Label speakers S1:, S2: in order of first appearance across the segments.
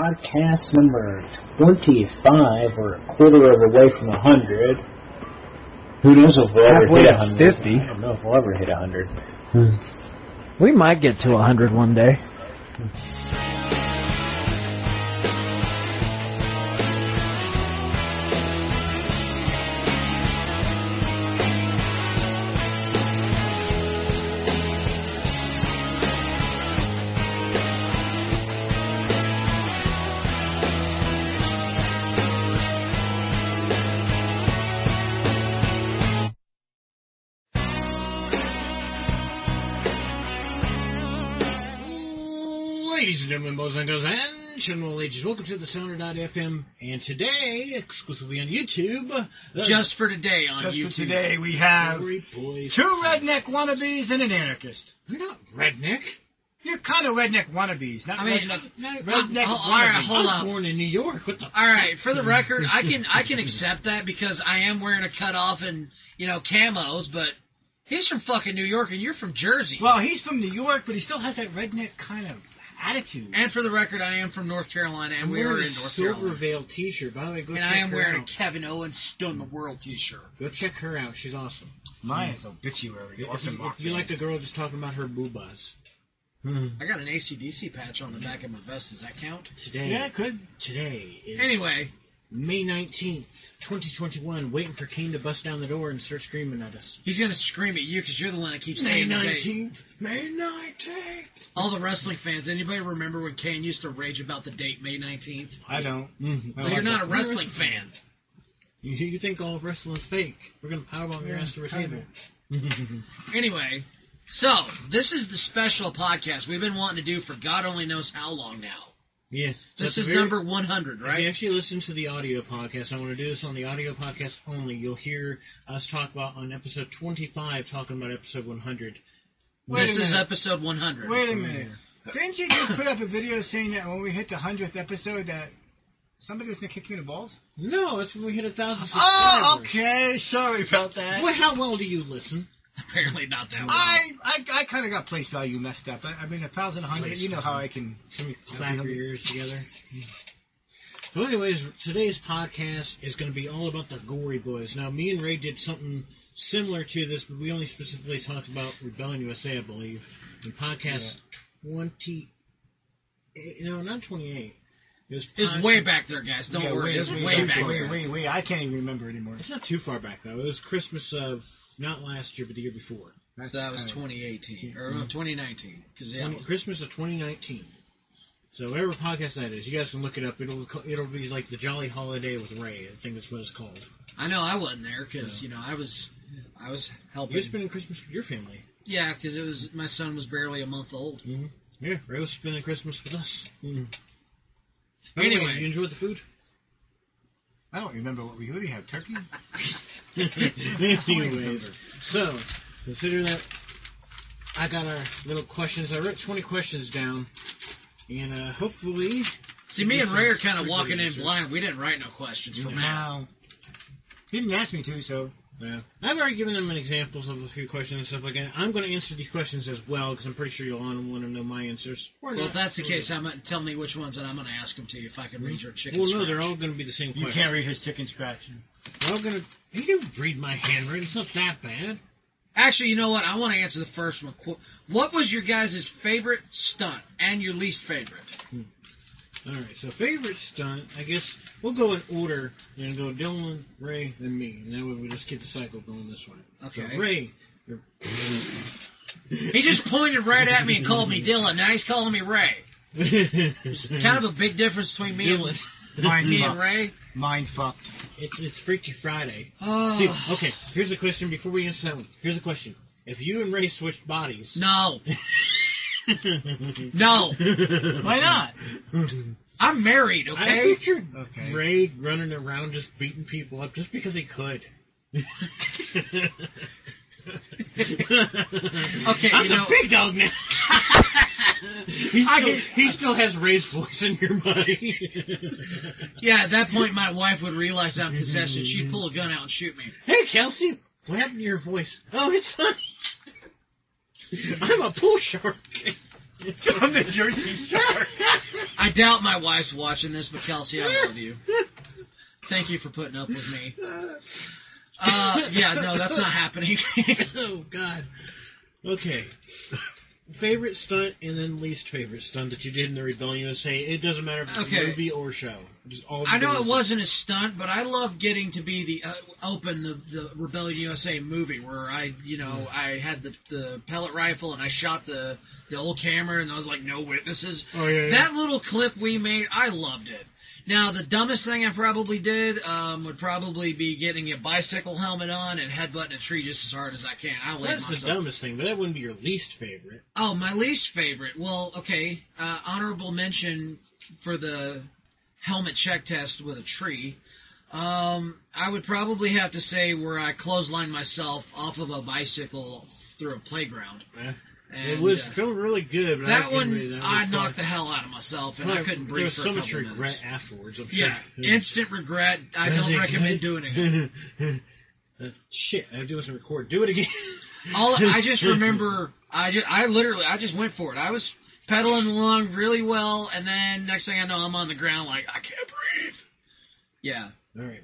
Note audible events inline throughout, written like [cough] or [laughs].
S1: podcast number 25. We're a quarter of the way from 100. Who knows if we'll ever
S2: Halfway
S1: hit
S2: to 50.
S1: 100. I don't know if we'll ever hit 100.
S3: We might get to 100 one day.
S4: Ladies and gentlemen, boys and girls, and general ages, welcome to the Sounder.fm, and today, exclusively on YouTube, the
S5: Just for today on
S4: Just for
S5: YouTube.
S4: today,
S5: we have
S4: Glory Boys.
S5: two redneck wannabes and an anarchist.
S4: You're not redneck.
S5: You're kind of redneck wannabes, not
S4: I mean,
S5: redneck.
S4: not-
S5: redneck
S4: oh, all
S5: wannabe.
S4: right, hold
S5: I was
S4: on. born in New York. What the?
S5: All right, for the record, I can I can accept that because I am wearing a cutoff and you know camos, but he's from fucking New York and you're from Jersey.
S4: Well, he's from New York, but he still has that redneck kind of attitude.
S5: and for the record, I am from North Carolina and
S4: I'm
S5: we are
S4: wearing
S5: in
S4: a
S5: North
S4: silver
S5: Carolina.
S4: veil T-shirt. By the way, go
S5: And
S4: check
S5: I am
S4: her
S5: wearing
S4: out.
S5: a Kevin Owens Stone the World T-shirt.
S4: Go check her out. She's awesome.
S2: Mine is obituary.
S4: If you, if you like the girl just talking about her boobas
S5: I got an ACDC patch on the back of my vest. Does that count?
S4: today,
S2: Yeah, it could.
S4: today is
S5: Anyway,
S4: May 19th, 2021, waiting for Kane to bust down the door and start screaming at us.
S5: he's gonna scream at you because you're the one that keeps
S4: May
S5: saying the date.
S4: 19th, May 19th.
S5: All the wrestling fans, anybody remember when Kane used to rage about the date May 19th?
S2: I don't.
S4: Mm-hmm.
S5: Well, you're not a wrestling fan.
S4: You, you think all of wrestling's fake? We're gonna powerbomb your ass to a table.
S5: Anyway, so this is the special podcast we've been wanting to do for God only knows how long now.
S4: yeah.
S5: This
S4: That's a
S5: is
S4: very-
S5: number 100,
S4: If you
S5: right?
S4: actually listen to the audio podcast, I want to do this on the audio podcast only. You'll hear us talk about on episode 25, talking about episode 100.
S2: Wait
S5: this
S2: a
S5: is
S2: minute.
S5: episode 100.
S2: Wait a minute. Didn't you just put up a video saying that when we hit the hundredth episode that somebody was gonna kick you in the balls?
S4: No, that's when we hit a thousand subscribers.
S2: Oh, okay. Sorry about that.
S4: Well, how well do you listen?
S5: Apparently not that
S2: I
S5: well.
S2: I, I kind of got place value messed up. I, I mean, a thousand, a hundred. You know how I can.
S4: Let me clap your ears together. So, anyways, today's podcast is going to be all about the Gory Boys. Now, me and Ray did something similar to this, but we only specifically talked about Rebellion USA, I believe, in podcast twenty. No, not twenty-eight. It was pod-
S5: It's way back there, guys. Don't
S2: yeah,
S5: worry.
S2: Wait,
S5: it's
S2: wait,
S5: way
S2: wait,
S5: back
S2: wait,
S5: there.
S2: wait, wait. I can't even remember anymore.
S4: It's not too far back though. It was Christmas of not last year, but the year before.
S5: So that was 2018. Or no, 2019. Because, yeah.
S4: 20 Christmas of 2019. So whatever podcast that is, you guys can look it up. It'll co- it'll be like the Jolly Holiday with Ray. I think that's what it's called.
S5: I know I wasn't there because, you know, I was I was
S4: You're
S5: helping.
S4: spending Christmas with your family.
S5: Yeah, because it was my son was barely a month old.
S4: Mm-hmm. Yeah, Ray was spending Christmas with us.
S5: Anyway.
S4: you enjoyed the food.
S2: I don't remember what we what do we have.
S5: [laughs]
S2: Turkey.
S4: Anyways, so consider that I got our little questions. I wrote 20 questions down, and uh, hopefully
S5: See, me and Ray are kind of
S4: Pretty
S5: walking in
S4: good.
S5: blind. We didn't write no questions for Matt.
S2: Now, he didn't ask me to, so
S4: Yeah. I've already given them an examples of a few questions and stuff like that. I'm going to answer these questions as well because I'm pretty sure you'll want to know my answers. Or
S5: Well,
S4: not.
S5: if that's the case, I'm gonna tell me which ones, and I'm going to ask them to you if I can read your chicken.
S4: well, no, they're
S5: scratch.
S4: all going to be the same
S2: you
S4: question.
S2: can't read his chicken scratch.
S4: They're all going to. You can read my handwriting. It's not that bad.
S5: Actually, you know what? I want to answer the first one. Qu- What was your guys' favorite stunt and your least favorite?
S4: All right. So favorite stunt. I guess we'll go in order and go Dylan, Ray, then me, and that way we just keep the cycle going this way.
S5: Okay.
S4: So Ray.
S5: He just pointed right at me and called
S4: [laughs]
S5: me Dylan. Now he's calling me Ray. Kind of a big difference between
S4: [laughs]
S5: me
S4: Mm-hmm. Dylan.
S5: and [laughs]
S2: Mind
S5: me and
S2: fucked.
S5: Ray.
S2: Mind fucked.
S4: It's it's Freaky Friday.
S5: Oh,
S4: Dude, okay, here's a question before we answer that one. Here's a question. If you and Ray switched bodies.
S5: no,
S4: [laughs]
S5: no,
S2: Why not?
S5: I'm married.
S4: I
S5: Okay,
S4: pictured
S2: Okay.
S4: Ray running around just beating people up just because he could. okay, I'm
S5: you
S4: the
S5: know-
S4: big dog now. he,
S5: I
S4: still,
S5: can-
S4: he still has Ray's voice in your body.
S5: [laughs] yeah. At that point, my wife would realize I'm possessed, and she'd pull a gun out and shoot me.
S4: [laughs] hey, Kelsey, what happened to your voice? Oh, it's I'm a pool shark.
S6: I'm the Jersey Shark.
S4: [laughs]
S5: I doubt my wife's watching this, but Kelsey, I love you. Thank you for putting up with me. Uh, yeah, no, that's not happening. [laughs]
S4: oh God. Okay. Favorite stunt and then least favorite stunt that you did in the Rebellion USA. It doesn't matter if it's
S5: Okay.
S4: a movie or show. Just all.
S5: I know it
S4: those-
S5: wasn't a stunt, but I love getting to be the uh, open the the Rebellion USA movie where I you know I had the the pellet rifle and I shot the the old camera and I was like no witnesses.
S6: Oh, yeah, yeah.
S5: That little clip we made, I loved it. Now the dumbest thing I probably did um, would probably be getting a bicycle helmet on and headbutting a tree just as hard as I can. I laid
S4: That's
S5: myself.
S4: the dumbest thing, but that wouldn't be your least favorite.
S5: Oh, my least favorite. Well, okay. Uh, honorable mention for the helmet check test with a tree. Um, I would probably have to say where I clotheslined myself off of a bicycle through a playground.
S4: Eh?
S5: And,
S4: it was
S5: uh,
S4: filmed really good, but I
S5: that
S4: couldn't really-
S5: one.
S4: that
S5: I
S4: was
S5: knocked
S4: fun.
S5: the hell out of myself, and I
S4: Well,
S5: couldn't
S4: There was
S5: breathe for
S4: so
S5: a
S4: much
S5: couple
S4: regret
S5: minutes.
S4: afterwards. I'm
S5: Yeah,
S4: sure.
S5: instant regret. I
S4: Was
S5: don't
S4: it
S5: recommend
S4: good?
S5: doing it.
S4: [laughs] Uh, Shit, I have to do some record. Do it again. [laughs]
S5: All I just remember, I just, I literally, I just went for it. I was pedaling along really well, and then next thing I know, I'm on the ground like I can't breathe. Yeah,
S4: All right,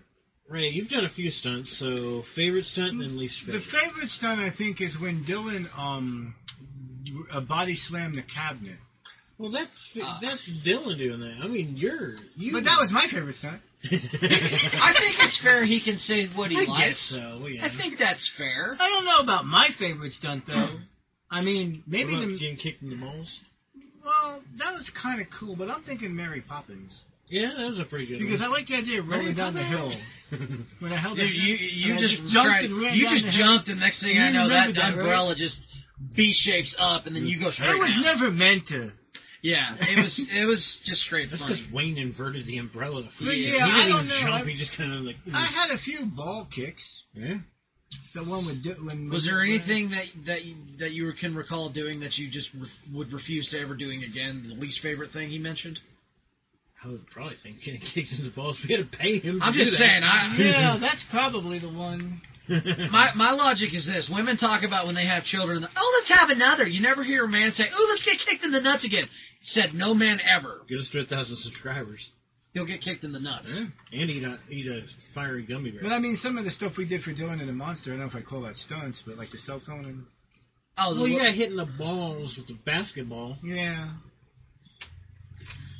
S4: Ray, you've done a few stunts, so favorite stunt and least
S6: The
S4: favorite.
S6: favorite stunt I think is when Dylan um uh, body slammed the cabinet.
S4: well, that's
S5: Ah.
S4: that's Dylan doing that. I mean, you're you. [laughs]
S6: But that was my favorite stunt.
S5: I think it's fair he can say what he
S4: I guess
S5: likes.
S4: so. Yeah.
S5: I think that's fair.
S6: I don't know about my favorite stunt though. I mean, maybe
S4: What about
S6: the
S4: getting kicked in the balls.
S6: well that was kind of cool, but I'm thinking Mary Poppins
S4: Yeah, that was a pretty good
S6: because I
S4: one.
S6: like the idea of
S4: Mary
S6: rolling down the hill
S4: Poppins.
S6: when I held
S5: You
S6: that
S5: you,
S6: thing,
S5: you
S6: and I
S5: just,
S6: jumped
S5: tried-
S6: and ran
S5: you
S6: down
S5: just
S6: the hill.
S5: jumped, and next thing I
S6: You
S5: know, that,
S6: remember that, right?
S5: umbrella just B shapes up, and then you go straight.
S6: It was
S5: down.
S6: never meant to.
S5: yeah, it was it was just straight
S4: [laughs] That's
S5: funny.
S4: because Wayne inverted the umbrella. The
S6: But
S4: he
S6: yeah,
S4: didn't
S6: I
S4: even
S6: don't know.
S4: jump.
S6: I-
S4: he just kind of like. "Hmm."
S6: I had a few ball kicks.
S4: yeah.
S6: The one with Dy- when
S5: Was there anything that that you, that you can recall doing that you just re- would refuse to ever doing again? The least favorite thing he mentioned.
S4: I would probably think getting kicked in the balls. We had to pay him. To
S5: I'm
S4: do
S5: just
S4: that.
S5: saying. I
S6: [laughs]
S5: [laughs]
S6: Yeah, that's probably the one.
S4: [laughs]
S5: my my logic is this: women talk about when they have children. Oh, let's have another. You never hear a man say, "Oh, let's get kicked in the nuts again." Said no man ever.
S4: Get us to a thousand subscribers.
S5: He'll get kicked in the nuts.
S4: And eat a eat a fiery gummy bear.
S6: But I mean, some of the stuff we did for Dylan and the Monster, I don't know if I call that stunts, but like the cell phone and
S5: Oh, the
S4: well, you
S5: lo-
S4: got hit in the balls with the basketball.
S6: yeah,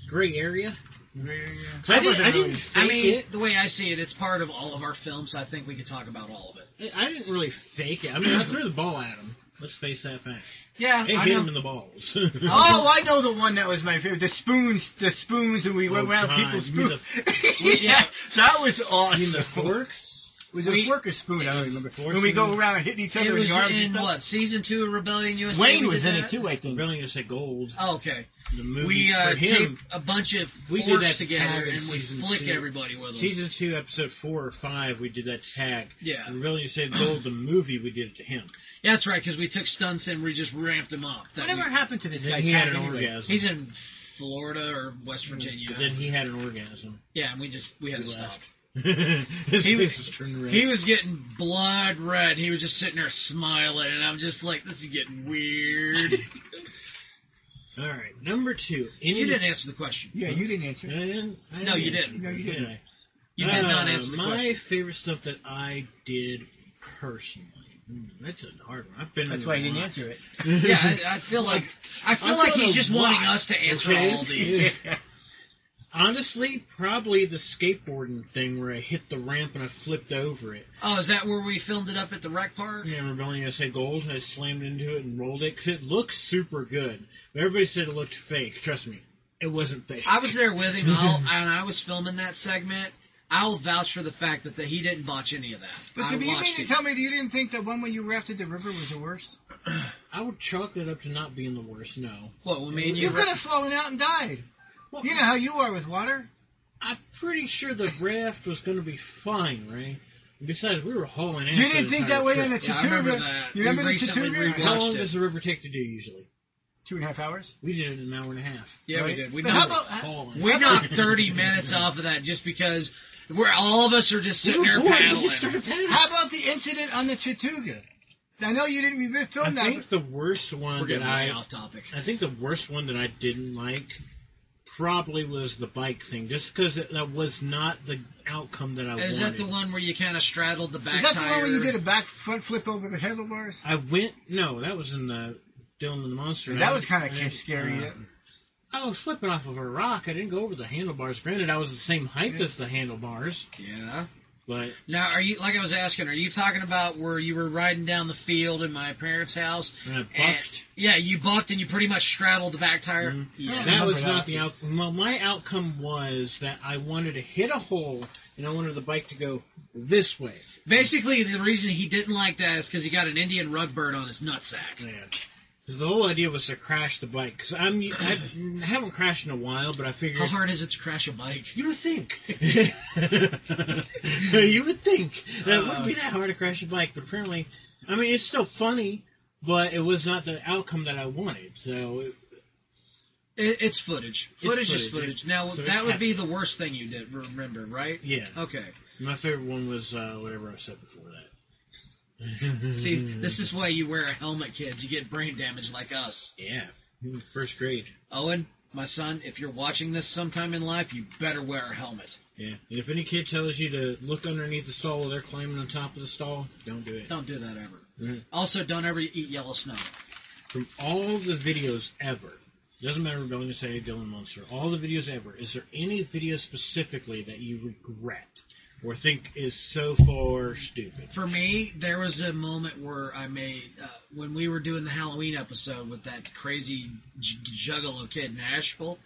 S4: Gray area.
S6: yeah,
S4: I
S6: yeah.
S4: didn't. I
S6: That wasn't
S4: didn't.
S6: really-
S5: I
S4: fake
S5: mean, the way I see it, it's part of all of our films. I think we could talk about all of it.
S4: it. I didn't really fake it. I mean, I threw the ball at him. Let's face that fact.
S5: Yeah,
S4: It
S5: I
S4: hit
S5: know.
S4: him in the [laughs] balls.
S6: Oh, I know the one that was my favorite. The spoons, the spoons, and we went
S4: Oh,
S6: around
S4: God,
S6: people's
S4: you mean
S6: spoons. [laughs] yeah, that was
S4: [laughs]
S6: awesome.
S4: in the forks.
S6: It was a
S5: We-
S6: fork or spoon? I don't remember.
S4: Fork
S6: when we go
S4: spoon.
S6: around hitting each
S5: It
S6: other in
S5: was
S6: the arms
S5: in
S6: and stuff.
S5: what season two of Rebellion USA.
S6: Wayne
S5: we
S6: was
S5: did
S6: in
S5: that?
S6: it too, I think.
S4: Rebellion USA Gold.
S5: Oh, okay.
S4: The movie
S5: We uh,
S4: for him.
S5: tape a bunch of
S4: We did
S5: forks
S4: that tag
S5: together
S4: in
S5: and we
S4: season
S5: flick
S4: two.
S5: everybody with them.
S4: Season two, episode four or five, we did that tag.
S5: Yeah.
S4: And Rebellion USA Gold, the movie, we did it to him.
S5: yeah, that's right, because we took stunts and we just ramped them up. That
S6: Whatever
S5: we-
S6: happened to this
S4: Then
S6: guy?
S4: he had
S6: Pat,
S4: an
S6: anyway?
S4: orgasm.
S5: he's in Florida or West Virginia.
S4: Then he had an orgasm. [laughs]
S5: yeah, and we just we had
S4: He
S5: to stop.
S4: laughed. His
S5: He was-
S4: face was turning red.
S5: He was getting blood red. He was just sitting there smiling, and I'm just like, this is getting
S4: [laughs]
S5: weird.
S4: All right, number two. Any,
S5: you didn't answer the question.
S6: Yeah, you didn't answer.
S4: I didn't- I
S5: No, you
S4: answer.
S5: didn't.
S6: No, you didn't.
S4: I?
S5: You did
S4: Uh,
S5: not answer the
S4: my [laughs]
S5: question.
S4: favorite stuff that I did personally. Hmm, that's a hard one. I've been.
S6: That's why I didn't answer it.
S4: [laughs] it.
S5: Yeah, I, I feel like I feel
S4: I'm
S5: like
S4: feeling
S5: he's
S4: a
S5: just wanting
S4: lot,
S5: us to answer
S4: okay?
S5: all these.
S6: [laughs]
S4: Honestly, probably the skateboarding thing where I hit the ramp and I flipped over it.
S5: Oh, is that where we filmed it up at the rec park?
S4: Yeah, Rebellion USA Gold, and I slammed into it and rolled it because it looked super good. But everybody said it looked fake. Trust me, it wasn't fake.
S5: I was there with him, I'll, and I was filming that segment. I'll vouch for the fact that the, he didn't botch any of that.
S6: But
S5: I
S6: do you mean
S5: watched
S6: to
S5: it.
S6: tell me that you didn't think that one when you rafted the river was the worst?
S4: I would chalk that up to not being the worst. No,
S5: What, when me and
S6: You
S5: you,
S6: could have flown out and died.
S4: Well,
S6: You know how you are with water.
S4: I'm pretty sure the raft was going to be fine, right? Besides, we were hauling ass.
S6: You didn't
S4: the
S6: think
S4: entire
S6: that way
S4: trip.
S6: on the
S5: Yeah, I remember
S6: Chituba.
S5: that.
S6: You
S5: We
S6: remember the
S5: recently
S6: Chituba?
S5: rewatched
S4: How long
S5: it.
S4: does the river take to do usually?
S6: Two and a half hours.
S4: We did it in an hour and a half.
S5: Yeah, we
S6: Right?
S5: did. We,
S6: But
S5: knocked,
S6: how about-
S4: Hauling.
S5: we knocked 30 minutes off of that just because we're all of us are just
S4: We
S5: sitting
S4: were
S5: there
S4: bored. We
S5: paddling.
S4: just started paddling.
S6: How about the incident on the Chattooga?
S2: I know you didn't. We didn't
S4: I
S2: film that.
S4: think the worst
S5: We're
S4: one that
S5: getting way
S4: I
S5: off topic.
S4: I think the worst one that I didn't like probably was the bike thing, just because that was not the outcome that I
S5: Is that
S4: wanted.
S5: the one where you kind of straddled the
S2: but-
S5: back
S2: Is that the
S5: tire?
S2: one where you did a back front flip over the handlebars?
S4: I went. No, that was in the Dylan and the Monster.
S2: That
S4: I-
S2: was kind of
S4: I-
S2: scary.
S4: uh, I was flipping off of a rock. I didn't go over the handlebars. Granted, I was the same height
S2: Yeah.
S4: as the handlebars,
S5: Yeah.
S4: but
S5: Now, are you like I was asking? Are you talking about where you were riding down the field in my parents' house?
S4: I uh, bucked.
S5: And, yeah, you bucked and you pretty much straddled the back tire.
S4: Mhm.
S5: Yeah.
S4: That was
S2: Remember that.
S4: not the outcome. Well, my outcome was that I wanted to hit a hole, and I wanted the bike to go this way.
S5: Basically, the reason he didn't like that is because he got an Indian rug bird on his nutsack.
S4: Yeah. 'Cause the whole idea was to crash the bike. Because I'm I haven't crashed in a while, but I figured
S5: How hard is it to crash a bike?
S4: [laughs] you would
S5: [laughs]
S4: think you would think that it
S5: Uh,
S4: wouldn't be that hard to crash a bike. But apparently, I mean, it's still funny, but it was not the outcome that I wanted. So it,
S5: It, it's footage.
S4: It's
S5: Footage
S4: footage,
S5: is footage.
S4: yeah.
S5: Now
S4: So
S5: that
S4: it
S5: would be the worst thing you did. Remember, right?
S4: yeah,
S5: Okay.
S4: my favorite one was uh, whatever I said before that.
S5: See, this is why you wear a helmet, kids. You get brain damage like us.
S4: yeah, first grade.
S5: Owen, my son, if you're watching this sometime in life, you better wear a helmet.
S4: Yeah, and if any kid tells you to look underneath the stall while they're climbing on top of the stall, don't do it.
S5: Don't do that ever.
S4: Mhm.
S5: Also, don't ever eat yellow snow.
S4: from all the videos ever, doesn't matter Rebellion Say Dylan Munster, all the videos ever, is there any video specifically that you regret or think is so far stupid?
S5: For me, there was a moment where I made uh, when we were doing the Halloween episode with that crazy j- juggalo kid in Asheville.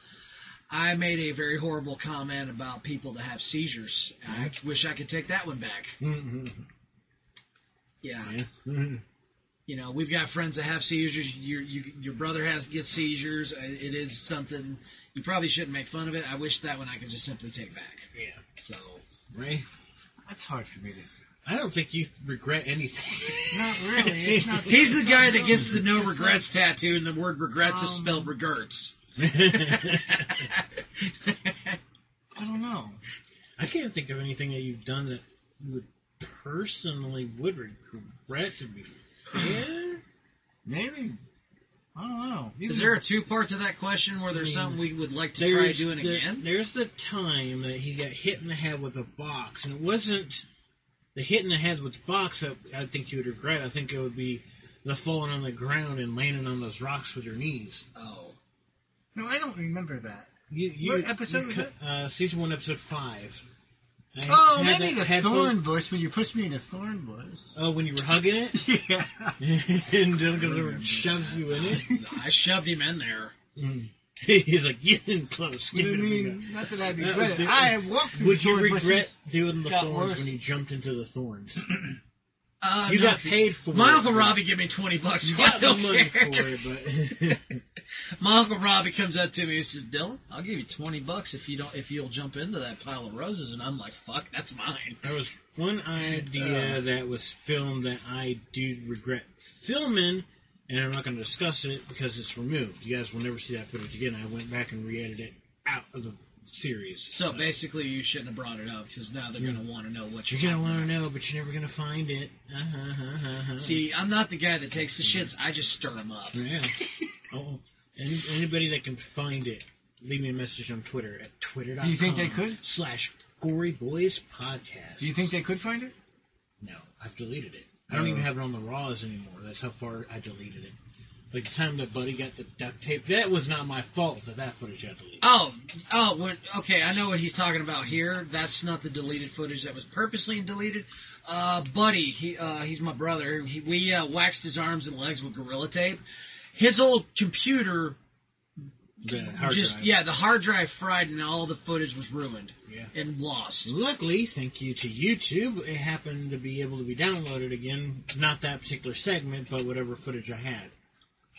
S5: I made a very horrible comment about people that have seizures. I wish I could take that one back.
S4: Mhm.
S5: Yeah.
S4: yeah. Mhm.
S5: you know, we've got friends that have seizures. Your you, your brother has gets seizures. I- It is something you probably shouldn't make fun of it. I wish that one I could just simply take back.
S4: yeah.
S5: So
S4: Ray,
S2: That's hard for me to.
S4: I don't think you regret anything.
S2: Not really. It's not-
S5: he's the guy that gets the no regrets tattoo, and the word regrets is
S2: Um,
S5: spelled regrets.
S4: [laughs]
S2: [laughs] I don't know.
S4: I can't think of anything that you've done that you would personally would regret to be fair.
S2: Maybe. I don't know. Even
S5: [laughs] is there a two part to that question where there's something we would like to try doing
S4: the,
S5: again?
S4: There's the time that he got hit in the head with a box, and it wasn't the hit in the head with the box that I think you would regret. I think it would be the falling on the ground and landing on those rocks with your knees.
S5: Oh,
S2: No, I don't remember that.
S4: You, you,
S2: What episode
S4: you
S2: was
S4: cu-
S2: it?
S4: Uh, season one, episode five. I
S2: Oh,
S4: had
S2: maybe
S4: that
S2: the thorn
S4: headphone-
S2: bush when you pushed me in the thorn bush.
S4: Oh, when you were hugging it, [laughs]
S2: yeah.
S4: and Dylan
S2: [laughs]
S4: shoves you in it.
S5: I shoved him in there.
S4: Mm. [laughs] He's like, get in close.
S2: You know
S4: get
S2: what I
S4: in
S2: mean? Not that I
S4: That
S6: Uh,
S4: would
S2: regret it.
S4: do-
S2: I have walked through
S4: Would
S2: the
S4: you
S2: thorn bushes.
S4: regret doing the
S2: Got
S4: thorns
S2: worse.
S4: when you jumped into the thorns?
S5: Uh,
S4: You
S5: no.
S4: got paid for
S5: My
S4: it.
S5: uncle Robbie gave me twenty bucks.
S4: [laughs] You
S5: so I
S4: got the
S5: don't
S4: money
S2: [laughs]
S5: care.
S4: for it, but [laughs]
S5: [laughs] My uncle Robbie comes up to me and says, "Dylan, I'll give you twenty bucks if you don't if you'll jump into that pile of roses." And I'm like, "Fuck, that's mine."
S4: there was one idea that was filmed that I do regret filming, and I'm not going to discuss it because it's removed. You guys will never see that footage again. I went back and re-edited it out of the series.
S5: So basically, you shouldn't have brought it up because now they're gonna want to know what
S4: you're
S5: you're
S4: going to want to know, but you're never going to find it. Uh-huh, uh-huh, uh-huh.
S5: See, I'm not the guy that takes the shits. I just stir them up.
S4: Yeah. [laughs] oh, any, anybody that can find it, leave me a message on Twitter at twitter.com.
S2: Do you think they could?
S4: Slash Gory Boys Podcast.
S2: Do you think they could find it?
S4: No, I've deleted it. I don't
S2: Oh.
S4: even have it on the Raws anymore. That's how far I deleted it. Like the time that Buddy got the duct tape, that was not my fault that that footage got deleted.
S5: Oh, oh, when, okay, I know what he's talking about here. That's not the deleted footage that was purposely deleted. Uh, buddy, he uh, he's my brother. He, we uh, waxed his arms and legs with gorilla tape. His old computer
S4: The hard
S5: just
S4: drive.
S5: yeah, the hard drive fried and all the footage was ruined
S4: Yeah.
S5: and lost.
S4: Luckily, thank you to YouTube, it happened to be able to be downloaded again. Not that particular segment, but whatever footage I had.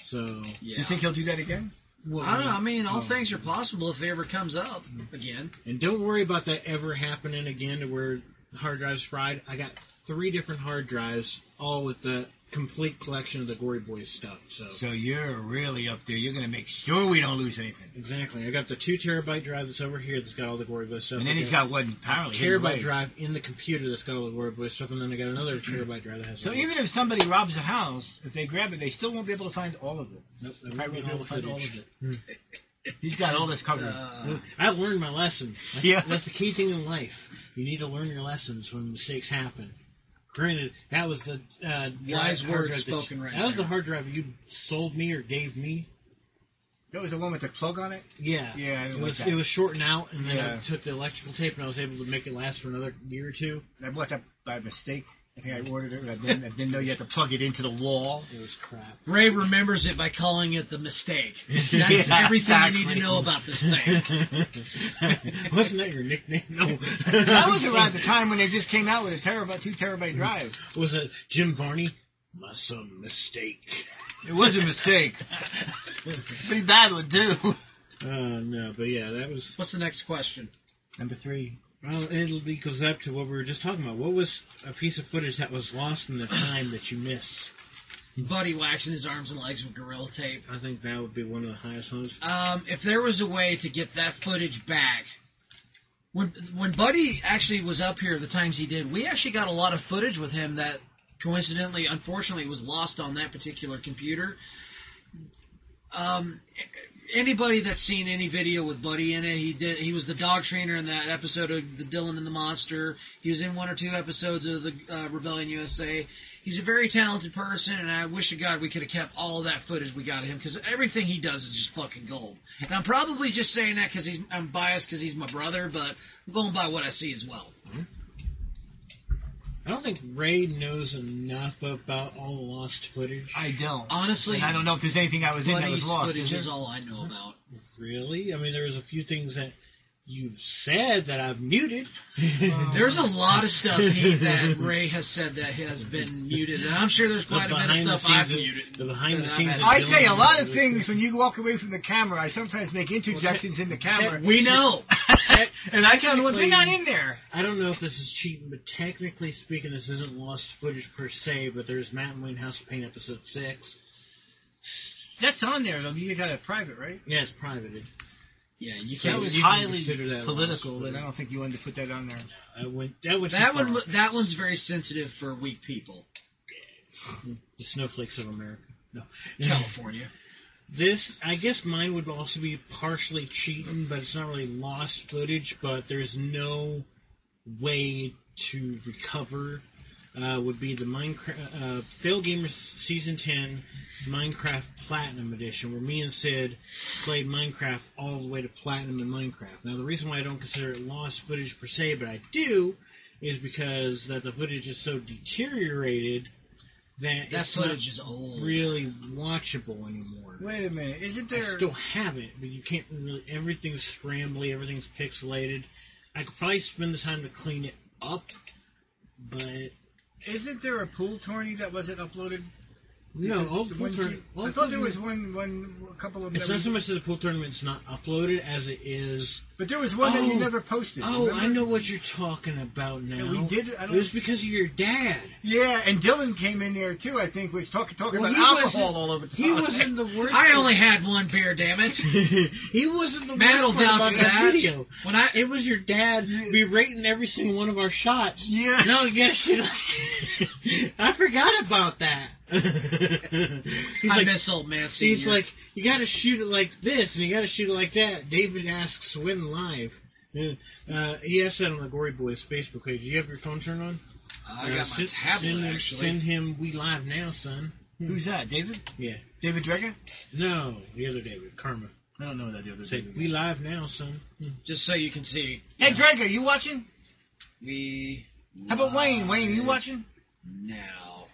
S4: So,
S5: Yeah.
S2: You think he'll do that again?
S4: well,
S5: I don't know. I mean,
S4: Oh.
S5: all things
S4: Mm-hmm.
S5: are possible if it ever comes up again.
S4: And don't worry about that ever happening again to where The hard drives fried. I got three different hard drives, all with the complete collection of the Gory Boys stuff. So,
S6: So you're really up there. You're going to make sure we don't lose anything.
S4: exactly, I got the two terabyte drive that's over here that's got all the Gory Boys stuff.
S6: And then
S4: I
S6: he's
S4: got
S6: got one apparently hidden
S4: terabyte
S6: away.
S4: drive in the computer that's got all the Gory Boys stuff, and then I got another terabyte drive that has.
S6: So
S4: all the-
S6: even if somebody robs a house, if they grab it, they still won't be able to find all of it.
S4: Nope, I
S6: Probably
S4: won't be able to
S6: find
S4: find
S6: all
S4: it.
S6: of it. He's got all this covered.
S5: Uh,
S4: [gasps] I learned my lesson. That's,
S6: Yeah.
S4: that's the key thing in life. You need to learn your lessons when mistakes happen. Granted, that was the uh, drive-
S5: Wise
S4: hard drive
S5: words
S4: that you-
S5: spoken right
S4: That was
S5: there.
S4: the hard drive you sold me or gave me.
S6: that was the one with the plug on it.
S4: Yeah.
S6: Yeah, I
S4: It
S6: didn't like
S4: was
S6: that.
S4: it was shortened out, and then
S6: Yeah.
S4: I took the electrical tape, and I was able to make it last for another year or two.
S6: I bought that by mistake. I think I ordered it, but I didn't, I didn't know you had
S2: [laughs]
S6: to plug it into the wall.
S4: It was crap. [laughs]
S5: Ray remembers it by calling it the mistake. That's
S6: Yeah,
S5: everything you need
S6: exactly.
S5: to know about this
S4: [laughs]
S5: thing.
S4: Wasn't that your nickname? No.
S6: That
S4: [laughs]
S6: was around the time when they just came out with a terabyte, two terabyte drive.
S4: Was it Jim Varney? My son mistake. [laughs]
S6: It was a mistake. Pretty bad would do.
S4: Uh, no, but yeah, that was
S5: What's the next question?
S6: Number three.
S4: Well, it le- goes up to what we were just talking about. What was a piece of footage that was lost in the time that you missed?
S5: Buddy waxing his arms and legs with gorilla tape.
S4: I think that would be one of the highest ones.
S5: Um, if there was a way to get that footage back, when when Buddy actually was up here, the times he did, we actually got a lot of footage with him that coincidentally, unfortunately, was lost on that particular computer. Um, anybody that's seen any video with Buddy in it, he did. He was the dog trainer in that episode of the Dylan and the Monster. He was in one or two episodes of the uh, Rebellion USA. He's a very talented person, and I wish to God we could have kept all of that footage we got of him because everything he does is just fucking gold. And I'm probably just saying that because he's I'm biased because he's my brother, but I'm going by what I see as well.
S4: I don't think Ray knows enough about all the lost footage.
S6: I don't.
S5: Honestly,
S6: And I don't know if there's anything I was in that was
S5: Buddy's
S6: lost.
S5: footage
S6: Is
S5: is
S6: there?
S5: all I
S4: [laughs]
S5: know about.
S4: really? I mean, there was a few things that you've said that I've muted. Oh.
S6: Um,
S4: [laughs]
S5: There's a lot of stuff he, that Ray has said that has been muted, and I'm sure there's quite a bit of
S4: behind the
S5: stuff I've
S4: scenes of-
S5: muted.
S4: the behind the
S5: that I've
S4: scenes
S5: had.
S4: of
S6: I tell you, a lot of things when you walk away from the camera, I sometimes make interjections in the camera.
S5: We know.
S6: [laughs] and I found one thing not in there.
S4: I don't know if this is cheating, but technically speaking, this isn't lost footage per se. But there's Matt and Wayne House of Pain episode six.
S6: That's on there, though. You got it private, right?
S4: Yeah, it's privated.
S5: Yeah, you
S4: So
S6: That
S5: can't.
S6: was
S4: you can
S6: highly
S4: consider that
S6: political,
S4: lost
S6: and I don't think you wanted to put that on there.
S4: I went. That, went too
S5: That
S4: far.
S5: one, that one's very sensitive for weak people.
S4: the snowflakes of America. No,
S5: California.
S4: This, I guess, mine would also be partially cheating, but it's not really lost footage. But there's no way to recover. Uh, would be the Minecraft uh, Fail Gamers Season Ten Minecraft Platinum Edition, where me and Sid played Minecraft all the way to Platinum in Minecraft. Now, the reason why I don't consider it lost footage per se, but I do, is because that the footage is so deteriorated that
S5: That
S4: it's not
S5: footage is old.
S4: really watchable anymore.
S6: Wait a minute. Isn't
S4: I
S6: there?
S4: still have it, but you can't really. Everything's scrambly, everything's pixelated. I could probably spend the time to clean it up, but
S6: Isn't there a pool tourney that wasn't uploaded?
S4: no.
S6: Because
S4: All
S6: the
S4: pool
S6: ones
S4: tour-
S6: you-
S4: all
S6: I
S4: pool
S6: thought there
S4: tour-
S6: was one, one, a couple of them.
S4: It's
S6: that
S4: not
S6: we-
S4: so much that the pool tournament's not uploaded as it is.
S6: but there was one that you
S4: Oh.
S6: never posted.
S4: Oh, I
S6: remember?
S4: know what you're talking about now.
S6: we did- I don't-
S4: It was because of your dad.
S6: Yeah, and Dylan came in there too. I think was talking talking
S4: Well,
S6: about
S4: he
S6: alcohol
S4: wasn't-
S6: all over the
S4: He
S6: place.
S4: wasn't the worst.
S5: I only had one beer, damn it.
S4: [laughs] he wasn't the
S5: Matt will
S4: worst part about
S5: vouch for
S4: that
S5: that.
S4: video.
S5: When I
S4: It was your dad berating every single one of our shots.
S6: [laughs] Yeah.
S4: [laughs] No, yes, you. I forgot about that. he's
S5: I
S4: like,
S5: miss old man senior.
S4: he's like, you got to shoot it like this, and you got to shoot it like that. David asks when live. Uh, he asked that on the Gory Boys Facebook page. Do you have your phone turned on?
S5: I
S4: Uh,
S5: got my
S4: send-
S5: tablet
S4: send him,
S5: actually.
S4: Send him we live now, son.
S6: Who's that? David?
S4: Yeah.
S6: David Dreger?
S4: No, the other David, Karma.
S6: I don't know that the other
S4: Say, we live now, son.
S5: Just so you can see,
S6: Hey Dreger, you watching?
S5: we.
S6: How about Wayne? Wayne, you
S5: live
S6: watching?
S5: now?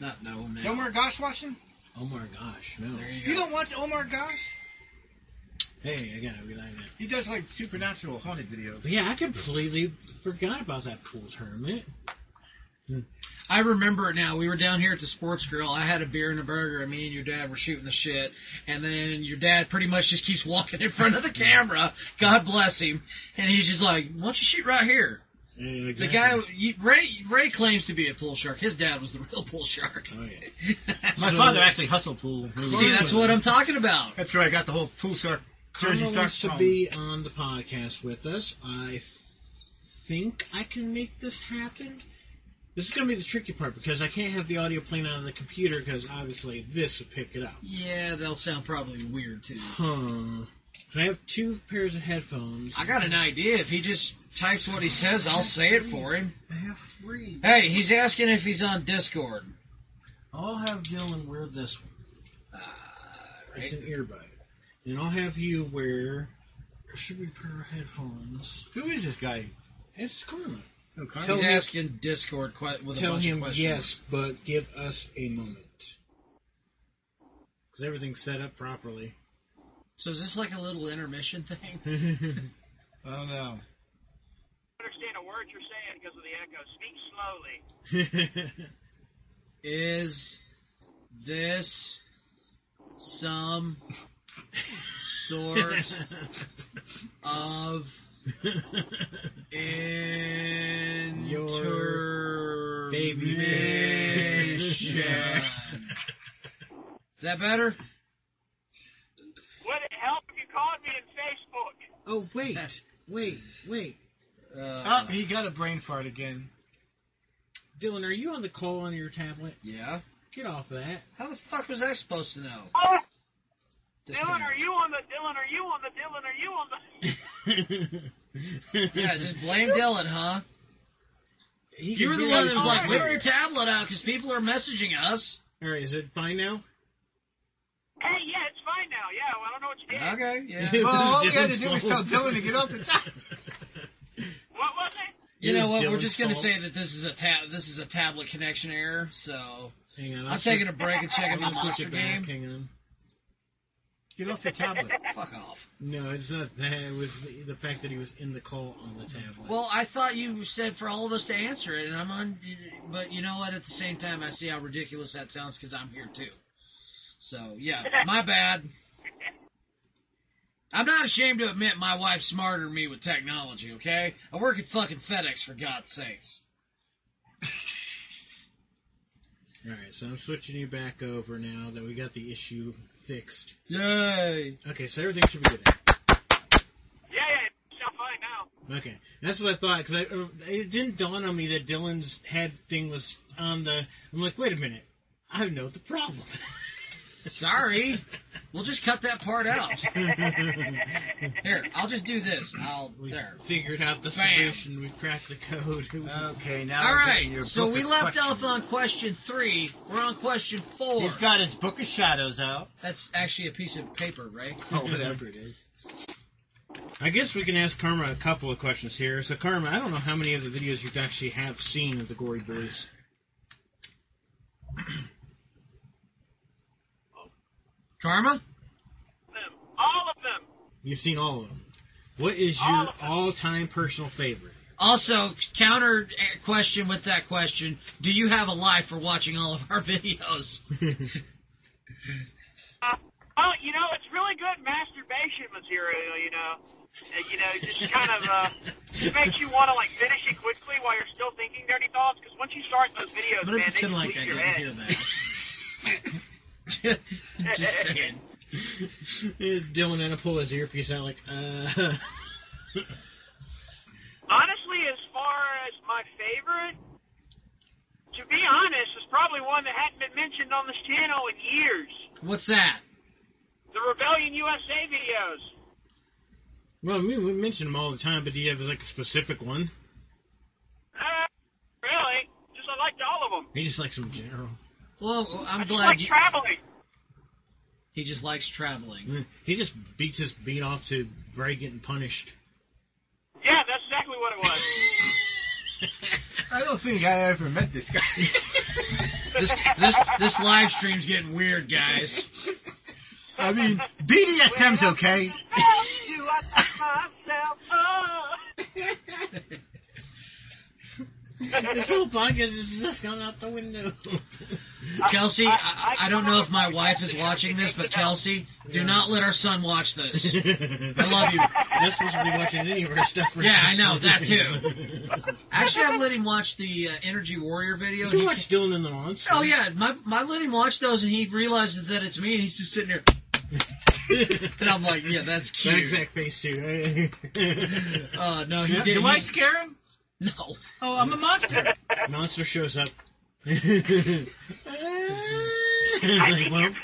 S5: Not no man.
S6: Is Omar Gosh watching?
S4: Oh my gosh, no.
S5: There
S6: You
S5: you go.
S6: don't watch Omar Gosh?
S4: Hey, I gotta we live now.
S6: He does like supernatural haunted videos.
S4: But yeah, I completely forgot about that pool tournament.
S5: I remember it now. We were down here at the Sports Grill. I had a beer and a burger, and me and your dad were shooting the shit. And then your dad pretty much just keeps walking in front of the camera. God bless him. And he's just like, "Why don't you shoot right here?"
S4: Yeah,
S5: The
S4: exactly.
S5: guy you- Ray Ray claims to be a pool shark. His dad was the [laughs] real pool
S4: [laughs]
S5: shark.
S4: Oh, yeah.
S6: My
S5: So-
S6: father actually hustled pool.
S5: See, that's what I'm talking about.
S6: That's where I got the whole pool shark jersey
S4: Carla
S6: shark
S4: wants to
S6: from.
S4: be on the podcast with us. I think I can make this happen. This is going to be the tricky part because I can't have the audio playing on the computer because obviously this would pick it up.
S5: Yeah, they'll sound probably weird too.
S4: Huh. I have two pairs of headphones.
S5: I got an idea. If he just types what he says, I'll say it for him.
S4: I have three.
S5: Hey, he's asking if he's on Discord.
S4: I'll have Dylan wear this one.
S5: Uh,
S4: It's
S5: right.
S4: an earbud. And I'll have you wear. There should be a pair of headphones.
S6: Who is this guy?
S4: It's Karma.
S6: Oh, Carl.
S4: Tell
S5: He's
S4: him-
S5: asking Discord que- with a
S4: Tell
S5: bunch of
S4: him
S5: questions.
S4: yes, but give us a moment. Because everything's set up properly. [laughs]
S5: So is this like a little intermission thing? [laughs]
S4: That's
S6: Oh no.
S7: understand a word you're saying because of the echo. Speak slowly.
S5: Is this
S4: [laughs]
S5: some sort of
S4: Your
S5: intermission?
S4: baby
S5: [laughs] Is that better?
S7: Would it help if you called me in Facebook?
S4: [laughs] oh, wait. Wait, wait.
S5: Uh,
S2: Oh, he got a brain fart again.
S4: Dylan, are you on the call on your tablet?
S5: yeah.
S4: Get off of that.
S5: How the fuck was I supposed to know?
S7: Oh, Dylan,
S5: Disconnect.
S7: are you on the Dylan? Are you on the Dylan? Are you on the?
S5: Yeah, just blame Dylan, huh?
S4: He can
S5: You were the
S4: do
S5: one
S4: it. Oh,
S5: that was like, whip
S4: Alright,
S5: your tablet out because people are messaging us.
S4: Alright, is it fine now?
S7: Hey, yeah, it's fine now. Yeah, well, I don't know what you did.
S5: Okay, [laughs]
S4: [laughs]
S5: yeah.
S4: This is
S2: all we had to
S4: Dylan's
S2: do was
S4: fault.
S2: tell Dylan to get off the top.
S7: What was it?
S5: you
S4: It is
S5: know what? We're
S4: Dylan's
S5: just gonna
S4: fault.
S5: say that this is a tab. This is a tablet connection error. So
S4: [laughs] Hang on,
S5: [laughs] I'm
S4: switch-
S5: taking a break and checking
S4: I'm
S5: the
S4: gonna
S5: monster
S4: switch it back.
S5: game.
S4: Hang on.
S2: Get off the
S6: [laughs]
S2: tablet.
S5: Fuck off.
S4: No, it's not that. It was the, the fact that he was in the call on the tablet.
S5: Well, I thought you said for all of us to answer it, and I'm on. But you know what? At the same time, I see how ridiculous that sounds because I'm here too. So yeah, my bad. I'm not ashamed to admit my wife's smarter than me with technology. Okay, I work at fucking FedEx for God's sakes.
S4: All right, so I'm switching you back over now that we got the issue fixed.
S5: Yay!
S4: Okay, so everything should be good.
S7: [laughs] Yeah, yeah, it's all fine
S2: [laughs]
S7: now.
S4: now. Okay, that's what I thought because uh, it didn't dawn on me that Dylan's head thing was on the. I'm like, wait a minute, I know the problem. [laughs]
S5: Sorry, we'll just cut that part out.
S4: we
S5: Here, I'll just do this. I'll there.
S4: figured out the
S5: Bam.
S4: solution. We cracked the code. [laughs]
S7: Uh.
S2: Okay, now.
S5: All
S2: we're
S5: right.
S2: getting your
S5: So
S2: book
S5: we
S2: of
S5: left
S2: questions.
S5: off on question three. We're on question four.
S6: He's got his book of shadows [laughs] out.
S5: That's actually a piece of paper, right?
S6: Oh, whatever it is.
S4: I guess we can ask Karma a couple of questions here. So Karma, I don't know how many of the videos you actually have seen of the Gory Boys.
S5: Karma.
S7: Them, all of them.
S4: You've seen all of them. What is
S7: All
S4: your
S7: of them.
S4: all-time personal favorite? [laughs]
S5: Also, counter eh, question with that question: Do you have a life for watching all of our [laughs] videos?
S7: Uh, well, you know, it's really good masturbation material. You know, Uh, you know, just kind of
S4: [laughs]
S7: uh, it makes you want to like finish it quickly while you're still thinking dirty thoughts. Because once you start those videos,
S5: I'm gonna
S7: man, they
S5: pretend
S7: just
S5: like
S7: leave
S5: I
S7: your
S5: didn't
S7: head.
S5: hear that. [laughs] just saying.
S4: Is Dylan gonna pull his earpiece out like, uh... [laughs]
S7: Honestly, as far as my favorite, to be honest, is probably one that hadn't been mentioned on this channel in years.
S5: What's that?
S7: The Rebellion USA videos.
S4: well, we, we mention them all the time, but do you have, like, a specific one?
S7: Uh, really? Just I liked all of them.
S4: He just likes them in general.
S5: Well,
S7: I
S5: I'm
S7: just
S5: glad
S7: like
S5: you,
S7: traveling.
S5: he just likes traveling.
S4: He just beats his beat off to Bray getting punished.
S7: Yeah, that's exactly what it was.
S2: I don't think I ever met this
S4: [laughs]
S2: guy.
S5: [laughs] This this this
S7: [laughs]
S5: live stream's getting weird, guys.
S2: I mean, BDSM's
S4: [laughs]
S2: okay.
S7: Do I take myself up?
S4: [laughs]
S5: [laughs]
S7: [laughs]
S4: this whole podcast is just gone out the window. [laughs]
S5: Kelsey,
S7: I-
S5: I,
S7: I-
S5: I don't know if
S7: [laughs]
S5: my wife is watching this, but Kelsey, do not let our son watch this. I love you.
S4: You're supposed to be watching any of our stuff. right
S5: Yeah,
S4: now.
S5: I know, that
S4: [laughs]
S5: too. Actually, I let him watch the uh, Energy Warrior video. and
S4: you
S5: he
S4: watch Dylan and the Monster.
S5: [laughs]
S4: [laughs]
S5: Oh yeah, my my let him watch those, and he realizes that it's me, and he's just sitting there. And I'm like, yeah, that's
S4: That
S5: cute.
S4: exact face too. [laughs]
S5: Uh, no, he
S6: Do,
S5: did.
S6: do I
S5: he-
S6: scare him?
S5: No,
S6: Oh, I'm a monster.
S4: Monster shows up. [laughs]
S7: I
S4: Like,
S7: think
S4: well,
S7: you're naughty.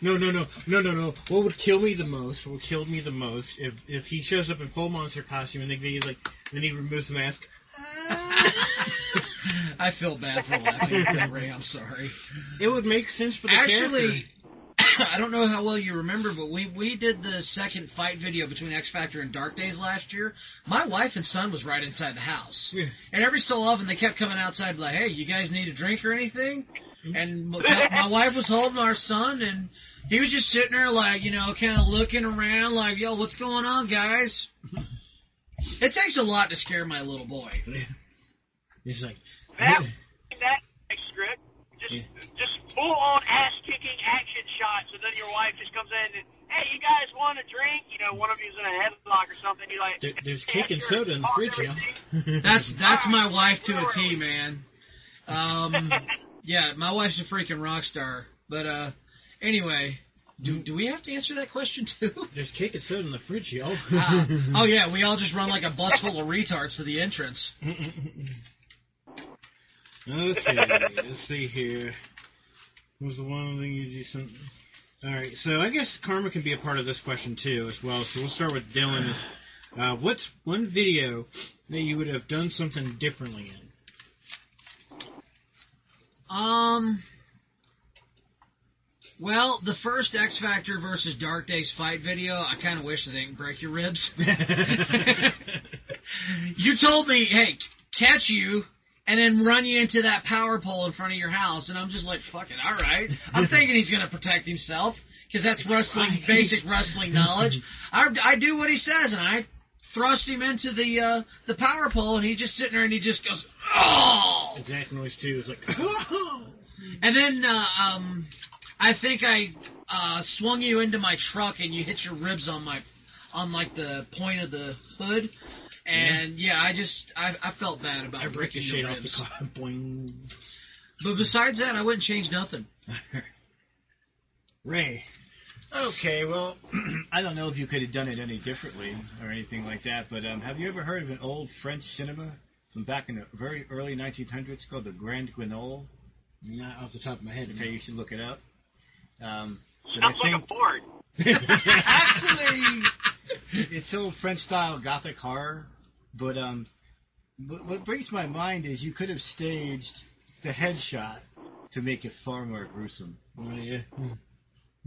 S4: no, no, no, no, no, no. What would kill me the most? What killed me the most if if he shows up in full monster costume and then he's like, then he removes the mask.
S5: [laughs] I feel bad for laughing at that, Ray. I'm sorry.
S4: It would make sense for the
S5: Actually, [coughs] I don't know how well you remember, but we we did the second fight video between X Factor and Dark Days last year. My wife and son was right inside the house,
S4: Yeah.
S5: and every so often they kept coming outside like, "Hey, you guys need a drink or anything?"
S4: Mm-hmm.
S5: And my my wife was holding our son, and he was just sitting there like, you know, kind of looking around like, "Yo, what's going on,
S4: [laughs]
S5: guys?" It takes a lot to scare my little boy.
S4: character. He's like, [laughs]
S7: That that script, just just full on ass kicking action shots, and then your wife just comes in and hey, you guys want a drink? You know, one of you's in a headlock or something. You like
S4: there, there's
S7: "Yeah,
S4: cake and
S7: sure,
S4: soda in the
S7: talk
S4: fridge, yo. [laughs]
S7: everything."
S5: That's that's my wife to a T, man. Um,
S7: [laughs]
S5: yeah, my wife's a freaking rock star. But uh, anyway, do do we have to answer that question too? [laughs]
S4: There's cake and soda in the fridge, yo.
S5: Uh, oh yeah, we all just run like a bus full of retards to the entrance.
S4: [laughs] Okay, let's see here. What was the one thing you just sent? All right, so I guess karma can be a part of this question too, as well. So we'll start with Dylan. Uh, what's one video that you would have done something differently in?
S5: Um. Well, the first X Factor versus Dark Days fight video, I kind of wish they didn't break your ribs. you told me, hey, catch you and then run you into that power pole in front of your house, and I'm just like, fuck it, all right. I'm thinking he's gonna protect himself because that's wrestling, basic wrestling knowledge. I, I do what he says, and I thrust him into the uh, the power pole, and he's just sitting there, and he just goes,
S4: [laughs]
S5: oh.
S4: Exact noise too is like. [laughs]
S5: And then uh, um, I think I uh, swung you into my truck, and you hit your ribs on my on like the point of the hood. And yeah, I just I, I felt bad about
S4: I
S5: breaking
S4: ricocheted
S5: your
S4: off the
S5: ribs.
S4: car. Boing.
S5: But besides that, I wouldn't change nothing.
S4: Ray.
S6: Okay, well, [clears throat] I don't know if you could have done it any differently or anything like that, but um, have you ever heard of an old French cinema from back in the very early 1900s called the Grand Guignol?
S4: Not off the top of my head.
S6: Okay, you should look it up.
S4: [laughs]
S6: Um, but I
S7: Sounds like
S6: think
S7: a board.
S6: actually, it's old French style gothic horror, but um, what, what brings to my mind is you could have staged the headshot to make it far more gruesome.
S4: Oh, yeah.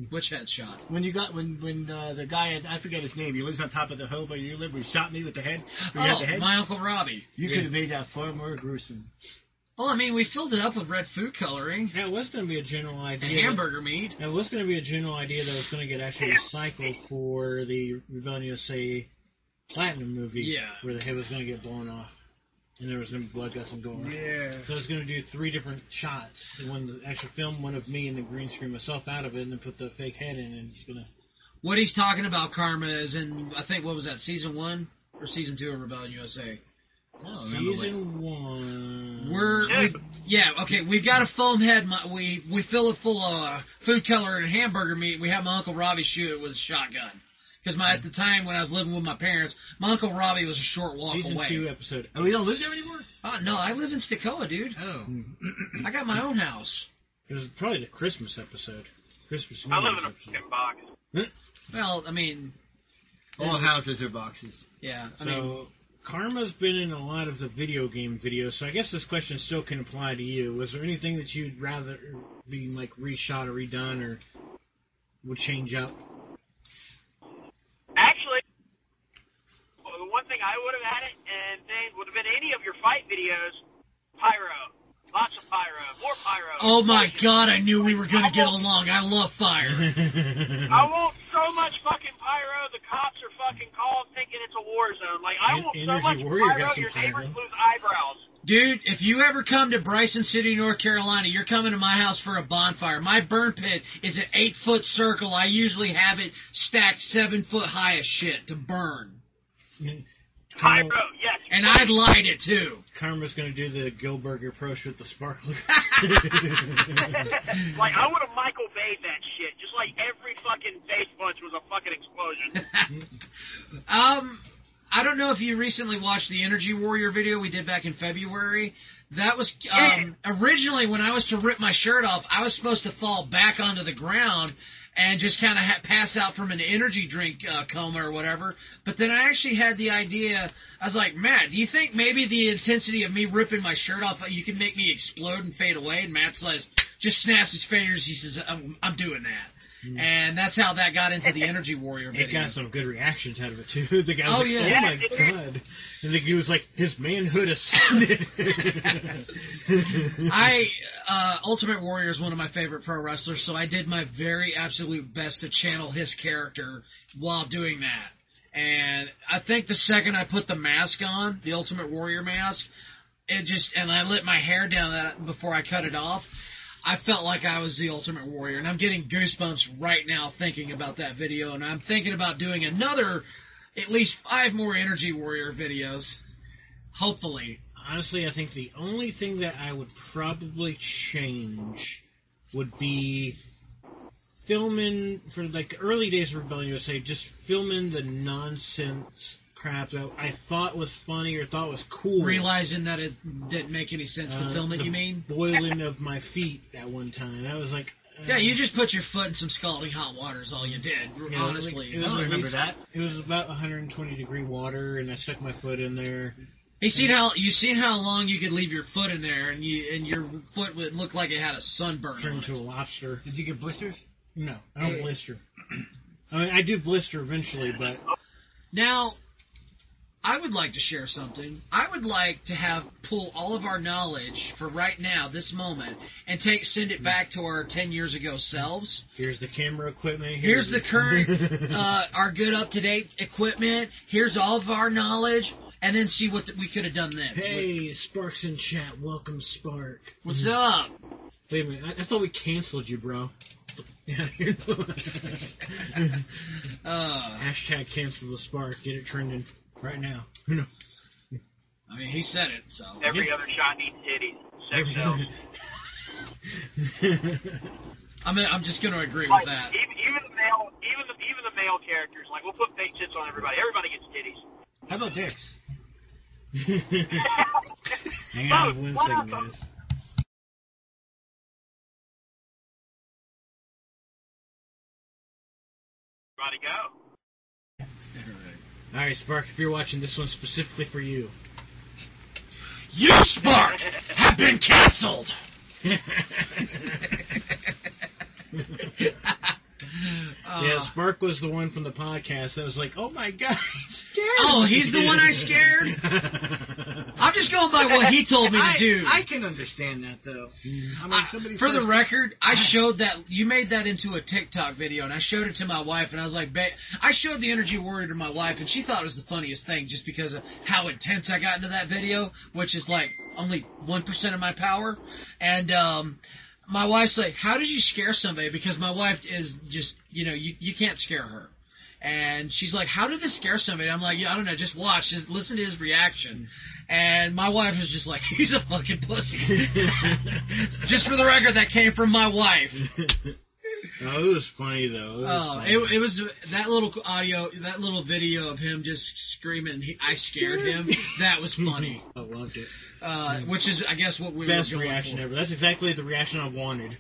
S5: Which headshot?
S6: When you got when when uh, the guy had, I forget his name, he lives on top of the hill where you live, where he shot me with the head. Where you had
S5: Oh,
S6: the head.
S5: my uncle Robbie.
S6: You
S4: Yeah.
S6: could have made that far more gruesome.
S5: Well, I mean, we filled it up with red food coloring
S4: That was going to be a general
S5: and
S4: idea.
S5: hamburger meat.
S4: That was going to be a general idea that was going to get actually recycled for the Rebellion USA Platinum movie.
S5: Yeah.
S4: Where the head was going to get blown off. And there was going to be blood guts and gore.
S6: Yeah.
S4: So I was going to do three different shots. One the actual film, one of me, and then green screen myself out of it, and then put the fake head in, and just going to.
S5: What he's talking about, Karma, is in I think what was that season one or season two of Rebellion USA.
S4: Oh, Season one.
S5: We're we, yeah okay. We've got a foam head. mu- We we fill it full of uh, food coloring and hamburger meat. We have my uncle Robbie shoot it with a shotgun. Because my at the time when I was living with my parents, my uncle Robbie was a short walk
S4: Season
S5: away.
S4: two, episode.
S6: And we don't live there anymore.
S5: Oh no, I live in Stacoa, dude.
S6: Oh,
S5: [clears throat] I got my own house.
S4: It was probably the Christmas episode. Christmas. New
S7: I live
S4: Year's
S7: in a
S4: episode.
S7: fucking box.
S5: Well, I mean,
S6: all houses are boxes.
S5: yeah, I
S4: so,
S5: mean,
S4: Karma's been in a lot of the video game videos, so I guess this question still can apply to you. Was there anything that you'd rather be like reshot or redone or would change up?
S7: Actually, well, the one thing I would have added and things would have been any of your fight videos, pyro, lots of pyro, more pyro.
S5: oh my God, I knew we were gonna get along. I love fire.
S7: I want so much fucking pyro. The cops are fucking called thinking it's a war zone. Like I
S4: En-
S7: want so
S4: Energy
S7: much
S4: Warrior
S7: pyro.
S4: got some
S7: Your neighbors
S4: pyro.
S7: lose eyebrows.
S5: Dude, if you ever come to Bryson City, North Carolina, you're coming to my house for a bonfire. My burn pit is an eight foot circle. I usually have it stacked seven foot high as shit to burn.
S4: Karma,
S7: Pyro, yes.
S5: Oh. And [laughs] I'd light it too.
S4: Karma's going to do the Gilbert approach with the sparkler.
S7: [laughs]
S4: [laughs]
S7: like I would have Michael Bay that shit, just like every fucking face punch was a fucking
S5: [laughs]
S7: explosion.
S5: um, I don't know if you recently watched the Energy Warrior video we did back in February. That was um, originally when I was to rip my shirt off, I was supposed to fall back onto the ground and just kind of ha- pass out from an energy drink uh, coma or whatever. But then I actually had the idea. I was like, Matt, do you think maybe the intensity of me ripping my shirt off, uh, you can make me explode and fade away? And Matt says, just snaps his fingers. He says, I'm, I'm doing that. And that's how that got into the Energy Warrior video.
S4: Hmm. It got some good reactions out of it too. [laughs] The guy was
S5: Oh,
S4: like,
S5: yeah.
S4: "Oh my god!" And the dude was like, "His manhood ascended."
S5: [laughs]
S4: [laughs]
S5: I uh, Ultimate Warrior is one of my favorite pro wrestlers, so I did my very absolute best to channel his character while doing that. And I think the second I put the mask on, the Ultimate Warrior mask, it just and I let my hair down that before I cut it off. I felt like I was the Ultimate Warrior, and I'm getting goosebumps right now thinking about that video, and I'm thinking about doing another, at least five more Energy Warrior videos, hopefully.
S4: Honestly, I think the only thing that I would probably change would be filming for like the early days of Rebellion USA, just filming the nonsense crap that I thought was funny or thought was cool.
S5: realizing that it didn't make any sense to
S4: Uh,
S5: film it.
S4: the
S5: You mean?
S4: boiling of my feet at one time? I was like, uh,
S5: Yeah, you just put your foot in some scalding hot water is all you did.
S4: Yeah,
S5: honestly,
S4: like, it was
S6: I
S4: at
S6: remember
S4: least-
S6: that.
S4: It was about 120 degree water, and I stuck my foot in there.
S5: you seen how you seen how long you could leave your foot in there, and you and your foot would look like it had a sunburn.
S4: Turned
S5: On
S4: into a
S5: it.
S4: lobster.
S6: [laughs] Did you get blisters?
S4: No, I don't blister. I mean, I do blister eventually, but
S5: Now, I would like to share something. I would like to have pull all of our knowledge for right now, this moment, and take send it back to our ten years ago selves.
S4: here's the camera equipment.
S5: Here's the current, uh, our good up to date equipment. Here's all of our knowledge, and then see what th- we could have done
S4: [laughs]
S5: then.
S4: hey, Sparks in chat. Welcome, Spark.
S5: What's up?
S4: Wait a minute. I, I thought we canceled you, bro. [laughs] Yeah, you're the one. [laughs]
S5: Uh,
S4: Hashtag cancel the Spark. Get it trending right now. Who knows?
S5: I mean, he said it, so.
S7: Every other shot needs
S5: [laughs]
S7: titties. Sex sells.
S5: I mean, I'm just going to agree with
S7: Like,
S5: that.
S7: even, even the male, even the even the male characters, like we'll put fake tits on everybody. Everybody gets titties.
S6: How about dicks?
S4: [laughs] Hang on one second, guys.
S7: Everybody go.
S4: All right, Spark. If you're watching this one specifically for you.
S5: You, Spark, have been canceled! Uh,
S4: yeah, Spark was the one from the podcast that was like, "Oh my god, [laughs] he's scared."
S5: Oh, he's the one I scared? I'm just going by what he told me
S6: [laughs]
S5: to
S6: I,
S5: do.
S6: I can understand that though. I mean,
S5: I-
S6: somebody
S5: for the
S6: first-
S5: record, I showed that you made that into a TikTok video, and I showed it to my wife, and I was like, "Babe," I showed the Energy Warrior to my wife, and she thought it was the funniest thing just because of how intense I got into that video, which is like only one percent of my power. And um, my wife's like, "How did you scare somebody?" Because my wife is just, you know, you you can't scare her. And she's like, "How did this scare somebody?" I'm like, "Yeah, I don't know. Just watch, just listen to his reaction."
S4: Mm.
S5: And my wife was just like, [laughs] "He's a fucking pussy."
S4: [laughs]
S5: just for the record, that came from my wife.
S4: oh, it was funny though. It was
S5: Oh,
S4: funny.
S5: it, it was that little audio, that little video of him just screaming, he, "I scared him." That was funny,
S4: I loved it.
S5: uh, which is, I guess, what we
S4: Best
S5: were going
S4: reaction
S5: for.
S4: ever. That's exactly the reaction I wanted.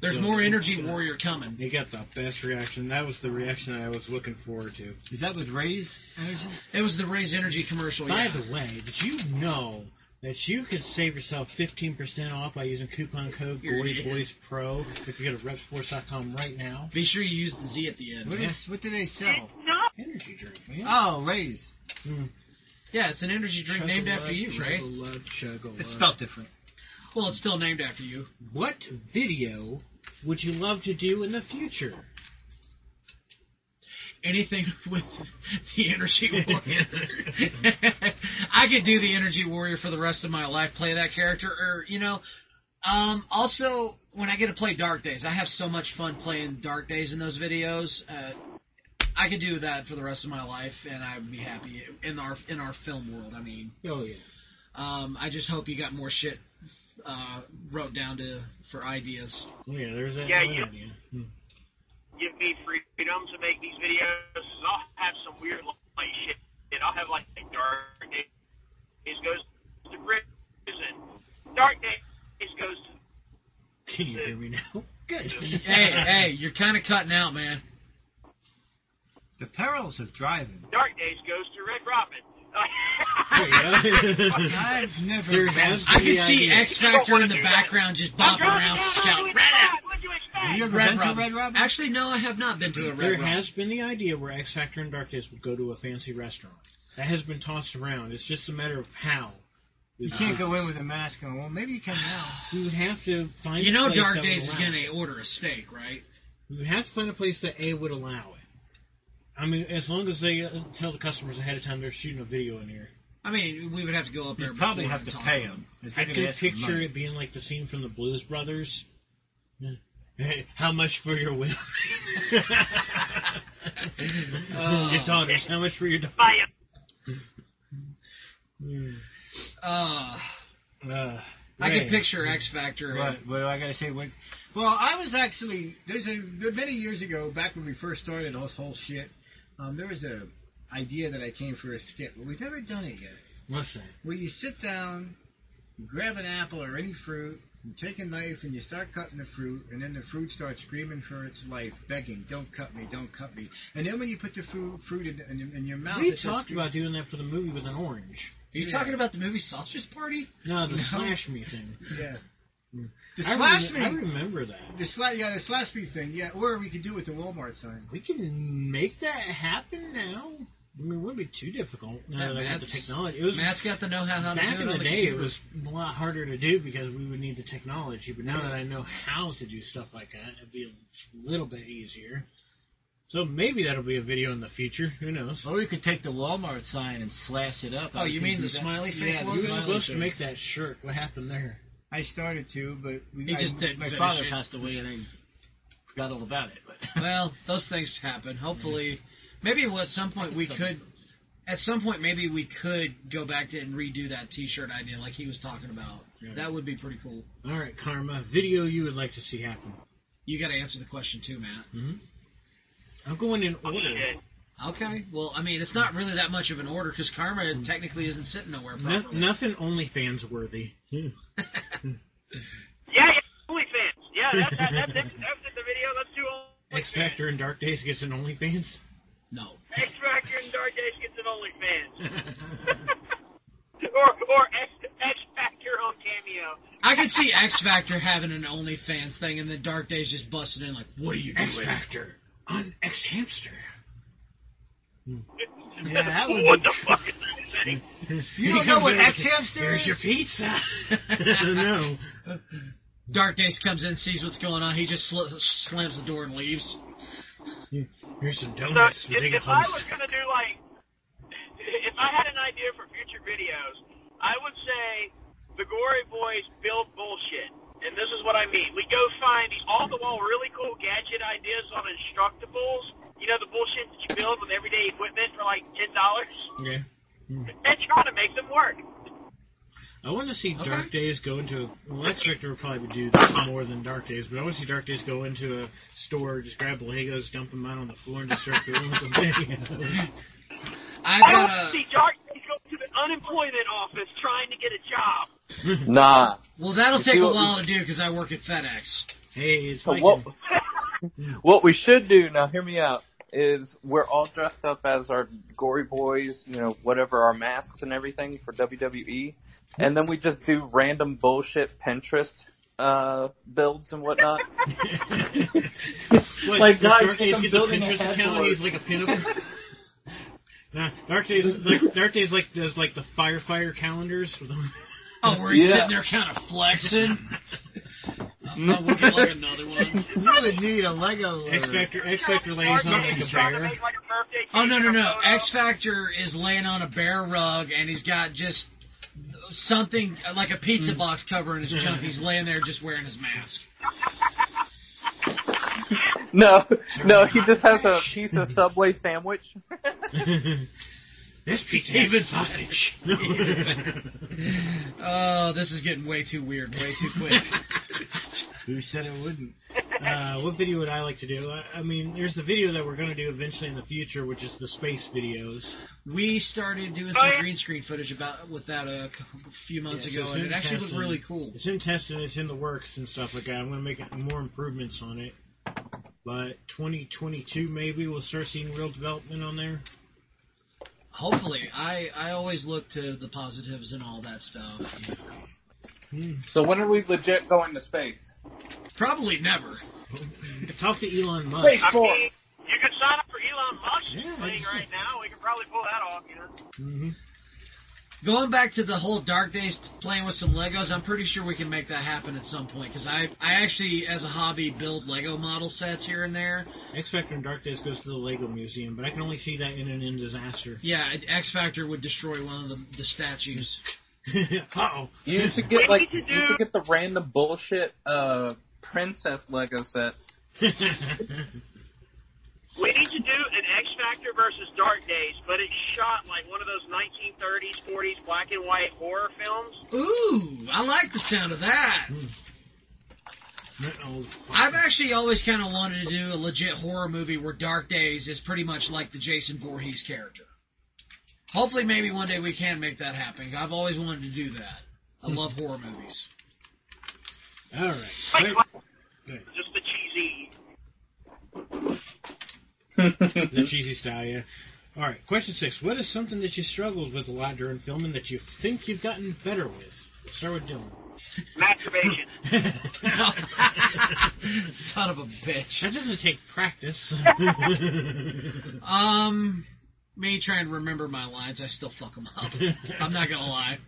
S5: There's more energy warrior coming.
S4: Mm-hmm. He got the best reaction. That was the reaction I was looking forward to.
S6: is that with Ray's energy?
S5: It was the Raise Energy commercial.
S4: By
S5: Yeah.
S4: the way, did you know that you could save yourself 15% off by using coupon code
S5: Here it is.
S4: GoryBoysPro if you go to repsports.com right now?
S5: Be sure you use the Z at the end.
S6: What is? What do they sell?
S7: No.
S4: Energy drink, man.
S6: Oh, Ray's.
S5: Yeah, it's an energy drink named after you, right?
S6: It's spelled different.
S5: Well, it's still named after you.
S4: What video would you love to do in the future?
S5: Anything [laughs] with the energy warrior. [laughs] I could do the energy warrior for the rest of my life. Play that character, or you know. Um, also, when I get to play Dark Days, I have so much fun playing Dark Days in those videos. Uh, I could do that for the rest of my life, and I'd be happy in our in our film world. I mean,
S6: Oh yeah.
S5: um, I just hope you got more shit uh, wrote down to for ideas.
S4: Oh, yeah, there's that
S7: Yeah,
S4: one
S7: you-
S4: idea. Hmm.
S7: give me freedom to make these videos. I'll have some weird like shit. And I'll have like dark days goes to prison. Dark days goes to
S4: Can you hear me now?
S7: [laughs]
S4: Good.
S5: hey, hey, you're kind of cutting out, man.
S6: The perils of driving.
S4: [laughs]
S7: dark days goes to Red Robin. [laughs]
S4: There you go. [laughs]
S6: I've never.
S4: There has
S5: I
S4: to be
S5: can see
S4: ideas.
S5: X Factor in the background just
S7: I'm
S5: bopping
S7: driving
S5: around,
S7: down
S5: shouting.
S7: Highway
S5: Red,
S7: 5. What'd you
S6: Have you
S7: expect?
S6: ever
S5: Red
S6: been
S5: Robin.
S6: to Red Robin?
S5: Actually, no, I have not been to a Red
S4: There
S5: Robin.
S4: has been the idea where X Factor and Dark Days would go to a fancy restaurant. That has been tossed around. It's just a matter of how.
S6: you can't go in with a mask on. Well, maybe you can now.
S4: We would have to find. a
S5: you know,
S4: place
S5: Dark
S4: that would
S5: Days is
S4: allow
S5: gonna
S4: it.
S5: order a steak, right?
S4: We would have to find a place that a would allow it. I mean, as long as they uh, tell the customers ahead of time they're shooting a video in here.
S5: I mean, we would have to go up there.
S6: You probably
S5: before
S6: have
S5: and
S6: to
S5: talk
S6: pay
S5: them.
S6: them.
S4: I can picture it being like the scene from the Blues Brothers. [laughs] Hey, how much for your
S5: [laughs]
S4: whip? [laughs] your
S5: Oh.
S4: daughters, how much for your daughter?
S7: By a
S5: Uh,
S4: Uh,
S5: Hmm. I
S4: Ray.
S5: can picture X Factor.
S6: But what do I gotta say? What, well, I was actually there's a there- many years ago back when we first started all this whole shit. Um, there was a idea that I came for a skit, but we've never done it yet.
S4: What's that?
S6: Where you sit down, you grab an apple or any fruit, you take a knife and you start cutting the fruit, and then the fruit starts screaming for its life, begging, "Don't cut me, don't cut me!" And then when you put the fruit fruit in, in, in your mouth,
S4: We
S6: it starts
S4: talked about doing that for the movie with an orange.
S5: Are you
S6: Yeah.
S5: talking about the movie Sausage Party?
S4: No, the slash me thing.
S6: screaming- Yeah. The
S4: I
S6: slash
S4: rem- I
S6: me,
S4: remember that.
S6: the slash, yeah, the slash me thing, yeah. Or we could do it with the Walmart sign.
S4: We can make that happen now. I mean, it wouldn't be too difficult. Now that I got the
S5: Matt's-
S4: technology, it was
S5: Matt's got the know-how how to
S4: back
S5: do it
S4: in
S5: on
S4: the
S5: the
S4: day. It
S5: computer.
S4: was a lot harder to do because we would need the technology. But now that I know how to do stuff like that, it'd be a little bit easier. So maybe that'll be a video in the future. Who knows?
S6: Or we could take the Walmart sign and slash it up.
S5: Oh,
S6: I was
S5: you
S6: gonna
S5: mean
S6: do
S5: the
S6: that.
S5: smiley face
S6: Yeah, the
S5: logo?
S4: We were
S6: smiley
S4: supposed to
S6: face.
S4: make that shirt. What happened there?
S6: I started to, but we,
S5: He
S6: I-
S5: just didn't
S6: my
S5: finish
S6: father
S5: it.
S6: passed away, and I forgot all about it. But
S5: well, those things happen. Hopefully, maybe well, at some point we could. At some point, maybe we could go back to and redo that T-shirt idea, like he was talking about.
S4: Yeah.
S5: That would be pretty cool.
S4: All right, Karma. Video you would like to see happen.
S5: You got to answer the question too, Matt.
S4: I'm going Mm-hmm. in order.
S7: shit.
S5: Okay. Well, I mean, it's not really that much of an order because Karma technically isn't sitting nowhere
S4: No,
S5: properly.
S4: nothing OnlyFans worthy.
S5: Hmm.
S7: Yeah, yeah, OnlyFans. Yeah, that's that,
S6: [laughs]
S7: that's it. That's it. The video. Let's do OnlyFans.
S4: X Factor and Dark Days gets an OnlyFans.
S5: [laughs] no.
S7: X Factor and Dark Days gets an
S6: [laughs]
S7: OnlyFans. [laughs] or or X X Factor on Cameo.
S5: I could see X Factor having an OnlyFans thing, and then Dark Days just busted in like, "What are you doing?"
S4: X Factor on X Hamster.
S6: yeah,
S7: [laughs]
S6: that would
S7: What
S6: be,
S7: the fuck is that setting?
S6: you don't know what X hamster
S4: There's
S6: is?
S4: your pizza. no.
S5: Dark Days comes in, sees what's going on. He just sl- slams the door and leaves.
S4: Here's some
S7: So
S4: donuts. We'll
S7: if,
S4: take it
S7: if I
S4: home.
S7: was gonna do like, if I had an idea for future videos, I would say the Gory Boys build bullshit, and this is what I mean. We go find these all the while really cool gadget ideas on Instructables. You know the bullshit that you build with everyday equipment for like ten dollars, [laughs]
S4: Yeah.
S7: and try to make them work.
S4: I want to see
S5: Okay.
S4: Dark Days go into a. Well, X Factor would probably do that more than Dark Days, but I want to see Dark Days go into a store, just grab Legos, dump them out on the floor, and just start doing with them.
S5: I
S7: I
S5: got
S7: want
S5: a.
S7: to see Dark Days go to the unemployment office trying to get a
S5: [laughs]
S7: job.
S8: Nah.
S5: Well, that'll
S8: You
S5: take
S8: see
S5: a
S8: what we-
S5: while to do because I work at FedEx.
S4: hey, it's
S8: But
S4: like
S8: [laughs] what, what we should do, now hear me out, is we're all dressed up as our gory boys, you know, whatever, our masks and everything for WWE. And then we just do random bullshit Pinterest uh, builds and [laughs] whatnot.
S4: What,
S8: Like, guys,
S4: Dark Days
S8: I'm
S4: gets a
S8: building a
S4: Pinterest account and
S8: headboard.
S4: he's like a
S8: [laughs]
S4: pinup. Nah, Dark Days, like, Dark Days, like does like the firefighter calendars. For
S8: [laughs]
S4: them.
S5: Oh, where he's
S8: Yeah.
S5: sitting there kind of
S4: [laughs]
S5: flexing. I'll look at like another one.
S6: you would need a Lego.
S4: X
S6: or-
S4: Factor, X Factor lays on like a
S7: Trying to
S4: bear.
S7: make, like, a birthday
S5: Oh no
S7: cake
S5: no
S7: or a
S5: no!
S7: photo.
S5: X
S7: [laughs]
S5: Factor is laying on a bear rug and he's got just something uh, like a pizza
S4: Mm.
S5: box covering his junk. He's laying there just wearing his mask.
S8: No, no, he just has a piece of Subway sandwich. [laughs]
S4: [laughs] this pizza even sausage. [laughs]
S5: Oh, this is getting way too weird, way too quick.
S6: Who said it wouldn't?
S4: uh, what video would I like to do? I, I mean, there's the video that we're going to do eventually in the future, which is the space videos.
S5: we started doing
S7: Oh,
S5: some
S7: yeah.
S5: green screen footage about with that a cou- few months
S4: Yeah, so
S5: ago,
S4: it's
S5: and
S4: in
S5: it actually looked
S4: testing.
S5: really cool.
S4: It's in testing, it's in the works and stuff like that. I'm going to make more improvements on it. But 2022, maybe we'll start seeing real development on there.
S5: Hopefully, I I always look to the positives and all that stuff.
S8: So when are we legit going to space?
S5: Probably never.
S4: Talk to Elon Musk.
S8: Space
S7: I
S8: Force.
S7: mean, you could sign up for Elon Musk's
S4: Yeah,
S7: thing
S4: I-
S7: right now. We could probably pull that off, you know.
S4: hmm
S5: Going back to the whole Dark Days playing with some Legos, I'm pretty sure we can make that happen at some point because I I actually, as a hobby, build Lego model sets here and there.
S4: X Factor and Dark Days goes to the Lego Museum, but I can only see that in an in disaster. [laughs]
S5: Yeah, X Factor would destroy one of the, the statues.
S4: [laughs] oh.
S8: You should get
S7: We
S8: like
S7: need to
S8: you
S7: do-
S8: should get the random bullshit uh princess Lego sets.
S7: We need to do an X Factor versus Dark Days, but it's shot like one of those 1930s, 40s black and white horror films.
S5: Ooh, I like the sound of that.
S4: Oh, fuck.
S5: I've actually always kind of wanted to do a legit horror movie where Dark Days is pretty much like the Jason Voorhees character. Hopefully, maybe one day we can make that happen. I've always wanted to do that. I love horror movies. [laughs]
S4: All right.
S7: Like,
S4: Wait,
S7: just the cheesy.
S4: the cheesy style, yeah. All right. Question six. What is something that you struggled with a lot during filming that you think you've gotten better with? We'll start with Dylan.
S5: [laughs]
S7: Masturbation.
S4: [laughs]
S7: [laughs]
S5: Son of a bitch.
S4: That doesn't take practice. [laughs]
S5: Um, me trying to remember my lines, I still fuck them up. I'm not gonna lie.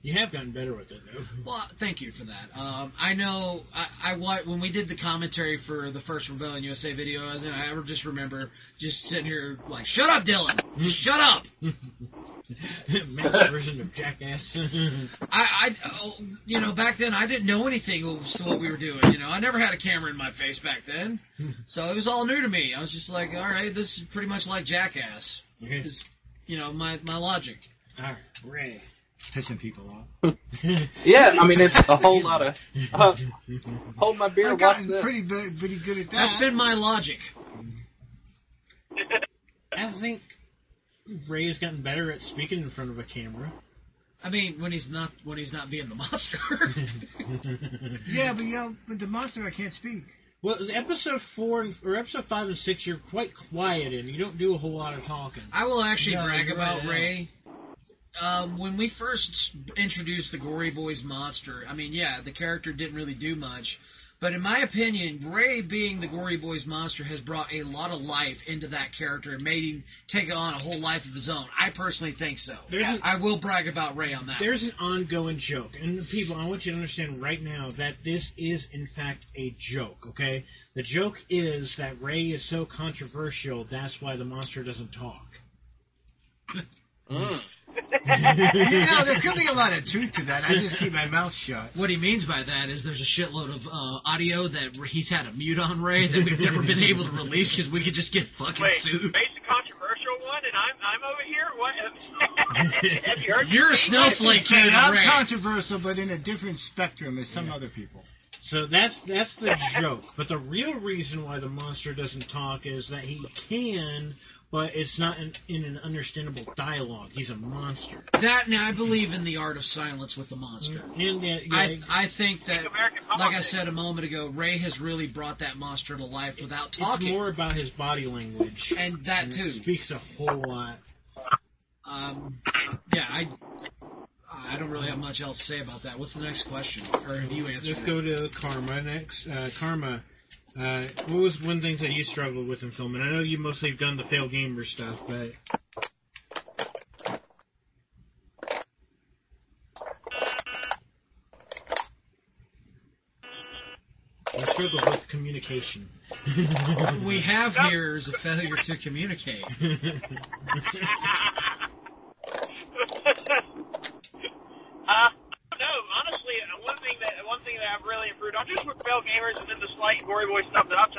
S4: you have gotten better with it, though.
S5: Well, thank you for that. Um, I know I, I wa- when we did the commentary for the first Rebellion USA video, I, was, I ever just remember just sitting here like, "Shut up, Dylan! Just shut up!"
S4: [laughs] Matt's version of Jackass. [laughs]
S5: I, I, oh, you know, back then I didn't know anything of what we were doing. You know, I never had a camera in my face back then, so it was all new to me. I was just like, "All right, this is pretty much like Jackass."
S4: okay.
S5: Is, you know, my my logic.
S4: All right. Ray.
S6: Pissing people off.
S4: [laughs]
S8: Yeah, I mean it's a whole lot of uh, hold my beer,
S6: I've
S8: watch
S6: gotten
S8: this.
S6: pretty, bu- pretty good at
S5: That's
S6: that.
S5: been my logic.
S4: I think Ray has gotten better at speaking in front of a camera.
S5: I mean, when he's not when he's not being the monster.
S6: yeah, but you know, with the monster, I can't speak.
S4: Well, episode four and, or episode five and six, you're quite quiet and you don't do a whole lot of talking.
S5: I will actually
S4: No,
S5: brag
S4: you're
S5: about
S4: right.
S5: Ray. Um, when we first introduced the Gory Boys monster, I mean, yeah, the character didn't really do much. But in my opinion, Ray being the Gory Boys monster has brought a lot of life into that character and made him take on a whole life of his own. I personally think so.
S4: There's an-
S5: I will brag about Ray on that.
S4: There's an ongoing joke, and people, I want you to understand right now that this is in fact a joke. Okay, the joke is that Ray is so controversial that's why the monster doesn't talk.
S6: You know, there could be a lot of truth to that. I just keep my mouth shut.
S5: What he means by that is there's a shitload of uh, audio that he's had a mute on Ray that we've never been able to release because we could just get fucking
S7: Wait,
S5: sued.
S7: Ray's a controversial one, and I'm I'm over here. What? [laughs] Have you heard?
S5: You're a snowflake, kid.
S6: I'm
S5: Ray.
S6: controversial, but in a different spectrum as some other people.
S4: [laughs] So that's that's the joke. But the real reason why the monster doesn't talk is that he can, but it's not in, in an understandable dialogue. He's a monster.
S5: That now I believe in the art of silence with the monster.
S4: And uh, yeah,
S5: I I think that,
S7: American
S5: like I
S7: politics.
S5: said a moment ago, Ray has really brought that monster to life without
S4: it's
S5: talking,
S4: more Mm-hmm. about his body language.
S5: and that
S4: And it
S5: too.
S4: speaks a whole lot.
S5: Um, yeah, I I don't really have much else to say about that. What's the next question, or have you answered?
S4: Let's
S5: it?
S4: go to Karma next. Uh, Karma, uh, what was one thing that you struggled with in filming? I know you mostly have done the fail gamer stuff, but I struggled with communication.
S5: What [laughs] we have here is a failure to communicate.
S7: [laughs] uh, no, uh, honestly, one thing that one thing that I've really improved on just with fail gamers and then the slight gory boy stuff that I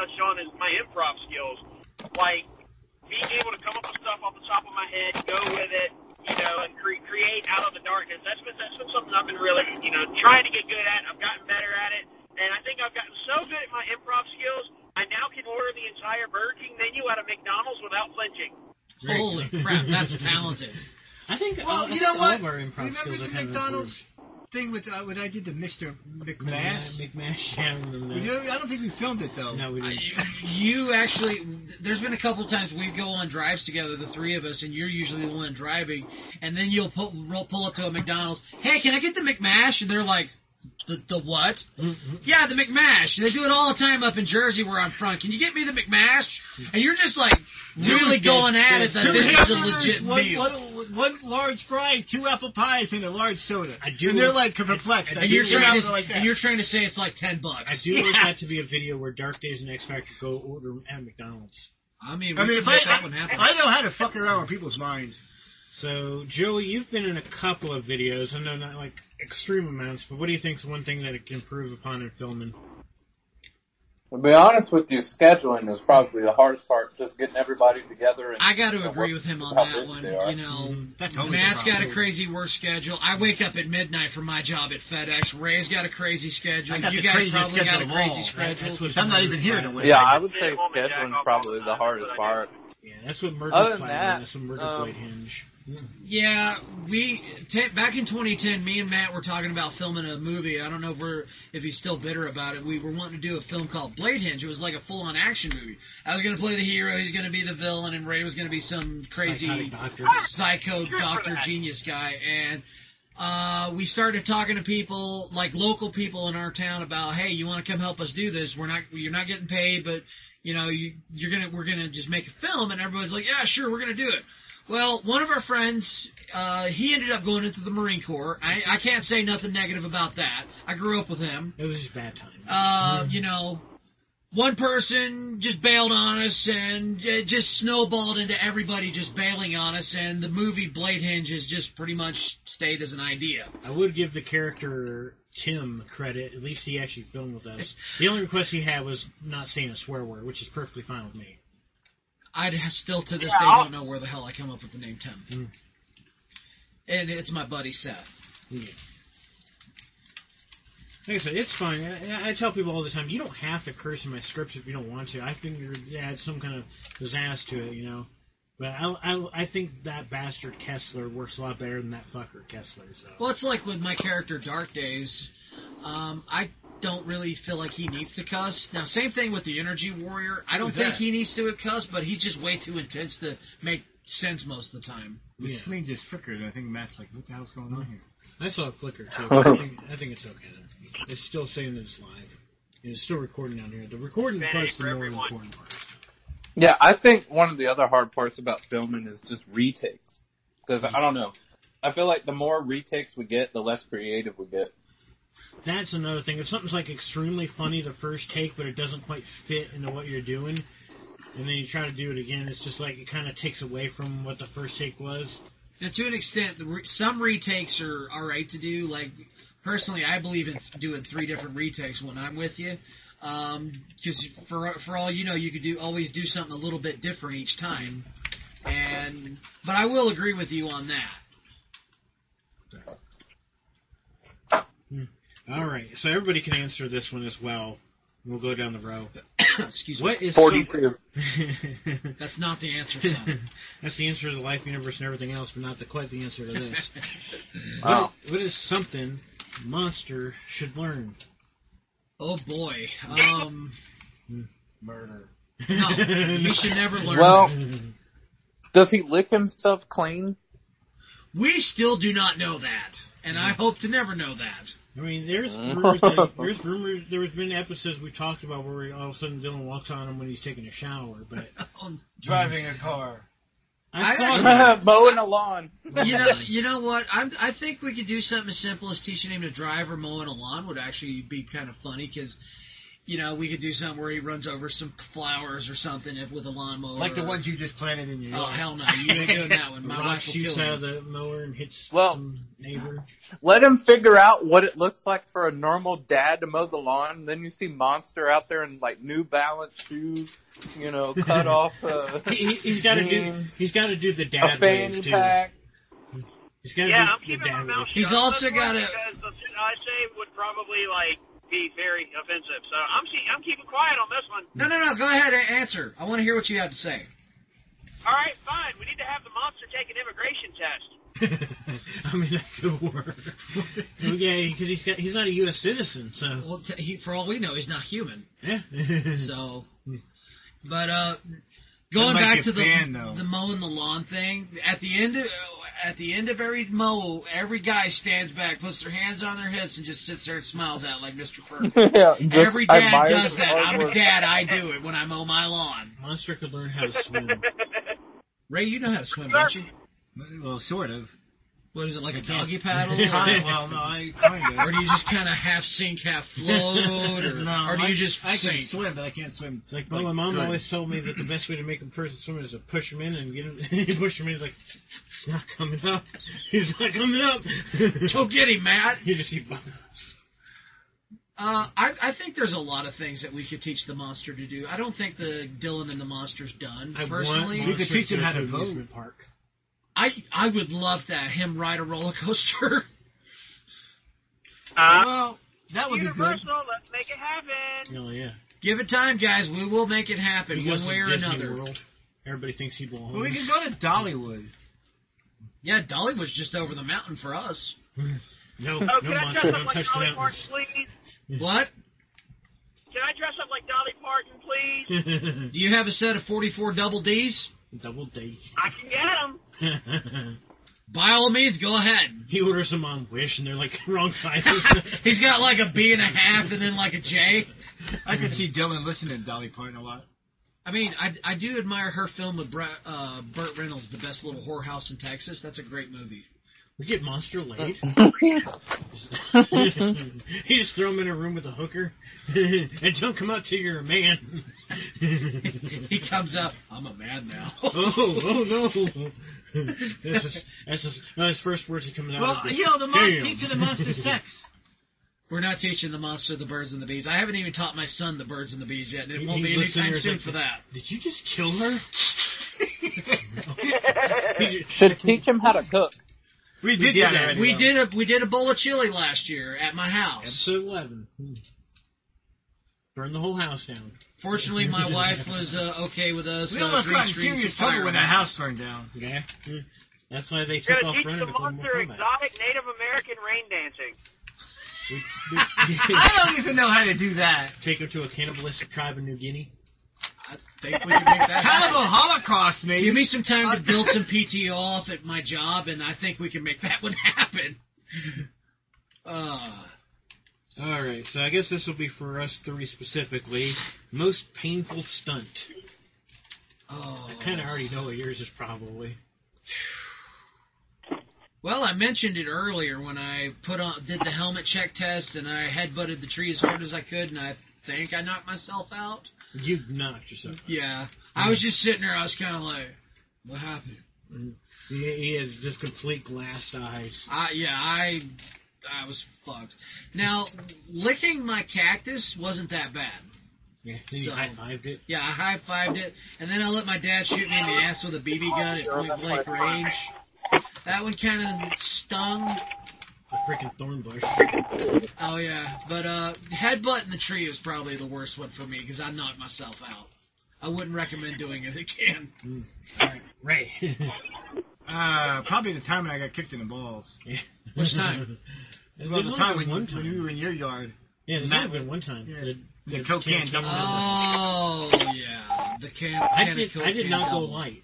S7: because that's been that's been something I've been really you know trying to get good at. I've gotten better at it, and I think I've gotten so good at my improv skills. I now can order the entire Burger King menu out of McDonald's without flinching.
S4: [laughs] Great.
S5: Holy crap, that's talented.
S4: I think.
S2: Well,
S4: all,
S2: you
S4: I
S2: know
S4: think All
S2: what?
S4: of our improv
S2: Remember
S4: skills
S2: the
S4: are kind
S2: McDonald's thing with uh, when I did the Mr.
S4: Of
S2: McMash?
S4: improved. McMash. Yeah, I remember
S2: We
S4: that.
S2: don't- I don't think we filmed it though.
S4: No, we
S5: I,
S4: didn't.
S5: you actually, there's been a couple times we go on drives together, the three of us, and you're usually the one driving, and then you'll pull, roll, pull up to a McDonald's. Hey, can I get the McMash? And they're like, the, the what?
S4: Mm-hmm.
S5: Yeah, the McMash. They do it all the time up in Jersey where I'm from. Can you get me the McMash? And you're just like really going at it that
S2: Two
S5: this is a
S2: hamburgers,
S5: legit
S2: one,
S5: meal.
S2: One, one large fry, two apple pies, and a large soda.
S4: I do-
S2: And they're like perplexed.
S4: And
S2: I
S5: and you're
S2: do
S5: trying
S2: remember
S5: to
S2: like that.
S5: and you're trying to say it's like ten bucks.
S4: I do want that to be a video where Dark Days and X Factor go order at McDonald's.
S5: I mean, we
S2: I mean, if
S5: can
S2: I,
S5: make that one happen.
S2: I know how to fuck around with people's minds.
S4: So, Joey, you've been in a couple of videos. I know not like extreme amounts, but what do you think is one thing that it can improve upon in filming?
S8: To be honest with you, scheduling is probably the hardest part. Just getting everybody together. And,
S5: I got
S8: and
S5: to agree with him on
S8: how
S5: that
S8: busy
S5: one.
S8: they are.
S5: You know,
S2: That's always a
S5: Matt's got
S2: problem.
S5: a crazy work schedule. I wake up at midnight for my job at FedEx. Ray's got a crazy schedule.
S2: I got
S5: You
S2: the
S5: guys
S2: craziest
S5: probably got a
S2: schedule of
S5: crazy
S2: all.
S5: schedule.
S4: what
S2: I'm not
S4: murdered
S2: even here
S4: Flag-
S2: to win.
S8: yeah, I would say
S7: Hit a woman, jack
S8: scheduling
S7: off all the
S8: probably
S7: time,
S8: the hardest
S7: that's what I
S8: part.
S4: Yeah, that's what murdered
S8: Other than
S4: Flag
S8: that,
S4: and that's what murdered
S8: um,
S4: White Hinge.
S5: Yeah, we ta back in 2010, me and Matt were talking about filming a movie. I don't know if we're if he's still bitter about it. We were wanting to do a film called Blade Hinge. It was like a full-on action movie. I was gonna play the hero, he's gonna be the villain, and Ray was gonna be some crazy
S4: Psychotic doctor.
S5: psycho
S7: Good for
S5: doctor
S7: that.
S5: genius guy and uh, we started talking to people like local people in our town about hey you want to come help us do this we're not you're not getting paid but you know you, you're gonna we're gonna just make a film and everybody's like yeah sure we're gonna do it well one of our friends uh, he ended up going into the marine corps I, I can't say nothing negative about that i grew up with him
S4: It was just bad time.
S5: uh, you know, one person just bailed on us and it just snowballed into everybody just bailing on us, and the movie Blade Hinge has just pretty much stayed as an idea.
S4: I would give the character Tim credit. At least he actually filmed with us. The only request he had was not saying a swear word, which is perfectly fine with me.
S5: I still to this
S7: Yeah,
S5: day
S7: I'll-
S5: don't know where the hell I come up with the name Tim.
S2: Hmm.
S4: Mm.
S5: And it's my buddy Seth.
S4: Yeah. Hmm. Like I said, it's fine. I, I- I tell people all the time, you don't have to curse in my scripts if you don't want to. I think you're yeah, it's some kind of pizzazz to it, you know. But I, I, I think that bastard Kessler works a lot better than that fucker Kessler. So.
S5: Well, it's like with my character Dark Days. Um, I don't really feel like he needs to cuss. Now, same thing with the Energy Warrior. I don't
S2: Who's
S5: think
S2: that?
S5: he needs to cuss, but he's just way too intense to make sense most of the time.
S2: The
S4: Yeah.
S2: screen just flickered, and I think Matt's like, "What the hell's going on here?"
S4: I saw a flicker too. but I think, I think it's okay. Though. It's still saying that it's live. And it's still recording down here. The recording
S7: Vanity
S4: part's the
S7: for
S4: more
S7: everyone.
S4: important part.
S8: Yeah, I think one of the other hard parts about filming is just retakes. Because I don't know, I feel like the more retakes we get, the less creative we get.
S4: That's another thing. If something's like extremely funny the first take, but it doesn't quite fit into what you're doing, and then you try to do it again, it's just like it kind of takes away from what the first take was.
S5: Now, to an extent, the re- some retakes are all right to do. Like personally, I believe in doing three different retakes when I'm with you, because for for all you know, you could do always do something a little bit different each time. And but I will agree with you on that. [coughs]
S4: All right, so everybody can answer this one as well. We'll go down the row.
S5: Excuse me.
S4: What is
S8: Forty-two.
S4: [laughs] some-
S5: That's not the
S8: [laughs]
S5: answer, son.
S4: [laughs] That's the answer to the life, universe, and everything else, but not the, quite the answer to
S8: [laughs]
S4: this.
S8: Wow.
S4: What- what is something monster should learn?
S5: oh boy. Um,
S4: Murder. [laughs]
S5: no, you should never learn.
S8: Well, does he lick himself
S5: [laughs]
S8: clean? [laughs]
S5: we still do not know that, and I hope to never know that. [laughs]
S4: I mean,
S8: [laughs]
S4: there's rumors. That, there's rumors. There's been episodes we talked about where we, all of a sudden Dylan walks on him when he's taking a shower. But
S5: Um,
S2: Driving a car.
S5: I
S4: I thought
S8: Mowing a lawn.
S5: you know, you know what? I'm, I think we could do something as simple as teaching him to drive or mowing a lawn would actually be kind of funny because, you know, we could do something where he runs over some flowers or something if, with a lawnmower.
S2: Like the ones you just planted in your
S5: Oh
S2: yard.
S5: hell no! You ain't doing
S4: [laughs]
S5: that one. My
S4: Rock
S5: wife will kill
S4: shoots out of
S5: you.
S4: the mower and hits
S8: Well-
S4: some
S8: [laughs]
S4: neighbor.
S8: Let him figure out what it looks like for a normal dad to mow the lawn. Then you see Monster out there in like New Balance shoes, you know, cut off uh,
S4: He, he, he's got to do.
S8: jeans,
S4: He's got to do the
S8: a
S4: dad wave
S8: fanny
S4: too.
S8: pack.
S4: He's gonna
S7: Yeah, I'm
S4: be
S7: keeping my mouth shut.
S5: He's also
S7: That's why,
S5: gotta-
S7: because the shit I say would probably like be very offensive. So I'm see, I'm keeping quiet on this one.
S5: No, no, no. Go ahead and answer. I want to hear what you have to say.
S7: All right, fine. We need to have the monster take an immigration test.
S4: I mean, that could work. okay, because he's got he's not a U.S. citizen, so
S5: Well, t- he, for all we know, he's not human.
S4: yeah. [laughs]
S5: So, but uh, going
S6: Unlike
S5: back to
S6: Japan,
S5: the
S6: though.
S5: the mowing the lawn thing, at the end of at the end of every mow, every guy stands back, puts their hands on their hips, and just sits there and smiles out like Mr. Perfect.
S8: [laughs] yeah, just
S5: Every dad
S8: admire
S5: does
S8: the
S5: that.
S8: hard
S5: I'm a
S8: work.
S5: dad. I do it when I mow my lawn.
S4: Monster could learn how to
S7: [laughs]
S4: swim.
S5: Ray, you know how to swim, don't you?
S6: Well, sort of.
S5: What is it like a
S4: can't.
S5: doggy paddle?
S6: Kind-
S5: Or-
S6: well, no, [laughs] I kind of.
S5: Or do you just kind of half sink, half float,
S6: [laughs]
S5: or,
S6: No,
S5: or do
S6: I,
S5: you just
S6: I can
S5: sink?
S6: swim, but I can't swim.
S4: Like, well, my mom
S6: good.
S4: always told me that the best way to make a person swim is to push him in and get him. [laughs] you push him in, he's like, he's not coming up. He's not coming up.
S5: Go get him, Matt.
S4: you just keep.
S5: Uh, I, I think there's a lot of things that we could teach the monster to do. I don't think the Dylan and the monster's done.
S4: I
S5: personally,
S4: want
S6: You could teach him how to
S4: monsters go
S6: vote.
S4: amusement Park.
S5: I I would love that him ride a roller coaster. [laughs]
S7: Uh,
S6: Well, that would be good.
S7: Universal, let's make it happen.
S4: Oh yeah.
S5: Give it time, guys. We will make it happen
S4: He goes
S5: one
S4: to
S5: way or
S4: Disney
S5: another.
S4: World. Everybody thinks he belongs.
S6: Well, we could go to Dollywood.
S5: Yeah, Dollywood's just over the mountain for us.
S4: no, no
S7: Oh, can I
S4: monster,
S7: dress
S4: don't
S7: up like
S4: touch the
S7: Dolly Parton,
S4: mountains.
S7: please?
S5: What?
S7: Can I dress up like Dolly Parton,
S4: [laughs]
S7: please?
S5: Do you have a set of 44 double Ds?
S4: Double D.
S7: I can get them.
S4: [laughs]
S5: By all means, go ahead.
S4: he orders them on Wish, and they're like [laughs] wrong sizes.
S5: [laughs] He's got like a B and a half, and then like a J.
S6: I could see Dylan listening to Dolly Parton a lot.
S5: I mean, I, I do admire her film with Brett, uh, Burt Reynolds, The Best Little Whorehouse in Texas. That's a great movie. [laughs]
S4: we get monster [laughs] laid. you just throw him in a room with a hooker, [laughs] and don't come out till you're a man. [laughs]
S5: He comes up, I'm a
S6: [laughs]
S5: man now.
S4: oh, oh no! that's his, that's his, no, his first words are coming out.
S6: Well,
S4: of the,
S6: you know, the monster
S4: Damn.
S6: teaching
S4: [laughs]
S6: the monster sex.
S5: We're not teaching the monster the birds and the bees. I haven't even taught my son the birds and the bees yet, and it
S4: He-
S5: won't
S4: he
S5: be
S4: looks in
S5: anytime
S4: there
S5: soon
S4: and
S5: for
S4: thinks- [laughs]
S5: that.
S4: Did you just kill her? He just-
S8: Should teach him how to cook.
S6: We
S4: did
S6: did,
S4: that
S6: that.
S4: already.
S5: We did a we did a bowl of chili last year at my house.
S4: Episode 11. Hmm. Burn the whole house down.
S6: [laughs]
S5: Fortunately, my wife was uh, okay with us.
S6: We
S5: uh,
S6: almost
S5: green
S6: got in
S5: screens
S6: serious
S5: and fire
S6: trouble when that
S5: alarm.
S6: house burned down.
S4: Okay? Hmm. That's why they
S7: We're
S4: took
S7: gonna
S4: off
S7: teach
S4: running
S7: the
S4: to play
S7: monster
S4: Mortal Kombat.
S7: exotic Native American rain dancing.
S4: We,
S5: [laughs]
S6: I don't even know how to do that.
S4: take him to a cannibalistic tribe in New Guinea.
S5: I think we can make that
S6: Cannibal [laughs]
S5: happen.
S6: Holocaust, maybe.
S5: Give me some time to build [laughs] some PT off at my job, and I think we can make that one happen. Uh,
S4: All right, so I guess this will be for us three specifically. Most painful stunt.
S5: oh.
S4: I kind of already know what yours is probably.
S5: Well, I mentioned it earlier when I put on did the helmet check test and I headbutted the tree as hard as I could and I think I knocked myself out.
S4: You knocked yourself.
S5: Yeah. I was just sitting there, I was kinda like, What happened?
S4: He, he has just complete glassed eyes.
S5: I yeah, I I was fucked. Now, licking my cactus wasn't that bad.
S4: Yeah, then you
S5: So-
S4: high fived it.
S5: Yeah, I high fived it, and then I let my dad shoot me in the ass with a BB gun at point blank range. That one kind of stung.
S4: A freaking thorn bush.
S5: Oh yeah, but uh, headbutt in the tree is probably the worst one for me because I knocked myself out. I wouldn't recommend doing it again. [laughs]
S4: Right.
S6: Uh, probably the time when I got kicked in the balls.
S5: Which
S4: [laughs]
S5: time?
S6: Well, the time when,
S4: one
S6: you- when you
S4: time.
S6: were in your yard.
S4: Yeah, there's only been one time.
S6: Yeah.
S4: The,
S6: The cocaine double.
S5: Oh yeah, the can.
S4: I
S5: Oh, can
S4: did. I did not go light.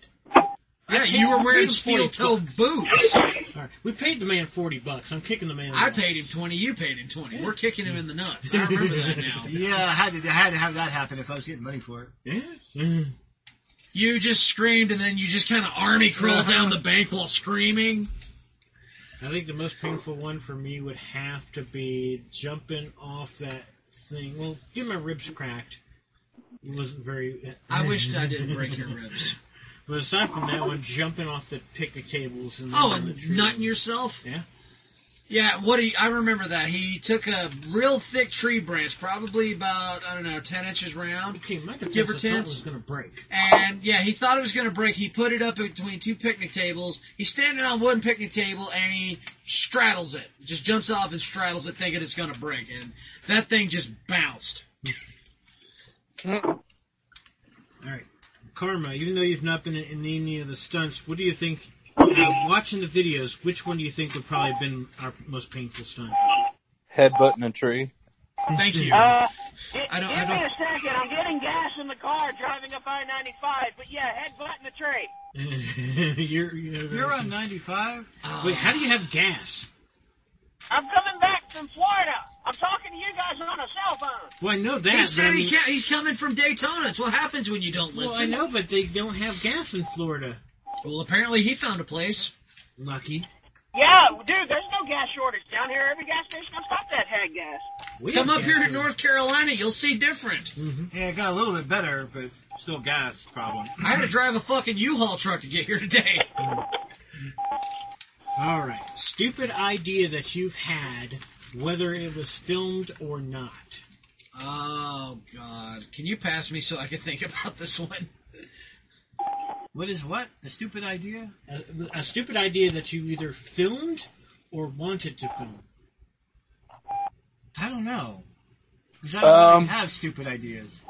S5: Yeah, you were wearing steel toed boots.
S4: All right, we paid the man forty bucks. I'm kicking the man.
S5: I
S4: out.
S5: paid him twenty. You paid him twenty. We're kicking him in the nuts. I remember that now.
S6: Yeah, I had, to, I had to have that happen if I was getting money for it.
S4: Yeah.
S5: You just screamed, and then you just kind of army crawled down the bank while screaming.
S4: I think the most painful one for me would have to be jumping off that thing. Well, get my ribs cracked. It wasn't very.
S5: I wish I didn't break your ribs.
S4: [laughs] But aside from that one, jumping off the picnic tables and
S5: [laughs] Oh,
S4: then the
S5: and
S4: tree.
S5: nutting yourself?
S4: Yeah.
S5: Yeah, what he I remember that he took a real thick tree branch, probably about I don't know, ten inches round,
S4: Okay, my defense
S5: Give her
S4: I thought
S5: chance.
S4: was going to break.
S5: and yeah, he thought it was gonna break. He put it up between two picnic tables. He's standing on one picnic table and he straddles it, just jumps off and straddles it, thinking it's gonna break, and that thing just bounced.
S4: All right, Karma. Even though you've not been in, in any of the stunts, what do you think? Uh, watching the videos, which one do you think would probably have been our most painful stunt? [laughs]
S8: Headbutting a tree.
S5: Thank [laughs] you.
S7: Uh, gi-
S5: I don't- I
S7: give
S5: don't-
S7: me a second. I'm getting gas in the car driving up I-95. But yeah, headbutt in the tree.
S4: you're, you're,
S6: You're on 95.
S5: Uh,
S4: Wait, how do you have gas?
S7: I'm coming back from Florida. I'm talking to you guys on a cell phone.
S4: Well, I know that.
S5: he
S4: but I
S5: said he
S4: mean-
S5: ca- he's coming from Daytona. It's what happens when you don't
S4: Well, I
S5: listen.
S4: know, but they don't have gas in Florida.
S5: well apparently he found a place.
S4: Lucky.
S7: Yeah, dude, there's no gas shortage down here. Every gas station I've stopped at had gas.
S4: We
S5: Come
S4: have
S5: up
S4: gas
S5: here to
S4: in-
S5: North Carolina, you'll see different.
S4: Mm-hmm.
S6: Yeah, it got a little bit better, but still gas problem.
S5: I had to drive a fucking U-Haul truck to get here today.
S4: All right. Stupid idea that you've had, whether it was filmed or not.
S5: Oh God! Can you pass me so I can think about this one?
S6: What is what? A stupid idea?
S4: A, a stupid idea that you either filmed or wanted to film.
S6: I don't know. 'Cause I don't
S8: Um,
S6: really have stupid ideas.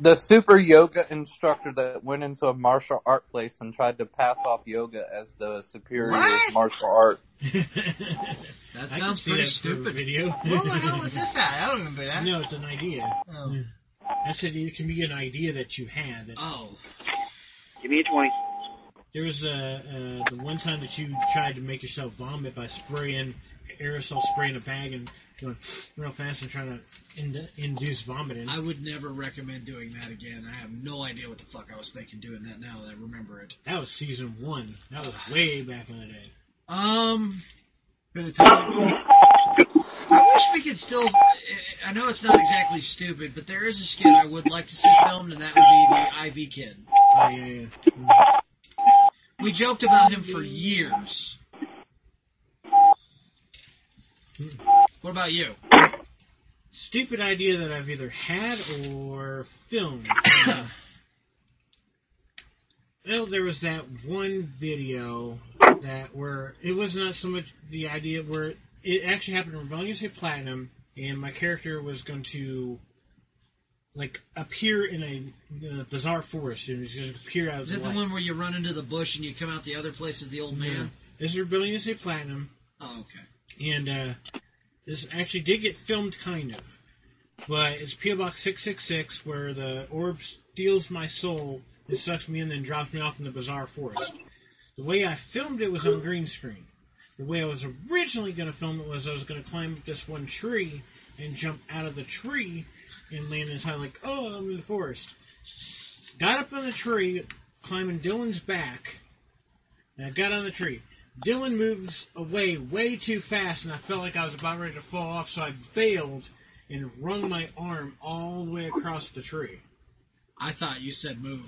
S8: The super yoga instructor that went into a martial art place and tried to pass off yoga as the superior martial art.
S4: [laughs]
S5: That
S4: I
S5: sounds
S4: can see
S5: pretty
S4: that for a
S5: stupid.
S4: Video.
S6: What the hell
S4: [laughs]
S6: was this at? I don't remember that.
S4: No, it's an idea.
S6: Oh.
S4: I said it can be an idea that you had. That
S5: [laughs] Oh,
S7: Give me a 20.
S4: There was uh, uh, the one time that you tried to make yourself vomit by spraying aerosol spray in a bag and going real fast and trying to in- induce vomiting.
S5: I would never recommend doing that again. I have no idea what the fuck I was thinking doing that now that I remember it.
S4: That was season one. That was way back in the day.
S5: Um,
S6: Could have told you.
S5: I wish we could still. I know it's not exactly stupid, but there is a skit I would like to see filmed, and that would be the IV Kid.
S4: Oh, yeah, yeah. Mm.
S5: We joked about him for years. Hmm. What about you?
S4: Stupid idea that I've either had or
S5: [coughs]
S4: filmed. well, there was that one video that where it was not so much the idea where it actually happened in Rebellious Hit Platinum, and my character was going to like appear in a uh, bizarre forest and he was going to appear out of
S5: Is it
S4: the
S5: the
S4: light.
S5: one where you run into the bush and you come out the other place as the old man?
S4: This is Rebellious Hit Platinum.
S5: Oh, okay.
S4: and uh, this actually did get filmed, kind of. But it's PO Box 666, where the orb steals my soul and sucks me in, then drops me off in the bizarre forest. The way I filmed it was on green screen. The way I was originally going to film it was I was going to climb up this one tree and jump out of the tree and land inside, like, oh, I'm in the forest. Got up on the tree, climbing Dylan's back, and I got on the tree. Dylan moves away way too fast, and I felt like I was about ready to fall off, so I bailed and wrung my arm all the way across the tree.
S5: I thought you said move.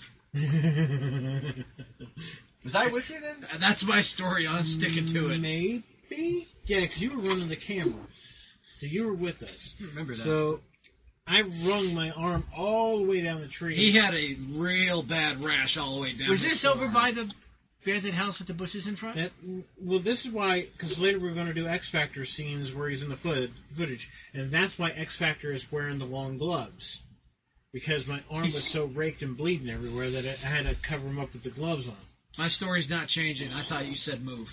S6: Was I with you then?
S5: Uh, That's my story. I'm sticking to
S6: Mm,
S5: it.
S4: Maybe? Yeah, 'cause you were running the camera. So you were with us.
S6: I remember that.
S4: So I wrung my arm all the way down the tree.
S5: He had a real bad rash all the way down.
S6: was
S5: his
S6: this over
S5: forearm.
S6: by the abandoned house with the bushes in front?
S4: That, well, this is why, because later we're going to do X Factor scenes where he's in the foot, footage, and that's why X Factor is wearing the long gloves. Because my arm was so raked and bleeding everywhere that I I had to cover him up with the gloves [laughs] on.
S5: My story's not changing. I thought you said move.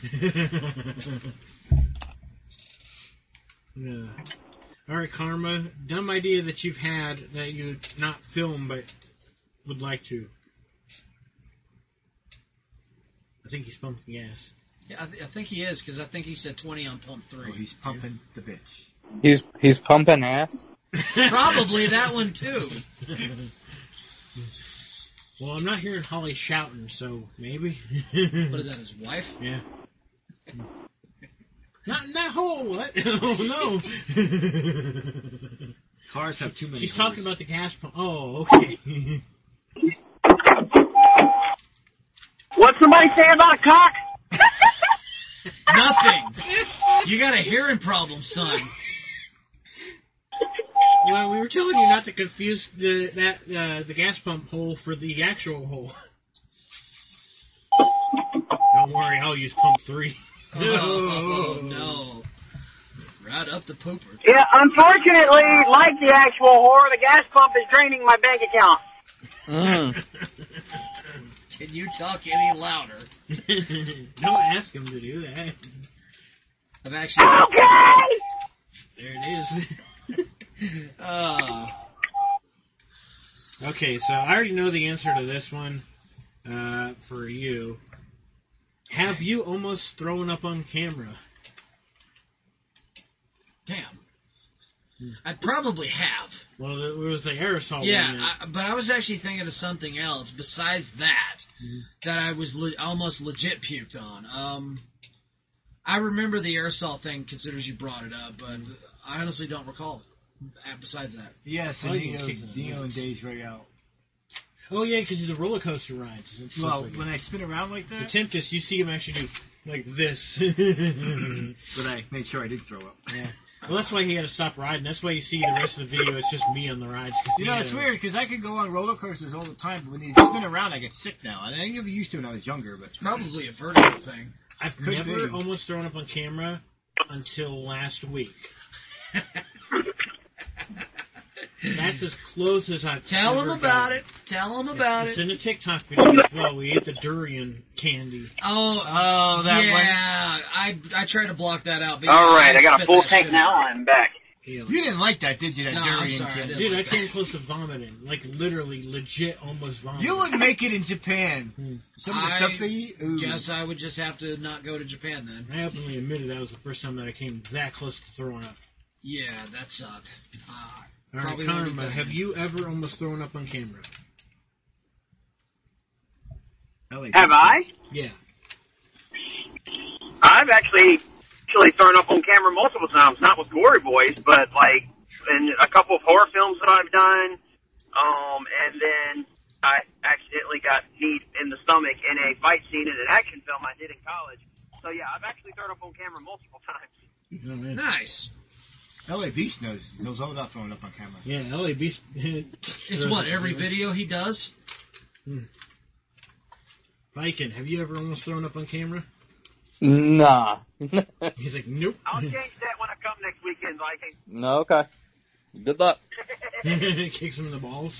S4: yeah. All right, Karma. Dumb idea that you've had that you not film but would like to. I think he's pumping [laughs] gas.
S5: Yeah, I, th- I think he is because I think he said 20 on pump
S6: Oh,
S5: three.
S6: he's pumping the bitch.
S8: He's he's pumping ass.
S5: Probably that one too.
S4: Well, I'm not hearing Holly shouting, so maybe.
S5: What is that? His wife?
S4: Yeah. Not in that hole. What? [laughs] oh no.
S6: Cars have too many.
S4: She's
S6: holes.
S4: talking about the gas pump. Oh, okay. [laughs]
S7: What's somebody say about a cock?
S5: Nothing. You got a hearing problem, son.
S4: Well, we were telling you not to confuse the that uh, the gas pump hole for the actual hole. Don't worry, I'll use pump three.
S5: Oh, oh, no. Right up the pooper.
S7: Yeah, unfortunately, like the actual whore, the gas pump is draining my bank account.
S8: Mm.
S5: Can you talk any louder?
S4: Don't ask him to do that.
S5: I've actually.
S7: Okay!
S4: There it is.
S5: Uh,
S4: Okay, so I already know the answer to this one uh, for you. Have you almost thrown up on camera?
S5: damn. I probably have.
S4: Well, it was the aerosol. one
S5: Yeah,
S4: that-
S5: I, but I was actually thinking of something else besides that
S6: Mm-hmm.
S5: that I was le- almost legit puked on. Um, I remember the aerosol thing, considers you brought it up, but I honestly don't recall. uh, Besides that,
S6: Yes,
S4: Oh,
S6: and
S4: you
S6: Neo,
S4: kick in the
S6: Neo and
S4: nuts.
S6: Days right out.
S4: oh yeah, because the roller coaster rides. and stuff
S6: Well,
S4: like that.
S6: when I spin around like
S4: the
S6: that,
S4: Tempest, you see him actually do like this. [laughs]
S6: [clears throat] but I made sure I didn't throw up.
S4: yeah. Well, that's why he had to stop riding. That's why you see the rest of the video. It's just me on the rides. 'cause
S6: You
S4: he,
S6: know, it's
S4: uh,
S6: weird because I could go on roller coasters all the time, but when you spin around, I get sick now. And I didn't get used to it when I was younger, but
S5: probably a vertical thing. [laughs]
S4: I've
S6: Could
S4: never
S6: be.
S4: almost thrown up on camera until last week. That's as close as I've
S5: Tell
S4: ever
S5: him about
S4: gotten.
S5: it. Tell him about
S4: it's
S6: [laughs]
S5: it.
S4: in a TikTok video as well. We ate the durian
S5: [laughs]
S4: candy.
S5: Oh,
S6: Oh, that
S5: yeah.
S6: one.
S5: I I try to block that out. but yeah,
S7: All right, I got a
S5: spit
S7: full
S5: that
S7: tank
S5: shit
S7: now.
S5: out.
S7: I'm back.
S4: Yeah.
S6: you didn't like that, did you? That
S5: No, I'm
S6: durian
S5: sorry, I
S6: kid?
S5: didn't.
S4: Dude, I came close to vomiting. Like, literally, legit almost vomiting.
S6: You would make it in Japan.
S4: Hmm.
S6: Some of the
S5: I
S6: stuff they eat. Ooh.
S5: Guess I would just have to not go to Japan then.
S4: I openly admitted that was the first time that I came that close to throwing up.
S5: Yeah, that sucked. Ah,
S4: All right,
S5: Probably would've
S4: Karma,
S5: been-
S4: have you ever almost thrown up on camera?
S6: I like
S7: Have I?
S4: Yeah.
S7: I've actually actually thrown up on camera multiple times, not with Gory Boys, but like in a couple of horror films that I've done. Um, and then I accidentally got kneed in the stomach in a fight scene in an action film I did in college. So yeah, I've actually thrown up on camera multiple times.
S4: Oh, man.
S5: Nice.
S6: LA Beast knows knows all about throwing up on camera.
S4: Yeah, LA Beast. [laughs]
S5: It's what every video he does.
S4: Viking, have you ever almost thrown up on camera?
S8: Nah. [laughs]
S4: He's like, nope. [laughs]
S7: I'll change that when I come next weekend, Viking.
S8: no, okay. Good luck.
S4: Kicks him in the balls.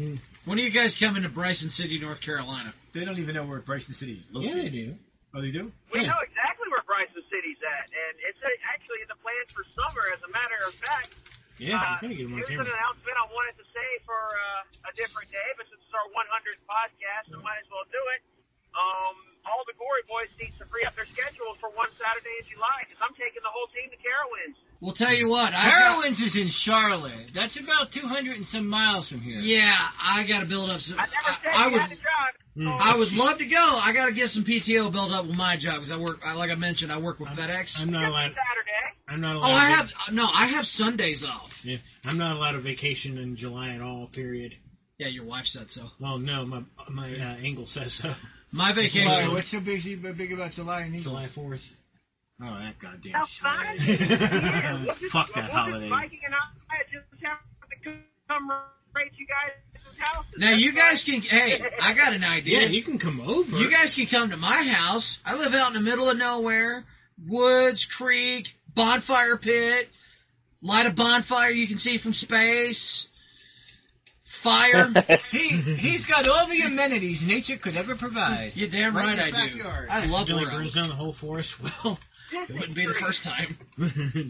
S5: When are you guys coming to Bryson City, North Carolina?
S6: Hmm. They don't even know where Bryson City is
S4: Yeah,
S6: located.
S4: they do.
S6: Oh, they do?
S7: We
S4: Yeah.
S7: know exactly where Bryson City's at, and it's uh, actually in the plans for summer. As a matter of fact,
S4: Yeah,
S7: uh,
S4: I'm gonna get him on
S7: here's
S4: camera.
S7: an announcement I wanted to say for uh, a different day, but since it's our 100th podcast, I might as well do it. Um, all the Gory Boys need to free up their schedules for one Saturday in July because I'm taking the whole team to Carowinds.
S5: Well, tell you what, I got,
S6: Heroines is in Charlotte. That's about 200 and some miles from here.
S5: yeah, I got to build up some.
S7: I never
S5: I,
S7: said
S5: I
S7: you
S5: would,
S7: had to drive. Oh,
S4: Mm.
S5: I would love to go. I got to get some PTO built up with my job because I work, I, like I mentioned, I work with FedEx.
S4: I'm not allowed.
S7: Saturday.
S4: I'm not
S5: oh,
S4: allowed.
S5: I
S4: to-
S5: have no, I have Sundays off.
S4: Yeah, I'm not allowed a vacation in July at all. Period.
S5: Yeah, your wife said so.
S4: Well, no, my my uh, angle says
S6: [laughs]
S4: so.
S5: My vacation.
S6: Why, what's so busy, big about July and Eagle?
S4: July fourth.
S6: Oh, that goddamn
S7: How fun
S6: shit.
S7: it
S6: [laughs]
S7: is.
S6: [laughs] Fuck that holiday.
S7: Viking and I just have to come raid you guys' houses.
S5: now
S7: That's
S5: you guys
S7: fine.
S5: can. Hey, I got an idea.
S4: Yeah, you can come over.
S5: You guys can come to my house. I live out in the middle of nowhere, woods, creek, bonfire pit, light a bonfire you can see from space, fire.
S6: He, he's got all the amenities nature could ever
S5: [laughs]
S6: provide.
S5: You're damn
S6: Right
S5: right,
S6: in your
S5: I do.
S6: backyard.
S5: I love
S4: Accidentally
S5: where I
S4: burns
S5: live.
S4: down the whole forest. Well, [laughs]
S5: It wouldn't be the first time.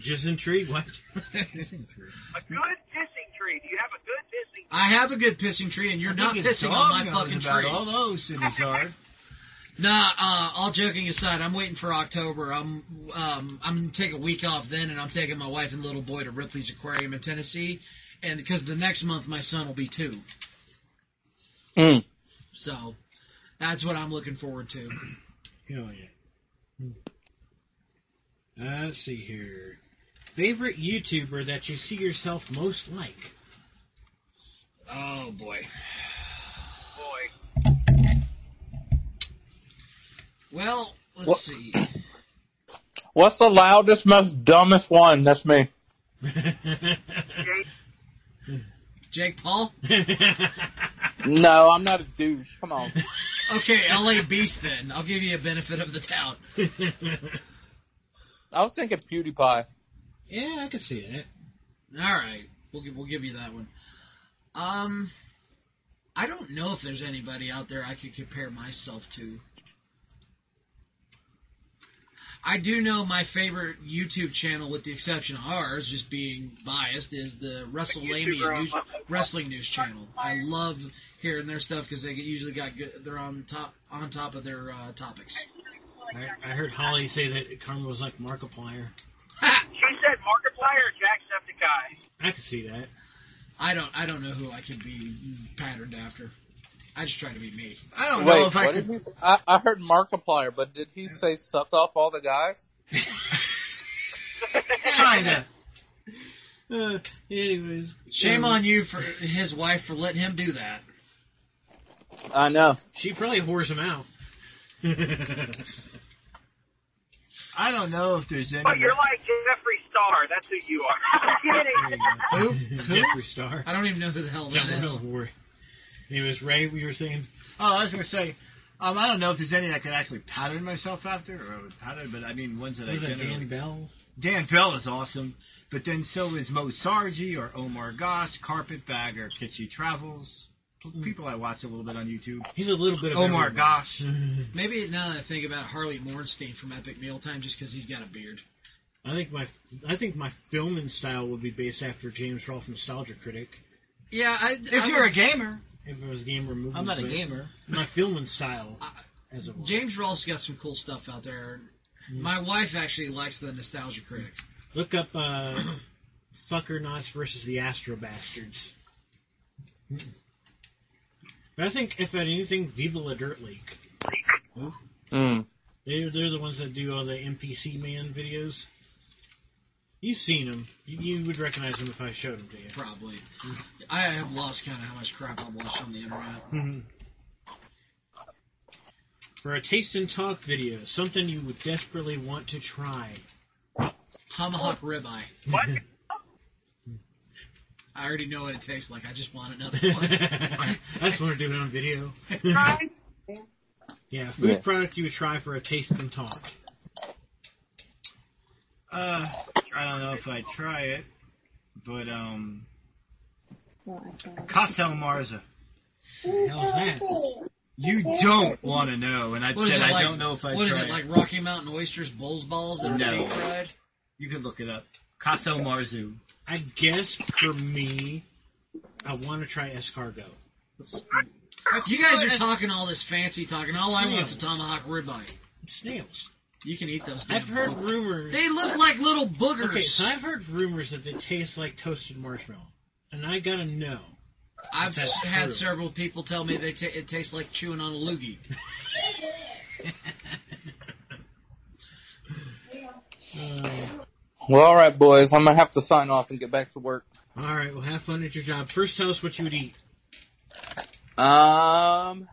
S4: just intrigued. What?
S7: A good pissing tree. Do you have a good pissing
S5: I have a good pissing tree, and you're
S6: I
S5: not
S6: think his
S5: pissing
S6: dog
S5: on my
S6: knows
S5: fucking
S6: about
S5: tree.
S6: all those cities are.
S5: Nah, uh, all joking aside, I'm waiting for October. I'm um, I'm gonna take a week off then, and I'm taking my wife and little boy to Ripley's Aquarium in Tennessee, and because the next month my son will be two,
S8: Mm.
S5: so that's what I'm looking forward to.
S4: Hell yeah. Uh, Hmm. let's see here. Favorite YouTuber that you see yourself most
S6: [laughs]
S4: like? [laughs]
S5: Oh boy.
S7: boy?
S5: Well, let's
S8: What-
S5: see.
S8: What's the loudest, most dumbest one? That's me.
S7: Jake,
S5: Jake Paul?
S8: No, I'm not a douche. Come on.
S5: Okay, LA Beast then. I'll give you a benefit of the doubt.
S8: I was thinking PewDiePie.
S4: yeah, I could see that.
S5: All right, we'll give, we'll give you that one. Um, I don't know if there's anybody out there I could compare myself to. I do know my favorite YouTube channel, with the exception of ours, just being biased, is the WrestleMania
S7: YouTuber
S5: news,
S7: on-
S5: Wrestling News Channel. I love hearing their stuff because they get- usually got good, they're on top on top of their uh, topics.
S4: I, I heard Holly say that Karma was like Markiplier.
S7: [laughs] she said Markiplier or Jacksepticeye.
S4: I could see that.
S5: I don't I don't know who I could be patterned after. I just try to be me.
S6: I don't know
S8: Wait,
S6: if I
S8: what
S6: could.
S8: did he say? I, I heard Markiplier, but did he say suck off all the guys?
S6: Kinda.
S4: Uh, anyways,
S5: Shame
S4: um,
S5: on you for his wife for letting him do that.
S8: I know.
S4: She probably whores him out. [laughs]
S6: I don't know if there's any.
S7: [laughs]
S6: Oh,
S7: But you're like Jeffree Star. That's who you [laughs] are. Kidding.
S6: Who?
S5: [laughs]
S6: Who?
S4: Jeffree Star.
S5: I don't even know who the hell that
S4: Don't
S5: is.
S4: know, don't worry. Anyways, Ray, we were saying.
S6: Oh, I was gonna say, um, I don't know if there's any I could actually pattern myself after or I would pattern, but I mean ones that I
S4: was that
S6: generally.
S4: Dan Bell?
S6: Dan Bell is awesome, but then so is Mo Sargi or Omar Goss, Carpetbagger, Kitschy Travels.
S5: Mm.
S6: People I watch a little bit on YouTube.
S4: He's a little bit of
S6: Omar
S4: everyone.
S6: Gosh.
S5: Maybe now that I think about it, Harley Mornstein from Epic Mealtime, just because he's got a beard.
S4: [laughs] I think my I think my filming style would be based after James Rolfe, Nostalgia Critic.
S5: Yeah, I.
S6: If you're a gamer,
S4: If it was a gamer movie,
S6: I'm not a
S4: but
S6: gamer.
S4: My filming style, as a
S5: James Rolfe's got some cool stuff out there.
S6: Mm.
S5: My wife actually likes the Nostalgia Critic.
S4: look up uh, Fucker Knots versus the Astro Bastards. But I think if at anything, Viva La Dirt League.
S8: Mm.
S4: They they're the ones that do all the NPC man videos. You've seen them. You, you would recognize them if I showed them to you.
S5: Probably.
S6: Mm.
S5: I have lost count of how much crap I've watched on the internet.
S7: [laughs]
S4: For a taste and talk video, something you would desperately want to try.
S6: Oh.
S5: Tomahawk ribeye.
S4: [laughs]
S7: What?
S5: I already know what it tastes like. I just
S6: [laughs]
S5: want another
S4: I
S5: one.
S4: just want to do it on video.
S7: [laughs] Try?
S4: yeah, food
S8: Yeah.
S4: product you would try for a taste and talk.
S6: Uh, I don't know if I try it, but um, Castel Marza.
S4: hell's that?
S6: You don't want to know, and I
S5: What is
S6: said
S5: it
S6: I
S5: like?
S6: don't know if I
S5: what is
S6: try
S5: it like? Rocky Mountain oysters, bowls balls, and
S6: No.
S5: deep fried.
S6: You can look it up. Castel [laughs] Marzu.
S4: I guess for me, I want to try escargot.
S5: You guys are talking all this fancy talking. All I want's a
S4: Snails.
S5: tomahawk ribeye.
S4: Snails.
S5: You can eat those.
S4: I've
S5: damn
S4: heard
S5: bugs.
S4: rumors.
S5: They look like little boogers.
S4: Okay, so I've heard rumors that they taste like toasted marshmallow, and I gotta know.
S5: I've
S4: That's
S5: had
S4: true.
S5: several people tell me they ta it tastes like chewing on
S4: [laughs]
S5: a loogie. Hmm.
S8: Well, all right, boys. I'm gonna have to sign off and get back to work.
S4: All right, well, have fun at your job. First, tell us what you would eat.
S8: Um,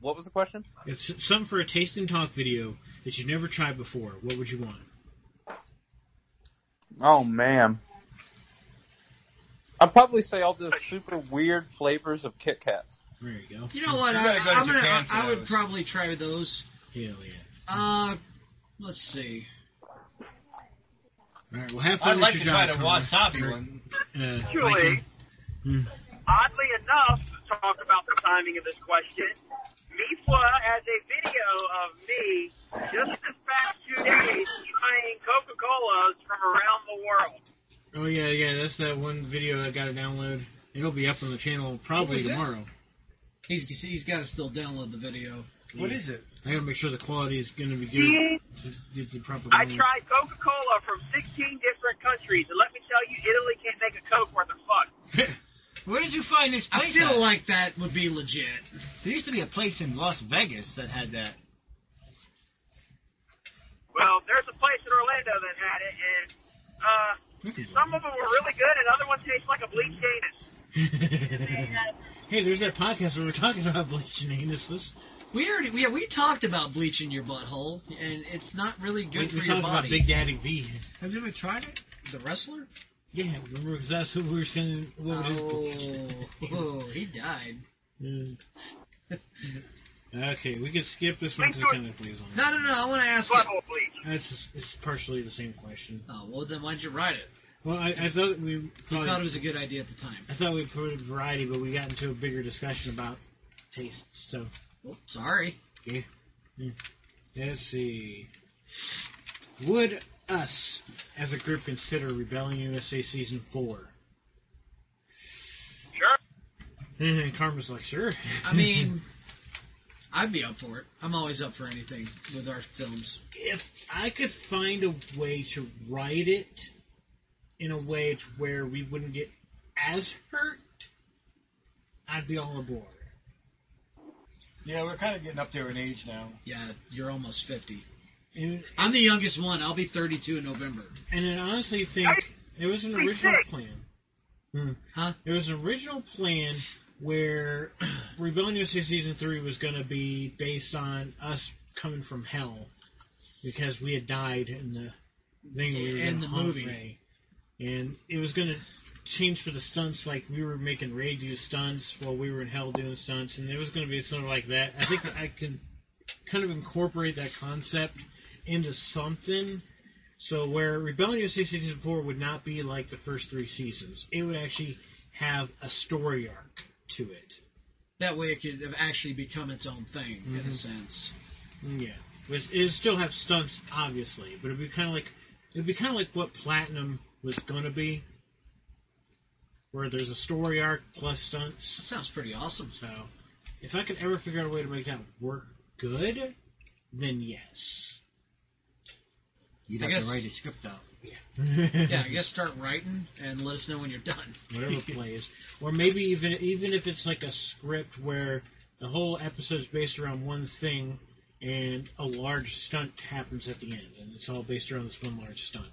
S8: what was the question?
S4: It's something for a taste and talk video that you've never tried before. What would you want?
S8: Oh man, I'd probably say all those super weird flavors of Kit Kats.
S4: There you go.
S5: You know what?
S6: You
S5: I,
S6: gotta go to
S5: I'm gonna.
S6: Japan for
S5: I, I would
S6: those.
S5: probably try those.
S4: Hell yeah.
S5: Uh, let's see.
S4: All right, well, have fun
S6: I'd
S4: at
S6: like
S4: your
S6: to
S4: job.
S6: try the
S4: Carl.
S6: wasabi one.
S4: Uh,
S7: Actually,
S4: Hmm.
S7: oddly enough, to talk about the timing of this question, Mifwa has a video of me just this past two days buying Coca Colas from around the world.
S4: oh yeah, yeah. That's that one video I got to download. It'll be up on the channel probably
S6: What was this?
S4: tomorrow.
S5: He's he's got to still download the video.
S6: What is it?
S4: I gotta make sure the quality is gonna be good.
S7: See,
S4: Get the proper.
S7: I
S4: one.
S7: tried Coca Cola from 16 different countries, and let me tell you, Italy can't make a Coke worth a fuck.
S6: Where did you find this
S5: I
S6: place?
S5: feel
S6: at?
S5: like that would be legit.
S6: there used to be a place in Las Vegas that had that.
S7: Well, there's a place in Orlando that had it, and uh,
S4: [laughs]
S7: some of them were really good, and other ones taste like a bleached anus.
S4: hey, there's that podcast we were talking about bleaching anuses.
S5: We already we, we talked about bleaching your butthole, and it's not really
S4: We,
S5: good for
S4: we
S5: your
S4: talked about
S5: body.
S4: Big Daddy V.
S6: Have you ever tried it?
S5: The wrestler?
S4: Yeah, remember because that's who we were sending. What was
S5: Oh, oh, he died. Oh.
S4: his- Yeah. Okay, we could skip this one
S7: Thanks
S4: because
S7: for-
S4: kind of plays on.
S5: No, no, no. I want to ask. you.
S7: Butthole bleach.
S4: That's just, it's partially the same question.
S5: Oh well, then why'd you write it?
S4: Well, I, I thought we
S5: You
S4: probably
S5: thought it was a good idea at the time.
S4: I thought we put a variety, but we got into a bigger discussion about taste. So
S5: Oh, sorry.
S4: let's see. Would us as a group consider Rebellion USA season four?
S7: Sure.
S4: And Mm-hmm, Karma's like, sure. [laughs]
S5: I mean, I'd be up for it. I'm always up for anything with our films.
S4: if I could find a way to write it in a way to where we wouldn't get as hurt, I'd be all aboard.
S6: Yeah, we're kind of getting up there in age now.
S5: Yeah, you're almost 50.
S4: And,
S5: I'm the youngest one. I'll be 32 in November.
S4: and I honestly think it was an original plan. Hmm.
S5: Huh?
S4: There was an original plan where [clears throat] Rebellion USA Season 3 was going to be based on us coming from hell because we had died in the thing we were
S5: In
S4: gonna
S5: the
S4: haunt
S5: movie.
S4: Ray. And it was going to change for the stunts, like we were making Ray do stunts while we were in hell doing stunts, and it was going to be something like that. I think I can kind of incorporate that concept into something. So where Rebellion USA season four would not be like the first three seasons, it would actually have a story arc to it.
S5: That way it could have actually become its own thing, in a
S4: Mhm.
S5: sense.
S4: Yeah, which it would still have stunts, obviously, but it'd be kind of like it'd be kind of like what Platinum was gonna be, where there's a story arc plus
S5: That
S4: stunts.
S5: sounds pretty awesome.
S4: So if I could ever figure out a way to make that work good, then yes.
S6: You'd
S5: I
S6: have
S5: guess-
S6: to write a script out.
S5: Yeah,
S4: [laughs]
S5: I guess start writing and let us know when you're done.
S4: whatever plays, or maybe even even if it's like a script where the whole episode's based around one thing, and a large stunt happens at the end, and it's all based around this one large stunt.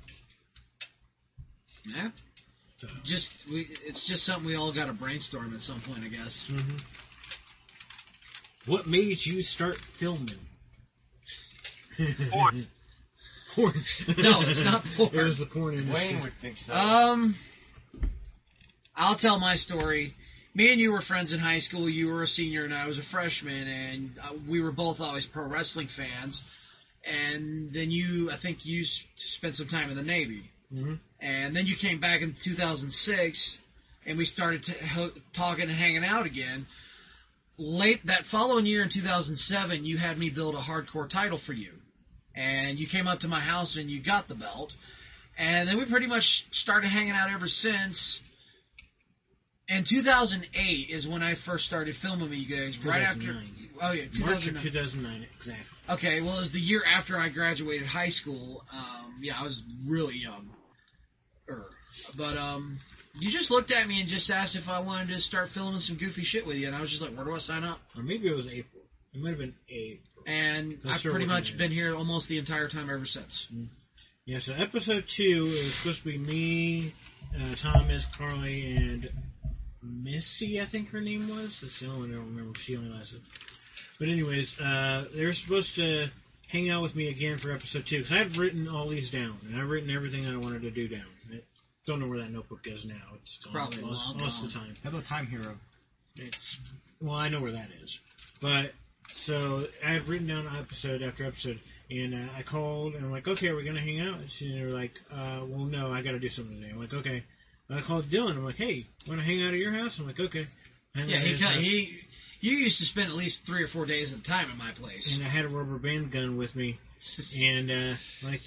S5: Yeah.
S4: So,
S5: Just we, it's just something we all got to brainstorm at some point, I guess.
S4: mhm. what made you start filming?
S7: Porn.
S4: [laughs] Porn.
S5: No, it's not porn.
S4: There's the porn industry.
S6: Wayne would think so.
S5: Um, I'll tell my story. Me and you were friends in high school. You were a senior and I was a freshman, and uh, we were both always pro wrestling fans. And then you, I think you s- spent some time in the Navy.
S4: Mhm.
S5: And then you came back in 2006, and we started t- ho- talking and hanging out again. Late that following year in 2007, you had me build a hardcore title for you, and you came up to my house and you got the belt, and then we pretty much started hanging out ever since. And 2008 is when I first started filming with you guys. Right after,
S4: 2009.
S5: oh yeah,
S4: March of
S5: 2009.
S4: 2009, exactly.
S5: Okay, well, it was the year after I graduated high school. Um, yeah, I was really young. Er, But um, you just looked at me and just asked if I wanted to start filming some goofy shit with you, and I was just like, where do I sign up?
S4: Or maybe it was April. It might have been April.
S5: And
S4: That's
S5: I've
S4: sure
S5: pretty
S4: what I
S5: much
S4: mean.
S5: been here almost the entire time ever since.
S4: Yeah, so episode two is supposed to be me, uh, Thomas, Carly, and Missy, I think her name was. That's the only one I don't remember. She only lasted. But anyways, uh, they're supposed to hang out with me again for episode two because I've written all these down and I've written everything that I wanted to do down. I don't know where that notebook is now. It's gone.
S5: probably
S4: lost,
S5: long
S4: lost the
S5: gone.
S4: time.
S6: How about Time Hero?
S4: It's, well, I know where that is, but so I've written down episode after episode, and uh, I called and I'm like, okay, are we gonna hang out? And she- they were like, uh, well, no, I got to do something today. I'm like, okay. And I called Dylan. I'm like, hey, want to hang out at your house? I'm like, okay. Hang
S5: Yeah,
S4: out at
S5: he
S4: his
S5: cut,
S4: house.
S5: he. You used to spend at least three or four days at a time at my place. [laughs]
S4: And I had a rubber band gun with me, and uh, like,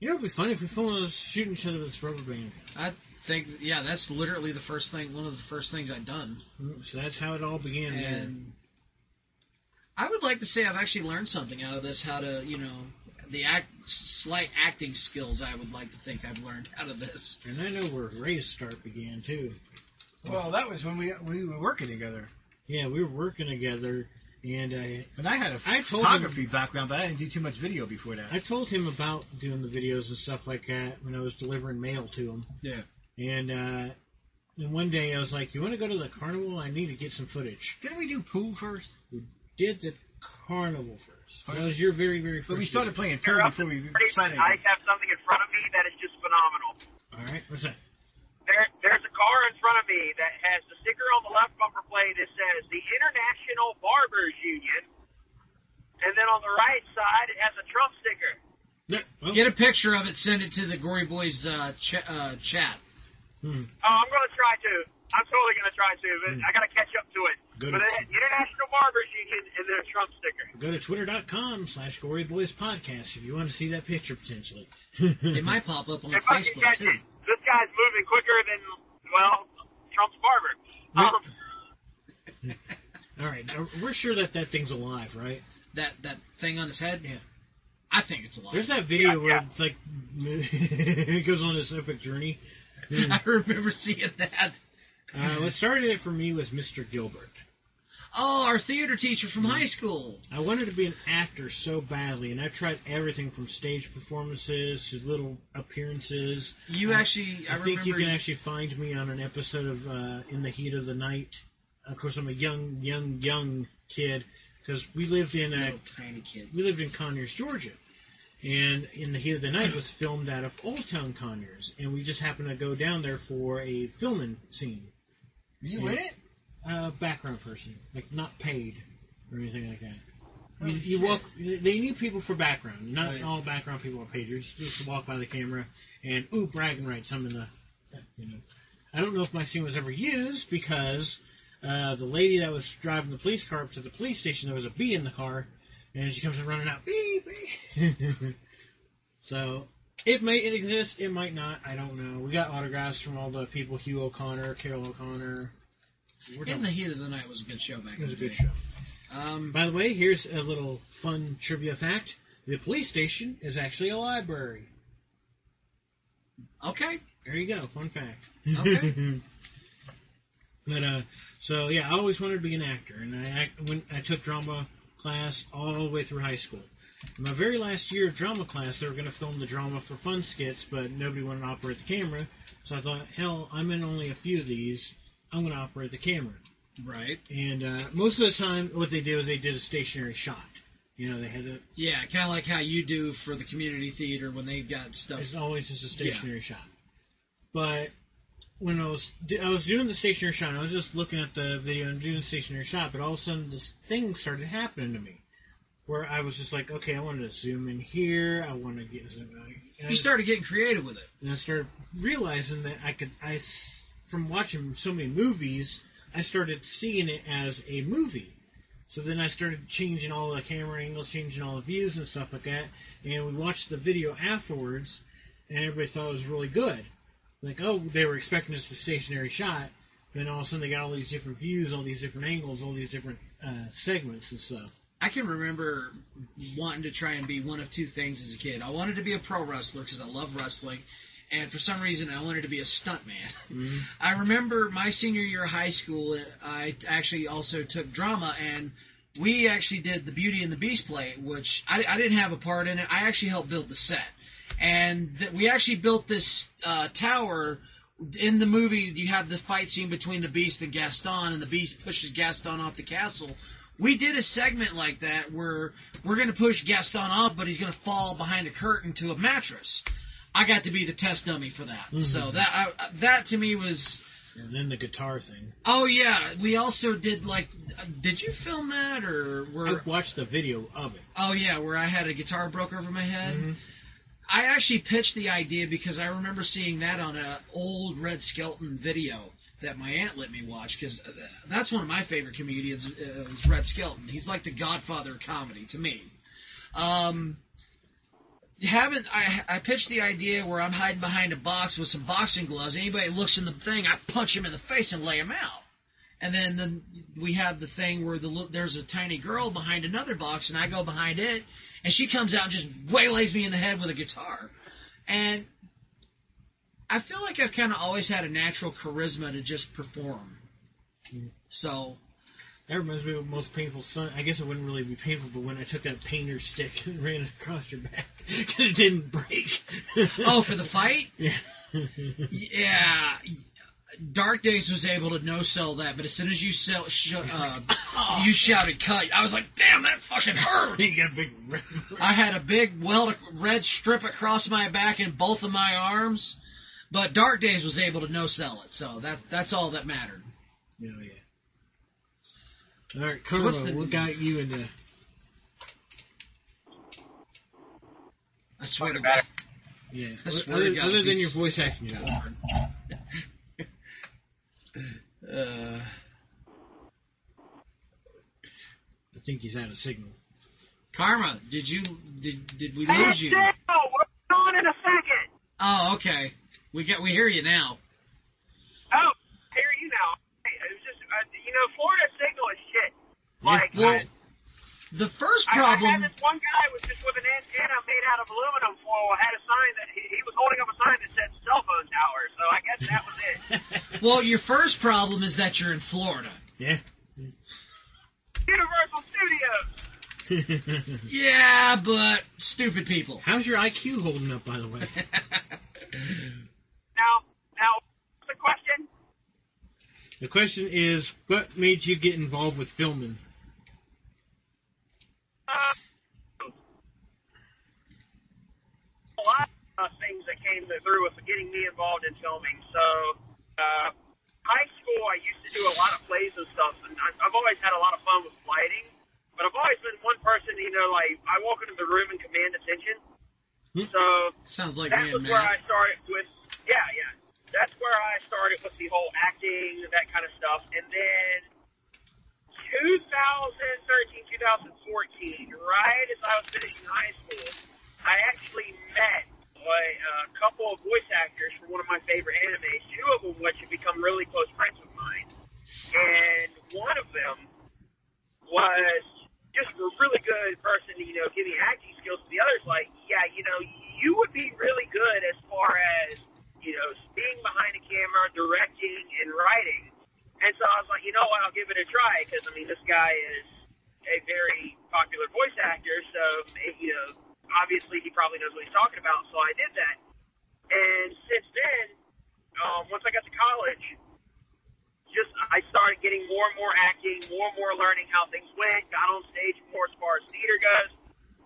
S4: you know, it'd be funny if we phone us shooting each other with this rubber band.
S5: I think, yeah, that's literally the first thing, one of the first things I'd done.
S4: So that's how it all began. there.
S5: and I would like to say I've actually learned something out of this. How to, you know, the act slight acting skills. I would like to think I've learned out of this.
S4: and I know where Ray's start began too.
S6: Well, that was when we we were working together.
S4: Yeah, we were working together, and uh,
S6: And I had a
S4: I told him-
S6: photography background, but I didn't do too much video before that.
S4: I told him about doing the videos and stuff like that when I was delivering mail to him.
S5: Yeah.
S4: And uh, and one day I was like, "You want to go to the carnival? I need to get some footage."
S6: Didn't we do pool first?
S4: did the carnival first. That was your very, very first.
S6: But we started playing
S7: You're
S6: third
S7: up
S6: before we
S7: to 30,
S6: started.
S7: I have something in front of me that is just phenomenal.
S4: All right, what's that?
S7: There, there's a car in front of me that has the sticker on the left bumper plate that says the International Barbers Union, and then on the right side it has a Trump sticker.
S4: No, well,
S5: Get a picture of it, send it to the Gory Boys uh, ch- uh, chat.
S4: hmm,
S7: Oh, I'm gonna try to. I'm totally gonna try to, but I gotta catch up to it.
S4: Good.
S7: But it has International Barbers Union and then a Trump sticker.
S4: Go to twitter.com slash Gory Boys Podcast if you want to see that picture potentially. [laughs]
S5: It might pop up on
S7: If I can
S5: Facebook
S7: catch
S5: too.
S7: it, this guy's moving quicker than well, Trump's barber. Um,
S4: All right, now, we're sure that that thing's alive, right?
S5: That that thing on his head.
S4: Yeah.
S5: I think it's a lot.
S4: There's that video
S7: Yeah,
S4: where
S7: yeah.
S4: it's like [laughs] it goes on this epic journey.
S5: [laughs] I remember seeing that.
S4: Uh, what started it for me was Mr. Gilbert.
S5: Oh, our theater teacher from high school.
S4: I wanted to be an actor so badly, and I tried everything from stage performances to little appearances.
S5: You actually, I,
S4: I, think
S5: remember.
S4: you can actually find me on an episode of uh, In the Heat of the Night. Of course, I'm a young, young, young kid because we lived in
S5: a
S4: uh,
S5: little tiny kid.
S4: we lived in Conyers, Georgia, and In the Heat of the Night was filmed out of Old Town Conyers, and we just happened to go down there for a filming scene.
S6: You
S4: Yeah.
S6: in it?
S4: Uh, background person, like not paid or anything like that. You, you walk. They need people for background. Not
S6: Right.
S4: all background people are paid. You're just supposed to walk by the camera and ooh, bragging rights. I'm in the. You know, I don't know if my scene was ever used because uh, the lady that was driving the police car up to the police station, there was a bee in the car, and she comes running out, bee, bee. [laughs] so it may it exists. It might not. I don't know. We got autographs from all the people: Hugh O'Connor, Carol O'Connor. We're
S5: In
S4: done.
S5: the Heat of the Night was a good show back
S4: It was a
S5: in the
S4: good
S5: day.
S4: show.
S5: Um,
S4: By the way, here's a little fun trivia fact. The police station is actually a library.
S5: okay.
S4: There you go, fun fact.
S5: Okay.
S4: [laughs] but uh, so yeah, I always wanted to be an actor, and I act, when I took drama class all the way through high school. My very last year of drama class, they were going to film the drama for fun skits, but nobody wanted to operate the camera. So I thought, hell, I'm in only a few of these. I'm going to operate the camera.
S5: Right.
S4: And uh, most of the time, what they did was they did a stationary shot. You know, they had the
S5: Yeah, kind of like how you do for the community theater when they've got stuff.
S4: It's always just a stationary shot. But when I was I was doing the stationary shot, and I was just looking at the video and doing the stationary shot, but all of a sudden this thing started happening to me, where I was just like, okay, I wanted to zoom in here, I want to get zoom out. here. And I
S5: You
S4: just-
S5: started getting creative with it.
S4: and I started realizing that I could I s- from watching so many movies, I started seeing it as a movie. So then I started changing all the camera angles, changing all the views and stuff like that. And we watched the video afterwards, and everybody thought it was really good. Like, oh, they were expecting just a stationary shot. Then all of a sudden they got all these different views, all these different angles, all these different uh, segments and stuff.
S5: I can remember wanting to try and be one of two things as a kid. I wanted to be a pro wrestler because I love wrestling, and for some reason I wanted to be a stuntman. [laughs] I remember my senior year of high school, I actually also took drama, and we actually did the Beauty and the Beast play, which I, I didn't have a part in it. I actually helped build the set, and th- we actually built this uh, tower. In the movie, you have the fight scene between the Beast and Gaston, and the Beast pushes Gaston off the castle. We did a segment like that where we're going to push Gaston off, but he's going to fall behind a curtain to a mattress. I got to be the test dummy for that. So that I, that to me was
S4: And then the guitar thing.
S5: oh yeah. We also did like uh, did you film that or
S4: I
S5: were
S4: watched the video of it.
S5: oh yeah where I had a guitar broke over my head.
S4: Mhm.
S5: I actually pitched the idea because I remember seeing that on an old Red Skelton video that my aunt let me watch because that's one of my favorite comedians uh, is Red Skelton. He's like the Godfather of comedy to me. Um, haven't I? I pitched the idea where I'm hiding behind a box with some boxing gloves. Anybody that looks in the thing, I punch him in the face and lay him out. And then the, we have the thing where the li- there's a tiny girl behind another box, and I go behind it, and she comes out and just waylays me in the head with a guitar. And I feel like I've kind of always had a natural charisma to just perform. So
S4: That reminds me of the most painful stunt. I guess it wouldn't really be painful, but when I took that painter's stick and [laughs] ran it across your back, [laughs] 'cause it [laughs] didn't break.
S5: oh, for the fight?
S4: yeah.
S5: Yeah. Dark Days was able to no sell that, but as soon as you sell, sh- uh, you shouted cut, I was like, damn, that fucking hurt.
S4: You got a big red.
S5: I had a big weld red strip across my back and both of my arms, but Dark Days was able to no sell it, so that that's all that mattered.
S4: Yeah, yeah. All right,
S5: So
S4: Carlo,
S5: what's the-
S4: what got you in the?
S5: I swear to God.
S4: Yeah,
S5: I swear
S4: other,
S5: to God,
S4: other than
S5: these-
S4: your voice acting job.
S5: Uh,
S4: I think he's out of signal.
S6: [laughs]
S5: Karma, did you did did we
S7: Hey,
S5: lose you?
S7: Dale, we're on in a second.
S5: Oh, okay. We get we hear you now.
S7: Oh, I hear you now. Hey, It was just, uh, you know, Florida signal is shit. Like,
S5: Well, the first
S7: I, I had
S5: problem.
S7: this one guy was just with an antenna made out of aluminum foil. Had a sign that he, he was holding up a sign that said cell phone tower. So I guess that was
S5: [laughs]
S7: it.
S5: Well, your first problem is that you're in Florida.
S4: yeah.
S7: Universal Studios.
S5: Yeah, but stupid people.
S4: How's your IQ holding up, by the way?
S7: Now, now, what's the question?
S4: The question is, what made you get involved with filming?
S7: Uh, a lot of things that came through with getting me involved in filming. So, uh, high school, I used to do a lot of plays and stuff, and I've, I've always had a lot of fun with lighting. But I've always been one person, you know, like I walk into the room and command attention.
S4: Hmm.
S7: So
S5: Sounds like me
S7: that
S5: and
S7: was where
S5: Matt.
S7: I started with, yeah, yeah. That's where I started with the whole acting and that kind of stuff. And then 2013, 2014, right as I was finishing high school, I actually met like, a couple of voice actors from one of my favorite animes, two of them which have become really close friends of mine. And one of them was just a really good person, you know, giving acting skills to the others. Like, yeah, you know, you would be really good as far as, you know, being behind a camera, directing, and writing. And so I was like, you know what, I'll give it a try because, I mean, this guy is a very popular voice actor, so, you know, obviously he probably knows what he's talking about, so I did that. And since then, um, once I got to college, just I started getting more and more acting, more and more learning how things went, got on stage more as far as theater goes.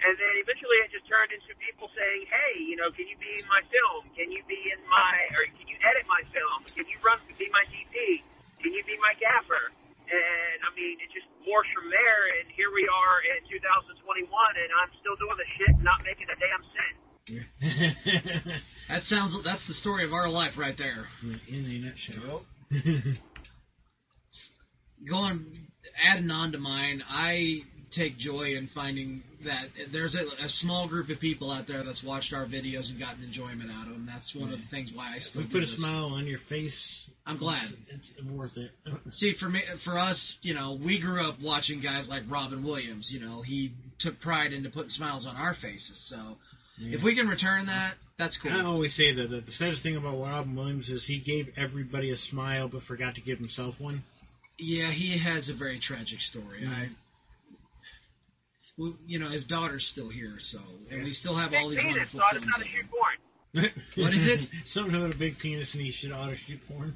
S7: And then eventually it just turned into people saying, Hey, you know, can you be in my film? Can you be in my, or can you edit my film? Can you run, be my DP? Can you be my gaffer? And I mean, it just morphed from there. And here we are in 2021 and I'm still doing the shit, not making a damn cent.
S4: in
S5: That sounds that's the story of our life right there.
S4: a nutshell.
S5: Going adding on to mine, I take joy in finding that there's a, a small group of people out there that's watched our videos and gotten enjoyment out of them. That's one of the things why I still
S4: we
S5: do
S4: put a
S5: this.
S4: smile on your face.
S5: I'm glad.
S4: It's, it's worth it.
S5: See, for me, for us, you know, we grew up watching guys like Robin Williams. You know, he took pride into putting smiles on our faces. So, if we can return that, that's
S4: I
S5: cool.
S4: always say that, that the saddest thing about Robin Williams is he gave everybody a smile but forgot to give himself one.
S5: Yeah, he has a very tragic story. I, well, you know, his daughter's still here, so and we still have all these
S7: Big penis,
S5: wonderful
S7: so I
S5: films.
S7: decided to
S5: of
S7: shoot
S5: him.
S7: porn.
S5: What is it?
S4: [laughs] Something about a big penis and he should auto shoot porn.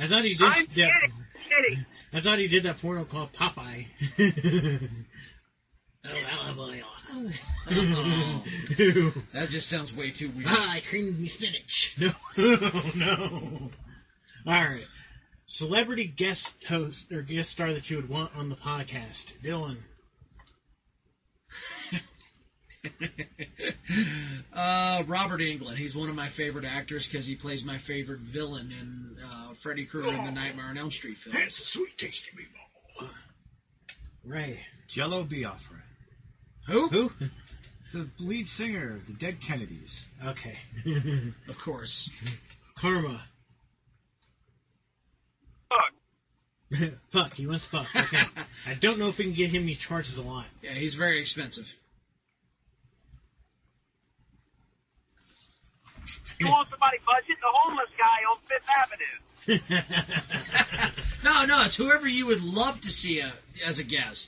S4: I thought he did.
S7: I'm
S4: that-
S7: kidding, kidding.
S4: I thought he did that porno called Popeye. oh, I'll have oil.
S5: Oh,
S4: Ew.
S5: that just sounds way too weird.
S4: Ah, [laughs] I creamed me spinach. [laughs] No, no. All right. Celebrity guest host or guest star that you would want on the podcast, Dylan.
S5: uh, Robert Englund. He's one of my favorite actors because he plays my favorite villain in uh, Freddy Krueger in the Nightmare on Elm Street films.
S4: a sweet tasty meatball. Ray.
S6: Jello Biafra,
S5: Who?
S4: Who?
S6: the lead singer of the Dead Kennedys.
S4: Okay.
S5: Of [laughs] course.
S4: Karma. [laughs]
S7: Fuck.
S4: fuck. He wants fuck. Okay. I don't know if we can get him. He charges a
S6: [laughs]
S4: lot.
S5: [laughs] Yeah, he's very [laughs] expensive.
S7: You want somebody budget? The homeless guy on Fifth Avenue.
S5: No, no, it's whoever you would love to see a, as a guest.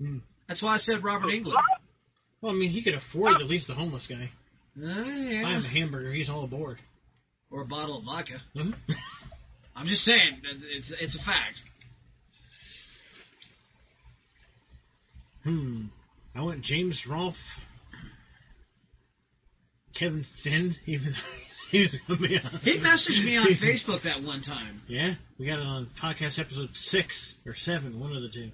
S4: Hmm.
S5: That's why I said Robert Englund.
S7: Love
S4: well, I mean, he could afford at least the homeless guy. Buy
S5: Ah,
S4: him
S5: yeah.
S4: a hamburger. He's all aboard. Mm-hmm.
S5: Or a bottle of vodka. I'm just saying, it's it's a fact.
S4: Hmm. I went James Rolfe, Kevin Finn, even though [laughs] he didn't me up.
S5: He messaged me on [laughs] Facebook that one time.
S4: Yeah, we got it on podcast episode six or seven, one of the two.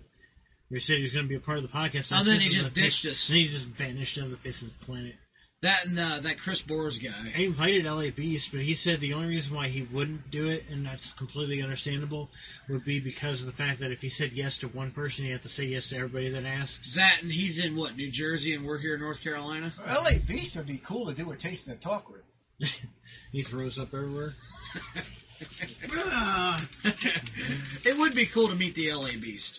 S4: We said he was going to be a part of the podcast.
S5: Oh, then he just
S4: sent him a
S5: ditched
S4: pic-
S5: us.
S4: And he just vanished out of the face of the planet.
S5: That and uh, that Chris Boers
S4: I
S5: guy.
S4: invited LA Beast, but he said the only reason why he wouldn't do it, and that's completely understandable, would be because of the fact that if he said yes to one person, he had to say yes to everybody that asks.
S5: That and he's in what New Jersey and we're here in North Carolina. [laughs]
S6: LA Beast would be cool to do a taste and a talk with.
S4: He throws up everywhere.
S5: it would be cool to meet the LA Beast.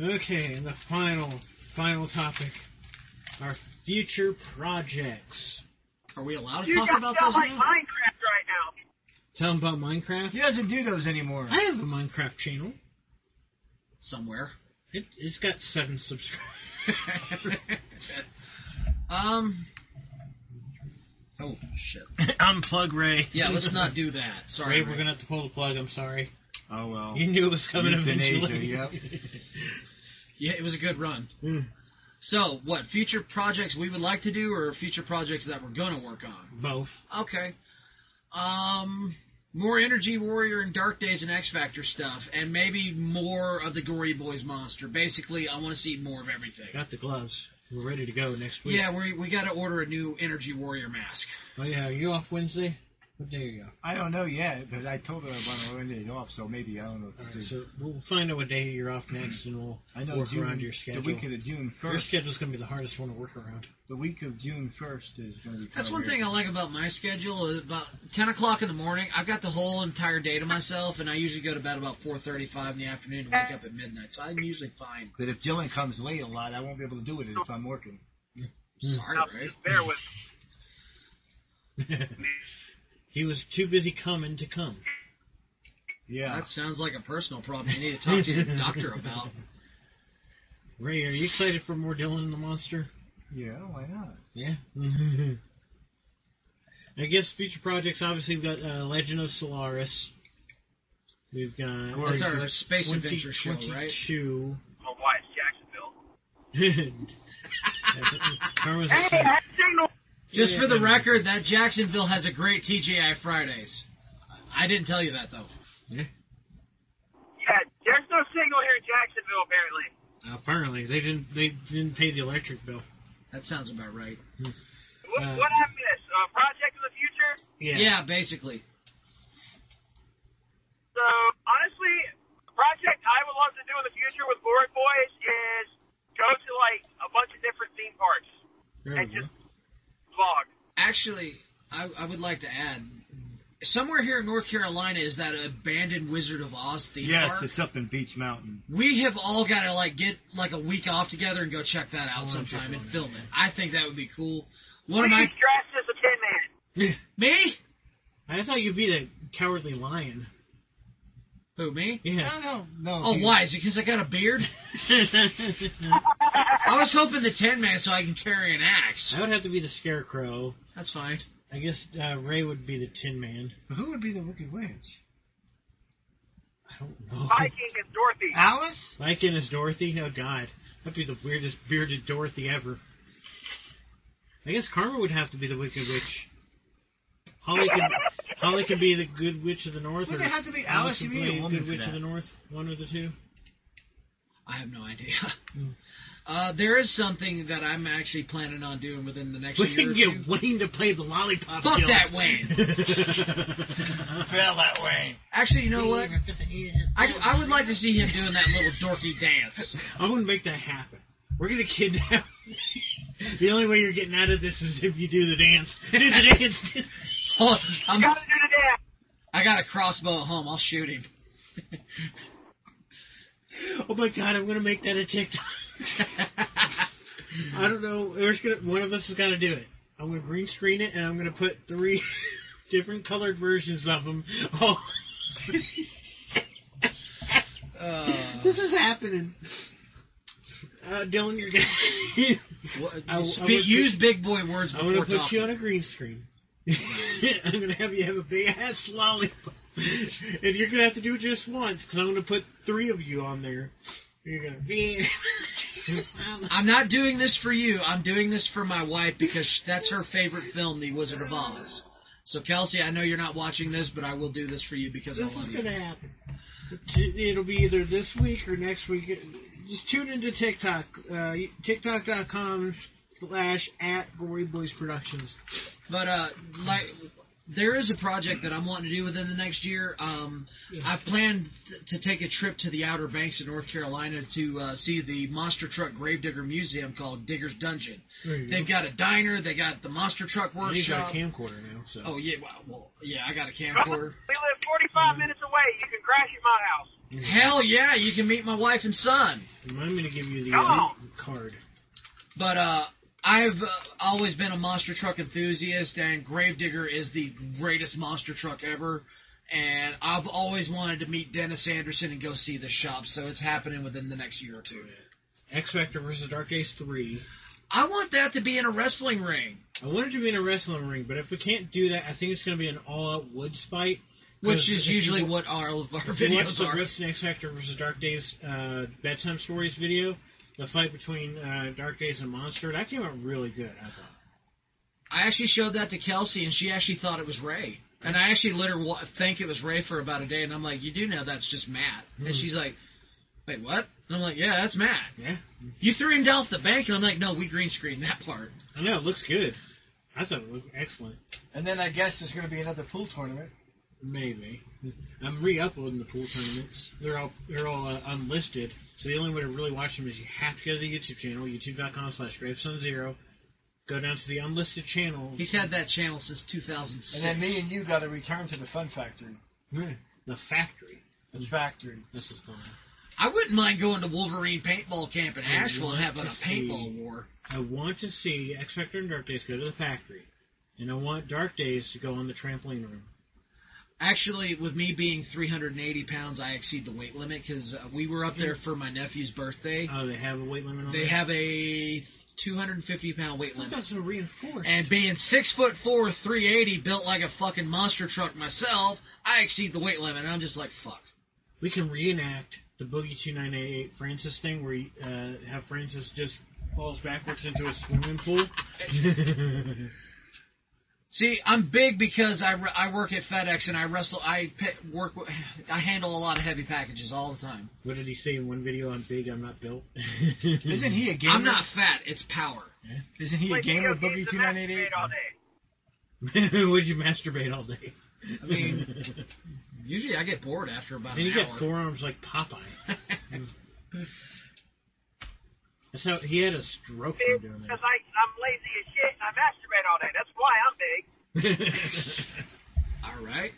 S4: Okay, and the final, final topic. Our future projects.
S5: Are we allowed to
S7: You
S5: talk
S7: guys
S5: about
S7: sound
S5: those
S7: like
S5: now?
S7: Minecraft right now.
S4: Tell them about Minecraft.
S6: [laughs] He doesn't do those anymore. [laughs]
S4: I have a Minecraft channel.
S5: Somewhere.
S4: It, it's got seven
S6: [laughs]
S4: subscribers.
S5: um. Oh shit.
S4: Unplug Ray.
S5: Yeah,
S4: [laughs]
S5: let's not do that. Sorry.
S4: Ray, we're gonna have to pull the plug. I'm sorry.
S6: Oh well.
S4: You knew it was coming
S6: Euthanasia,
S4: eventually.
S6: yep.
S5: Yeah, it was a good run.
S4: [laughs] Mm.
S5: So, what future projects we would like to do, or future projects that we're gonna work on?
S4: Both.
S5: Okay. Um, more Energy Warrior and Dark Days and X Factor stuff, and maybe more of the Gory Boys monster. Basically, I want to see more of everything.
S4: Got the gloves. We're ready to go next week.
S5: Yeah, we we got to order a new Energy Warrior mask.
S4: Oh yeah, are you off Wednesday? What day are you off?
S6: I don't know yet, but I told her I want to run it off, so maybe I don't know. What to
S4: Alright,
S6: do.
S4: so we'll find out what day you're off next, and we'll
S6: I know
S4: work
S6: June,
S4: around your schedule.
S6: the week of the June
S4: your
S6: first.
S4: schedule's gonna be the hardest one to work around.
S6: The week of June first is going to be.
S5: That's
S6: kinda
S5: one
S6: weird.
S5: thing I like about my schedule. is About ten o'clock in the morning, I've got the whole entire day to myself, and I usually go to bed about four thirty-five in the afternoon and wake up at midnight. So I'm usually fine.
S6: But if Dylan comes late a lot, I won't be able to do it if I'm working. Hmm.
S5: Sorry,
S7: Now,
S5: right?
S7: There was
S4: [laughs] he was too busy coming to come.
S6: Yeah.
S5: That sounds like a personal problem you need to talk to your doctor
S6: [laughs]
S5: about.
S4: Ray, are you excited for more Dylan and the Monster?
S6: yeah. Why not?
S4: [laughs] Yeah. I guess future projects. Obviously, we've got uh, Legend of Solaris. We've got uh,
S6: Gory
S5: That's our space adventure show, right?
S4: [laughs] 2022.
S7: my wife's Jacksonville.
S4: Karma's
S7: Hey,
S4: upset.
S7: that signal.
S5: Just
S4: Yeah,
S5: for the
S4: yeah.
S5: record, that Jacksonville has a great TGI Fridays. I didn't tell you that though.
S7: Yeah, there's no signal here in Jacksonville, apparently.
S4: Apparently, they didn't. They didn't pay the electric bill.
S5: That sounds about right.
S7: What,
S4: Uh,
S7: what I missed? Uh, Project of the Future?
S5: Yeah,
S4: Yeah.
S5: basically.
S7: So, honestly, a project I would love to do in the future with Glory Boys is go to, like, a bunch of different theme parks
S4: There
S7: and
S4: we go.
S7: just vlog.
S5: Actually, I, I would like to add, somewhere here in North Carolina is that abandoned Wizard of Oz theme
S6: Yes,
S5: park.
S6: it's up in Beach Mountain.
S5: We have all got to like get like a week off together and go check that out
S4: wanna
S5: sometime
S4: check
S5: and
S4: it out.
S5: film it. I think that would be cool. One of my
S7: Please dress as a Tin Man.
S5: me
S4: [laughs] I thought you'd be the cowardly lion.
S5: who me?
S4: Yeah.
S6: No, no, no.
S5: Oh,
S6: he-
S5: why? Is it because I got a beard?
S4: [laughs] I
S5: I was hoping the Ten Man so I can carry an axe.
S4: would have to be the scarecrow.
S5: That's fine.
S4: I guess uh, Ray would be the Tin Man.
S6: Who would be the Wicked Witch?
S4: I don't know.
S7: Viking and Dorothy.
S6: Alice?
S4: Viking is Dorothy? Oh god. That'd be the weirdest bearded Dorothy ever. I guess Karma would have to be the Wicked Witch. Holly could Holly could be the good witch of the north
S6: Would
S4: or
S6: it have to be
S4: Alice
S6: Alice?
S4: could
S6: You
S4: be
S6: need a
S4: the
S6: woman
S4: good
S6: for
S4: witch
S6: that.
S4: of the north, one of the two.
S5: I have no idea. [laughs] Uh, there is something that I'm actually planning on doing within the next
S4: We
S5: year.
S4: can
S5: or
S4: get
S5: two.
S4: Wayne to play the lollipop.
S5: Fuck
S4: Guild.
S5: that
S4: [laughs]
S5: Wayne. [laughs]
S6: [laughs] Fell that way.
S5: Actually, you
S4: [laughs]
S5: know what? I, I would like to see him doing that little dorky dance. [laughs]
S4: I'm gonna make that happen. We're gonna kidnap. [laughs] the only way you're getting out of this is if you do the dance. [laughs] Do the dance. [laughs]
S5: Hold on, I'm,
S7: Gotta do the dance.
S5: I got a crossbow at home. I'll shoot him. [laughs]
S4: oh my god, I'm gonna make that a TikTok. I don't know. We're just gonna, one of us has got to do it. I'm gonna green screen it, and I'm gonna put three [laughs] different colored versions of them. [laughs] Oh, [laughs]
S5: uh,
S4: this is happening. Uh, Dylan, you're gonna. [laughs]
S5: what,
S4: I- I
S5: spit-
S4: would put-
S5: use big boy words
S4: I'm gonna
S5: before
S4: put you on [laughs]
S5: talking.
S4: a green screen. I'm gonna have you have a big ass [laughs] lollipop. and you're gonna have to do it just once because I'm gonna put three of you on there. You're gonna be. [laughs]
S5: I'm not doing this for you. I'm doing this for my wife because that's her favorite film, The Wizard of Oz. So Kelsey, I know you're not watching this, but I will do this for you because I
S4: this
S5: love
S4: is
S5: you.
S4: gonna happen. It'll be either this week or next week. Just tune into TikTok, uh, TikTok.com slash at Gory Boys Productions.
S5: But uh, like, there is a project that I'm wanting to do within the next year. Um, I've planned th- to take a trip to the Outer Banks in North Carolina to uh, see the monster truck gravedigger museum called Digger's Dungeon. They've got a diner. They got the monster truck
S4: He's got
S5: workshop.
S4: a camcorder now, so.
S5: Oh yeah, well, well, yeah, I got
S4: [laughs]
S5: a camcorder.
S7: We live 45 minutes away. You can crash at my house.
S5: Hell yeah, you can meet my wife and son.
S4: I'm gonna give you the
S7: Come
S4: uh,
S7: on.
S4: card.
S5: But uh, I've uh, always been a monster truck enthusiast, and Gravedigger is the greatest monster truck ever. And I've always wanted to meet Dennis Anderson and go see the shop, so it's happening within the next year or two.
S4: X Factor versus Dark Ace 3.
S5: I want that to be in a wrestling ring,
S4: I wanted to be in a wrestling ring, but if we can't do that, I think it's going to be an all-out woods fight. 'Cause
S5: which is
S4: if you
S5: usually
S4: wa-
S5: what all of our
S4: if you watch
S5: [laughs] videos
S4: the
S5: are.
S4: Griffin X Factor versus Dark Days uh, bedtime stories video, the fight between uh, Dark Days and Monster, that came out really good. I thought.
S5: I actually showed that to Kelsey, and she actually thought it was Ray. And I actually let her wa- think it was Ray for about a day, and I'm like, "You do know that's just Matt."
S4: Hmm.
S5: And she's like, "Wait, what?" And I'm like, "Yeah, that's Matt."
S4: Yeah,
S5: You threw him down off the bank, and I'm like, "No, we green screened that part."
S4: I know it looks good. I thought it looked excellent.
S6: And then I guess there's going to be another pool tournament.
S4: Maybe I'm re-uploading the pool tournaments. They're all they're all uh, unlisted, so the only way to really watch them is you have to go to the YouTube channel, youtube.com/slash gravesunzero. Go down to the unlisted channel.
S5: He's had that channel since 2006.
S6: And then me and you got to return to the fun factory.
S4: Yeah, the factory.
S6: The factory.
S4: This is called
S5: I wouldn't mind going to Wolverine paintball camp in
S4: I
S5: Asheville and
S4: want
S5: having
S4: to
S5: a
S4: see-
S5: paintball war.
S4: I want to see X Factor and Dark Days go to the factory, and I want Dark Days to go on the trampoline room.
S5: Actually, with me being 380 pounds, I exceed the weight limit because uh, we were up there for my nephew's birthday.
S4: Oh, they have a weight limit on
S5: They
S4: there?
S5: have a 250 pound weight
S4: I thought
S5: limit.
S4: that's a reinforced.
S5: And being six foot four, 380, built like a fucking monster truck myself, I exceed the weight limit, and I'm just like, fuck.
S4: we can reenact the Boogie 2988 Francis thing where you uh, have Francis just falls backwards into a swimming
S5: [laughs]
S4: pool.
S5: See, I'm big because I, re- I work at FedEx and I wrestle. I pe- work. with- [sighs] I handle a lot of heavy packages all the time.
S4: what did he say in one video? I'm big, I'm not built.
S6: Isn't he a gamer?
S5: I'm not fat. It's power.
S6: Isn't he a
S7: Play
S6: gamer,
S7: video games
S6: Boogie
S7: and
S6: Two Nine Eight Eight?
S7: masturbate all day.
S4: [laughs] Would you masturbate all day?
S5: I mean,
S4: [laughs]
S5: usually I get bored after about
S4: Then
S5: an
S4: you got
S5: hour. [laughs]
S4: forearms like Popeye. That's how he had a stroke from doing
S7: Because I I'm lazy as shit and I masturbate all day. That's why I'm big.
S4: that.
S5: all right.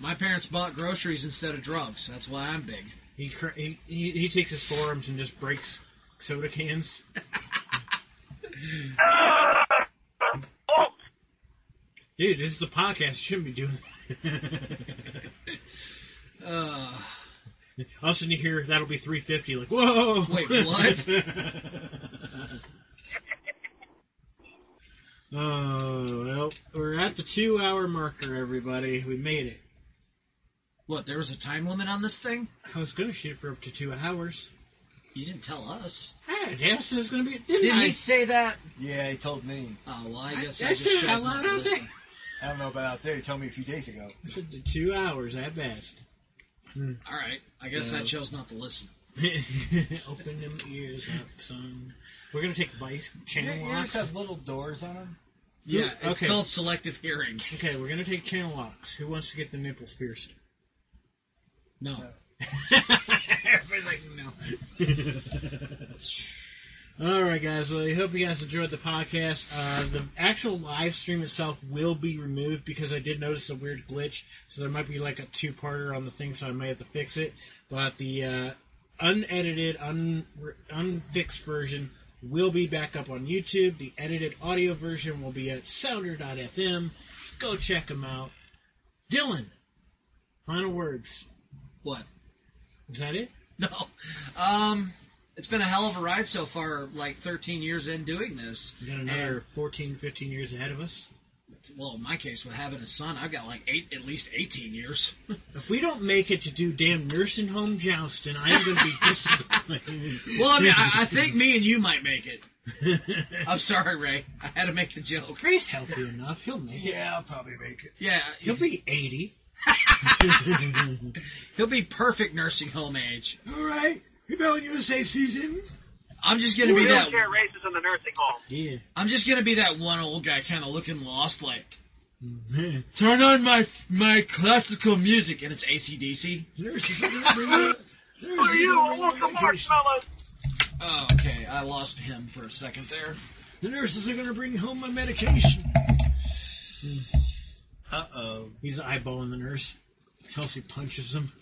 S5: My parents bought groceries instead of drugs. That's why I'm big.
S4: He, cr- he he he takes his forearms and just breaks soda cans.
S7: Oh,
S4: Dude, this is the podcast. You shouldn't be doing
S5: Uh,
S4: that. [laughs] All of a sudden you hear that'll be 350. Like, whoa!
S5: Wait, what?
S4: [laughs] oh, well, we're at the two hour marker, everybody. We made it.
S5: what? There was a time limit on this thing?
S4: I was going to shoot for up to two hours.
S5: You didn't tell us.
S4: Hey, yes, it was going to be. Didn't,
S5: Didn't
S4: I?
S5: he say that?
S6: Yeah, he told me.
S5: Oh well, I guess I,
S4: I
S5: just
S4: said it
S5: chose
S4: out loud
S5: not to
S4: out there.
S5: listen.
S6: I don't know about out there. He told me a few days ago.
S4: I said the two hours at best.
S5: All right, I guess I
S4: No.
S5: chose not to listen.
S4: [laughs] Open them ears up, son. We're going to take Vice
S6: Your
S4: channel
S6: ears
S4: locks.
S6: have little doors on them.
S5: Yeah, it's
S4: okay.
S5: called selective hearing.
S4: Okay, we're going to take channel locks. Who wants to get the nipples pierced?
S5: No.
S4: [laughs] Everybody's like, no. [laughs] All right, guys. Well, I hope you guys enjoyed the podcast. Uh, the actual live stream itself will be removed because I did notice a weird glitch. So there might be like a two-parter on the thing, so I may have to fix it. But the uh, unedited, un- unfixed version will be back up on YouTube. The edited audio version will be at sounder.fm. Go check them out. Dylan, final words.
S5: What? [laughs]
S4: Is that it?
S5: No. Um, it's been a hell of a ride so far. Like 13 years in doing this.
S4: We got another 14, 15 years ahead of us.
S5: well, in my case, with having a son, I've got like eight, at least eighteen years. [laughs]
S4: If we don't make it to do damn nursing home jousting, I'm going to be
S7: [laughs]
S4: [laughs] disappointed.
S5: well, I mean, I, I think me and you might make it.
S4: think
S5: I'm sorry, Ray. I had to make the joke.
S4: Ray's healthy enough. He'll make it.
S6: Yeah, I'll probably make it.
S5: Yeah,
S4: He'll be
S7: [laughs]
S4: 80.
S5: [laughs] he'll be perfect nursing home age.
S6: All right. Rebellion USA season.
S5: I'm just gonna be that.
S7: Wheelchair races in the nursing home.
S4: yeah. [laughs]
S5: I'm just gonna be that one old guy, kind of looking lost, like
S4: Mhm.
S5: turn on my my classical music, and it's ACDC.
S6: There's,
S7: [laughs]
S6: there's,
S7: Who are you? I want some marshmallows.
S5: Oh, okay, I lost him for a second there.
S4: The nurses are going to bring home my medication.
S6: Uh oh.
S4: He's eyeballing the nurse. Kelsey punches him.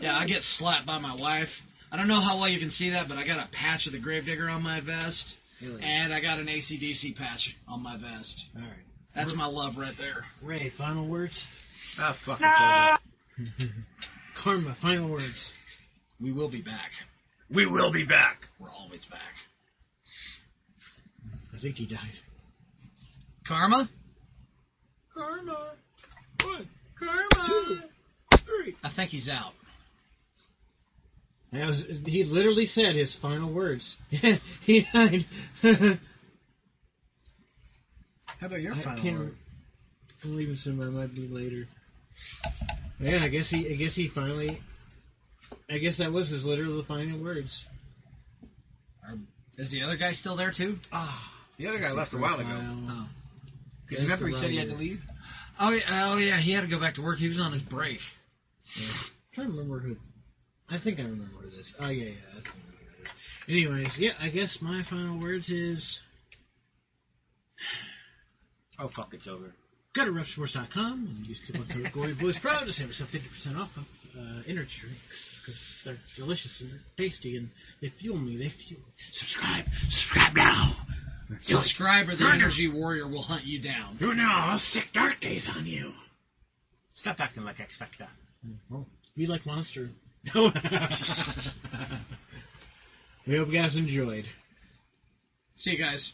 S5: Yeah, I get slapped by my wife. I don't know how well you can see that, but I got a patch of the Gravedigger on my vest, and I got an ACDC patch on my vest.
S6: All right.
S5: That's my love right there.
S4: Ray, final words?
S6: Ah, fuck it's
S7: No.
S6: over.
S4: Karma, final words.
S5: We will be back.
S6: We will be back.
S5: We're always back.
S4: I think he died.
S5: Karma?
S6: Karma.
S4: One,
S7: Uh,
S6: Karma.
S4: three.
S5: I think he's out.
S4: That was, he literally said his final words. [laughs] he died. I
S6: How about your final
S4: can't.
S6: word?
S4: I'm leaving some. I might be later. Yeah, I guess he. I guess he finally. I guess that was his literal final words.
S5: Is the other guy still there too?
S6: Ah, the other guy left a while ago.
S4: Final-
S5: Oh.
S6: Because remember he said he had to leave?
S5: Oh yeah, oh yeah, he had to go back to work. He was on his break.
S4: trying to remember who. I think I remember who this. Oh yeah, yeah. I think I remember this. Anyways, yeah. I guess my final words is
S6: Oh, fuck, it's over.
S4: gutterrepsports.com and use coupon code Gory Boys Proud to save yourself fifty percent off of uh, energy drinks because they're delicious and they're tasty and they fuel me. They fuel. Me. Subscribe, subscribe now.
S5: Subscribe or the Energy Warrior will hunt you down.
S4: You know, I'll sick dark days on you.
S6: Stop acting like X Factor.
S4: Be like [laughs] Monster. No. we hope you guys enjoyed.
S5: See you guys.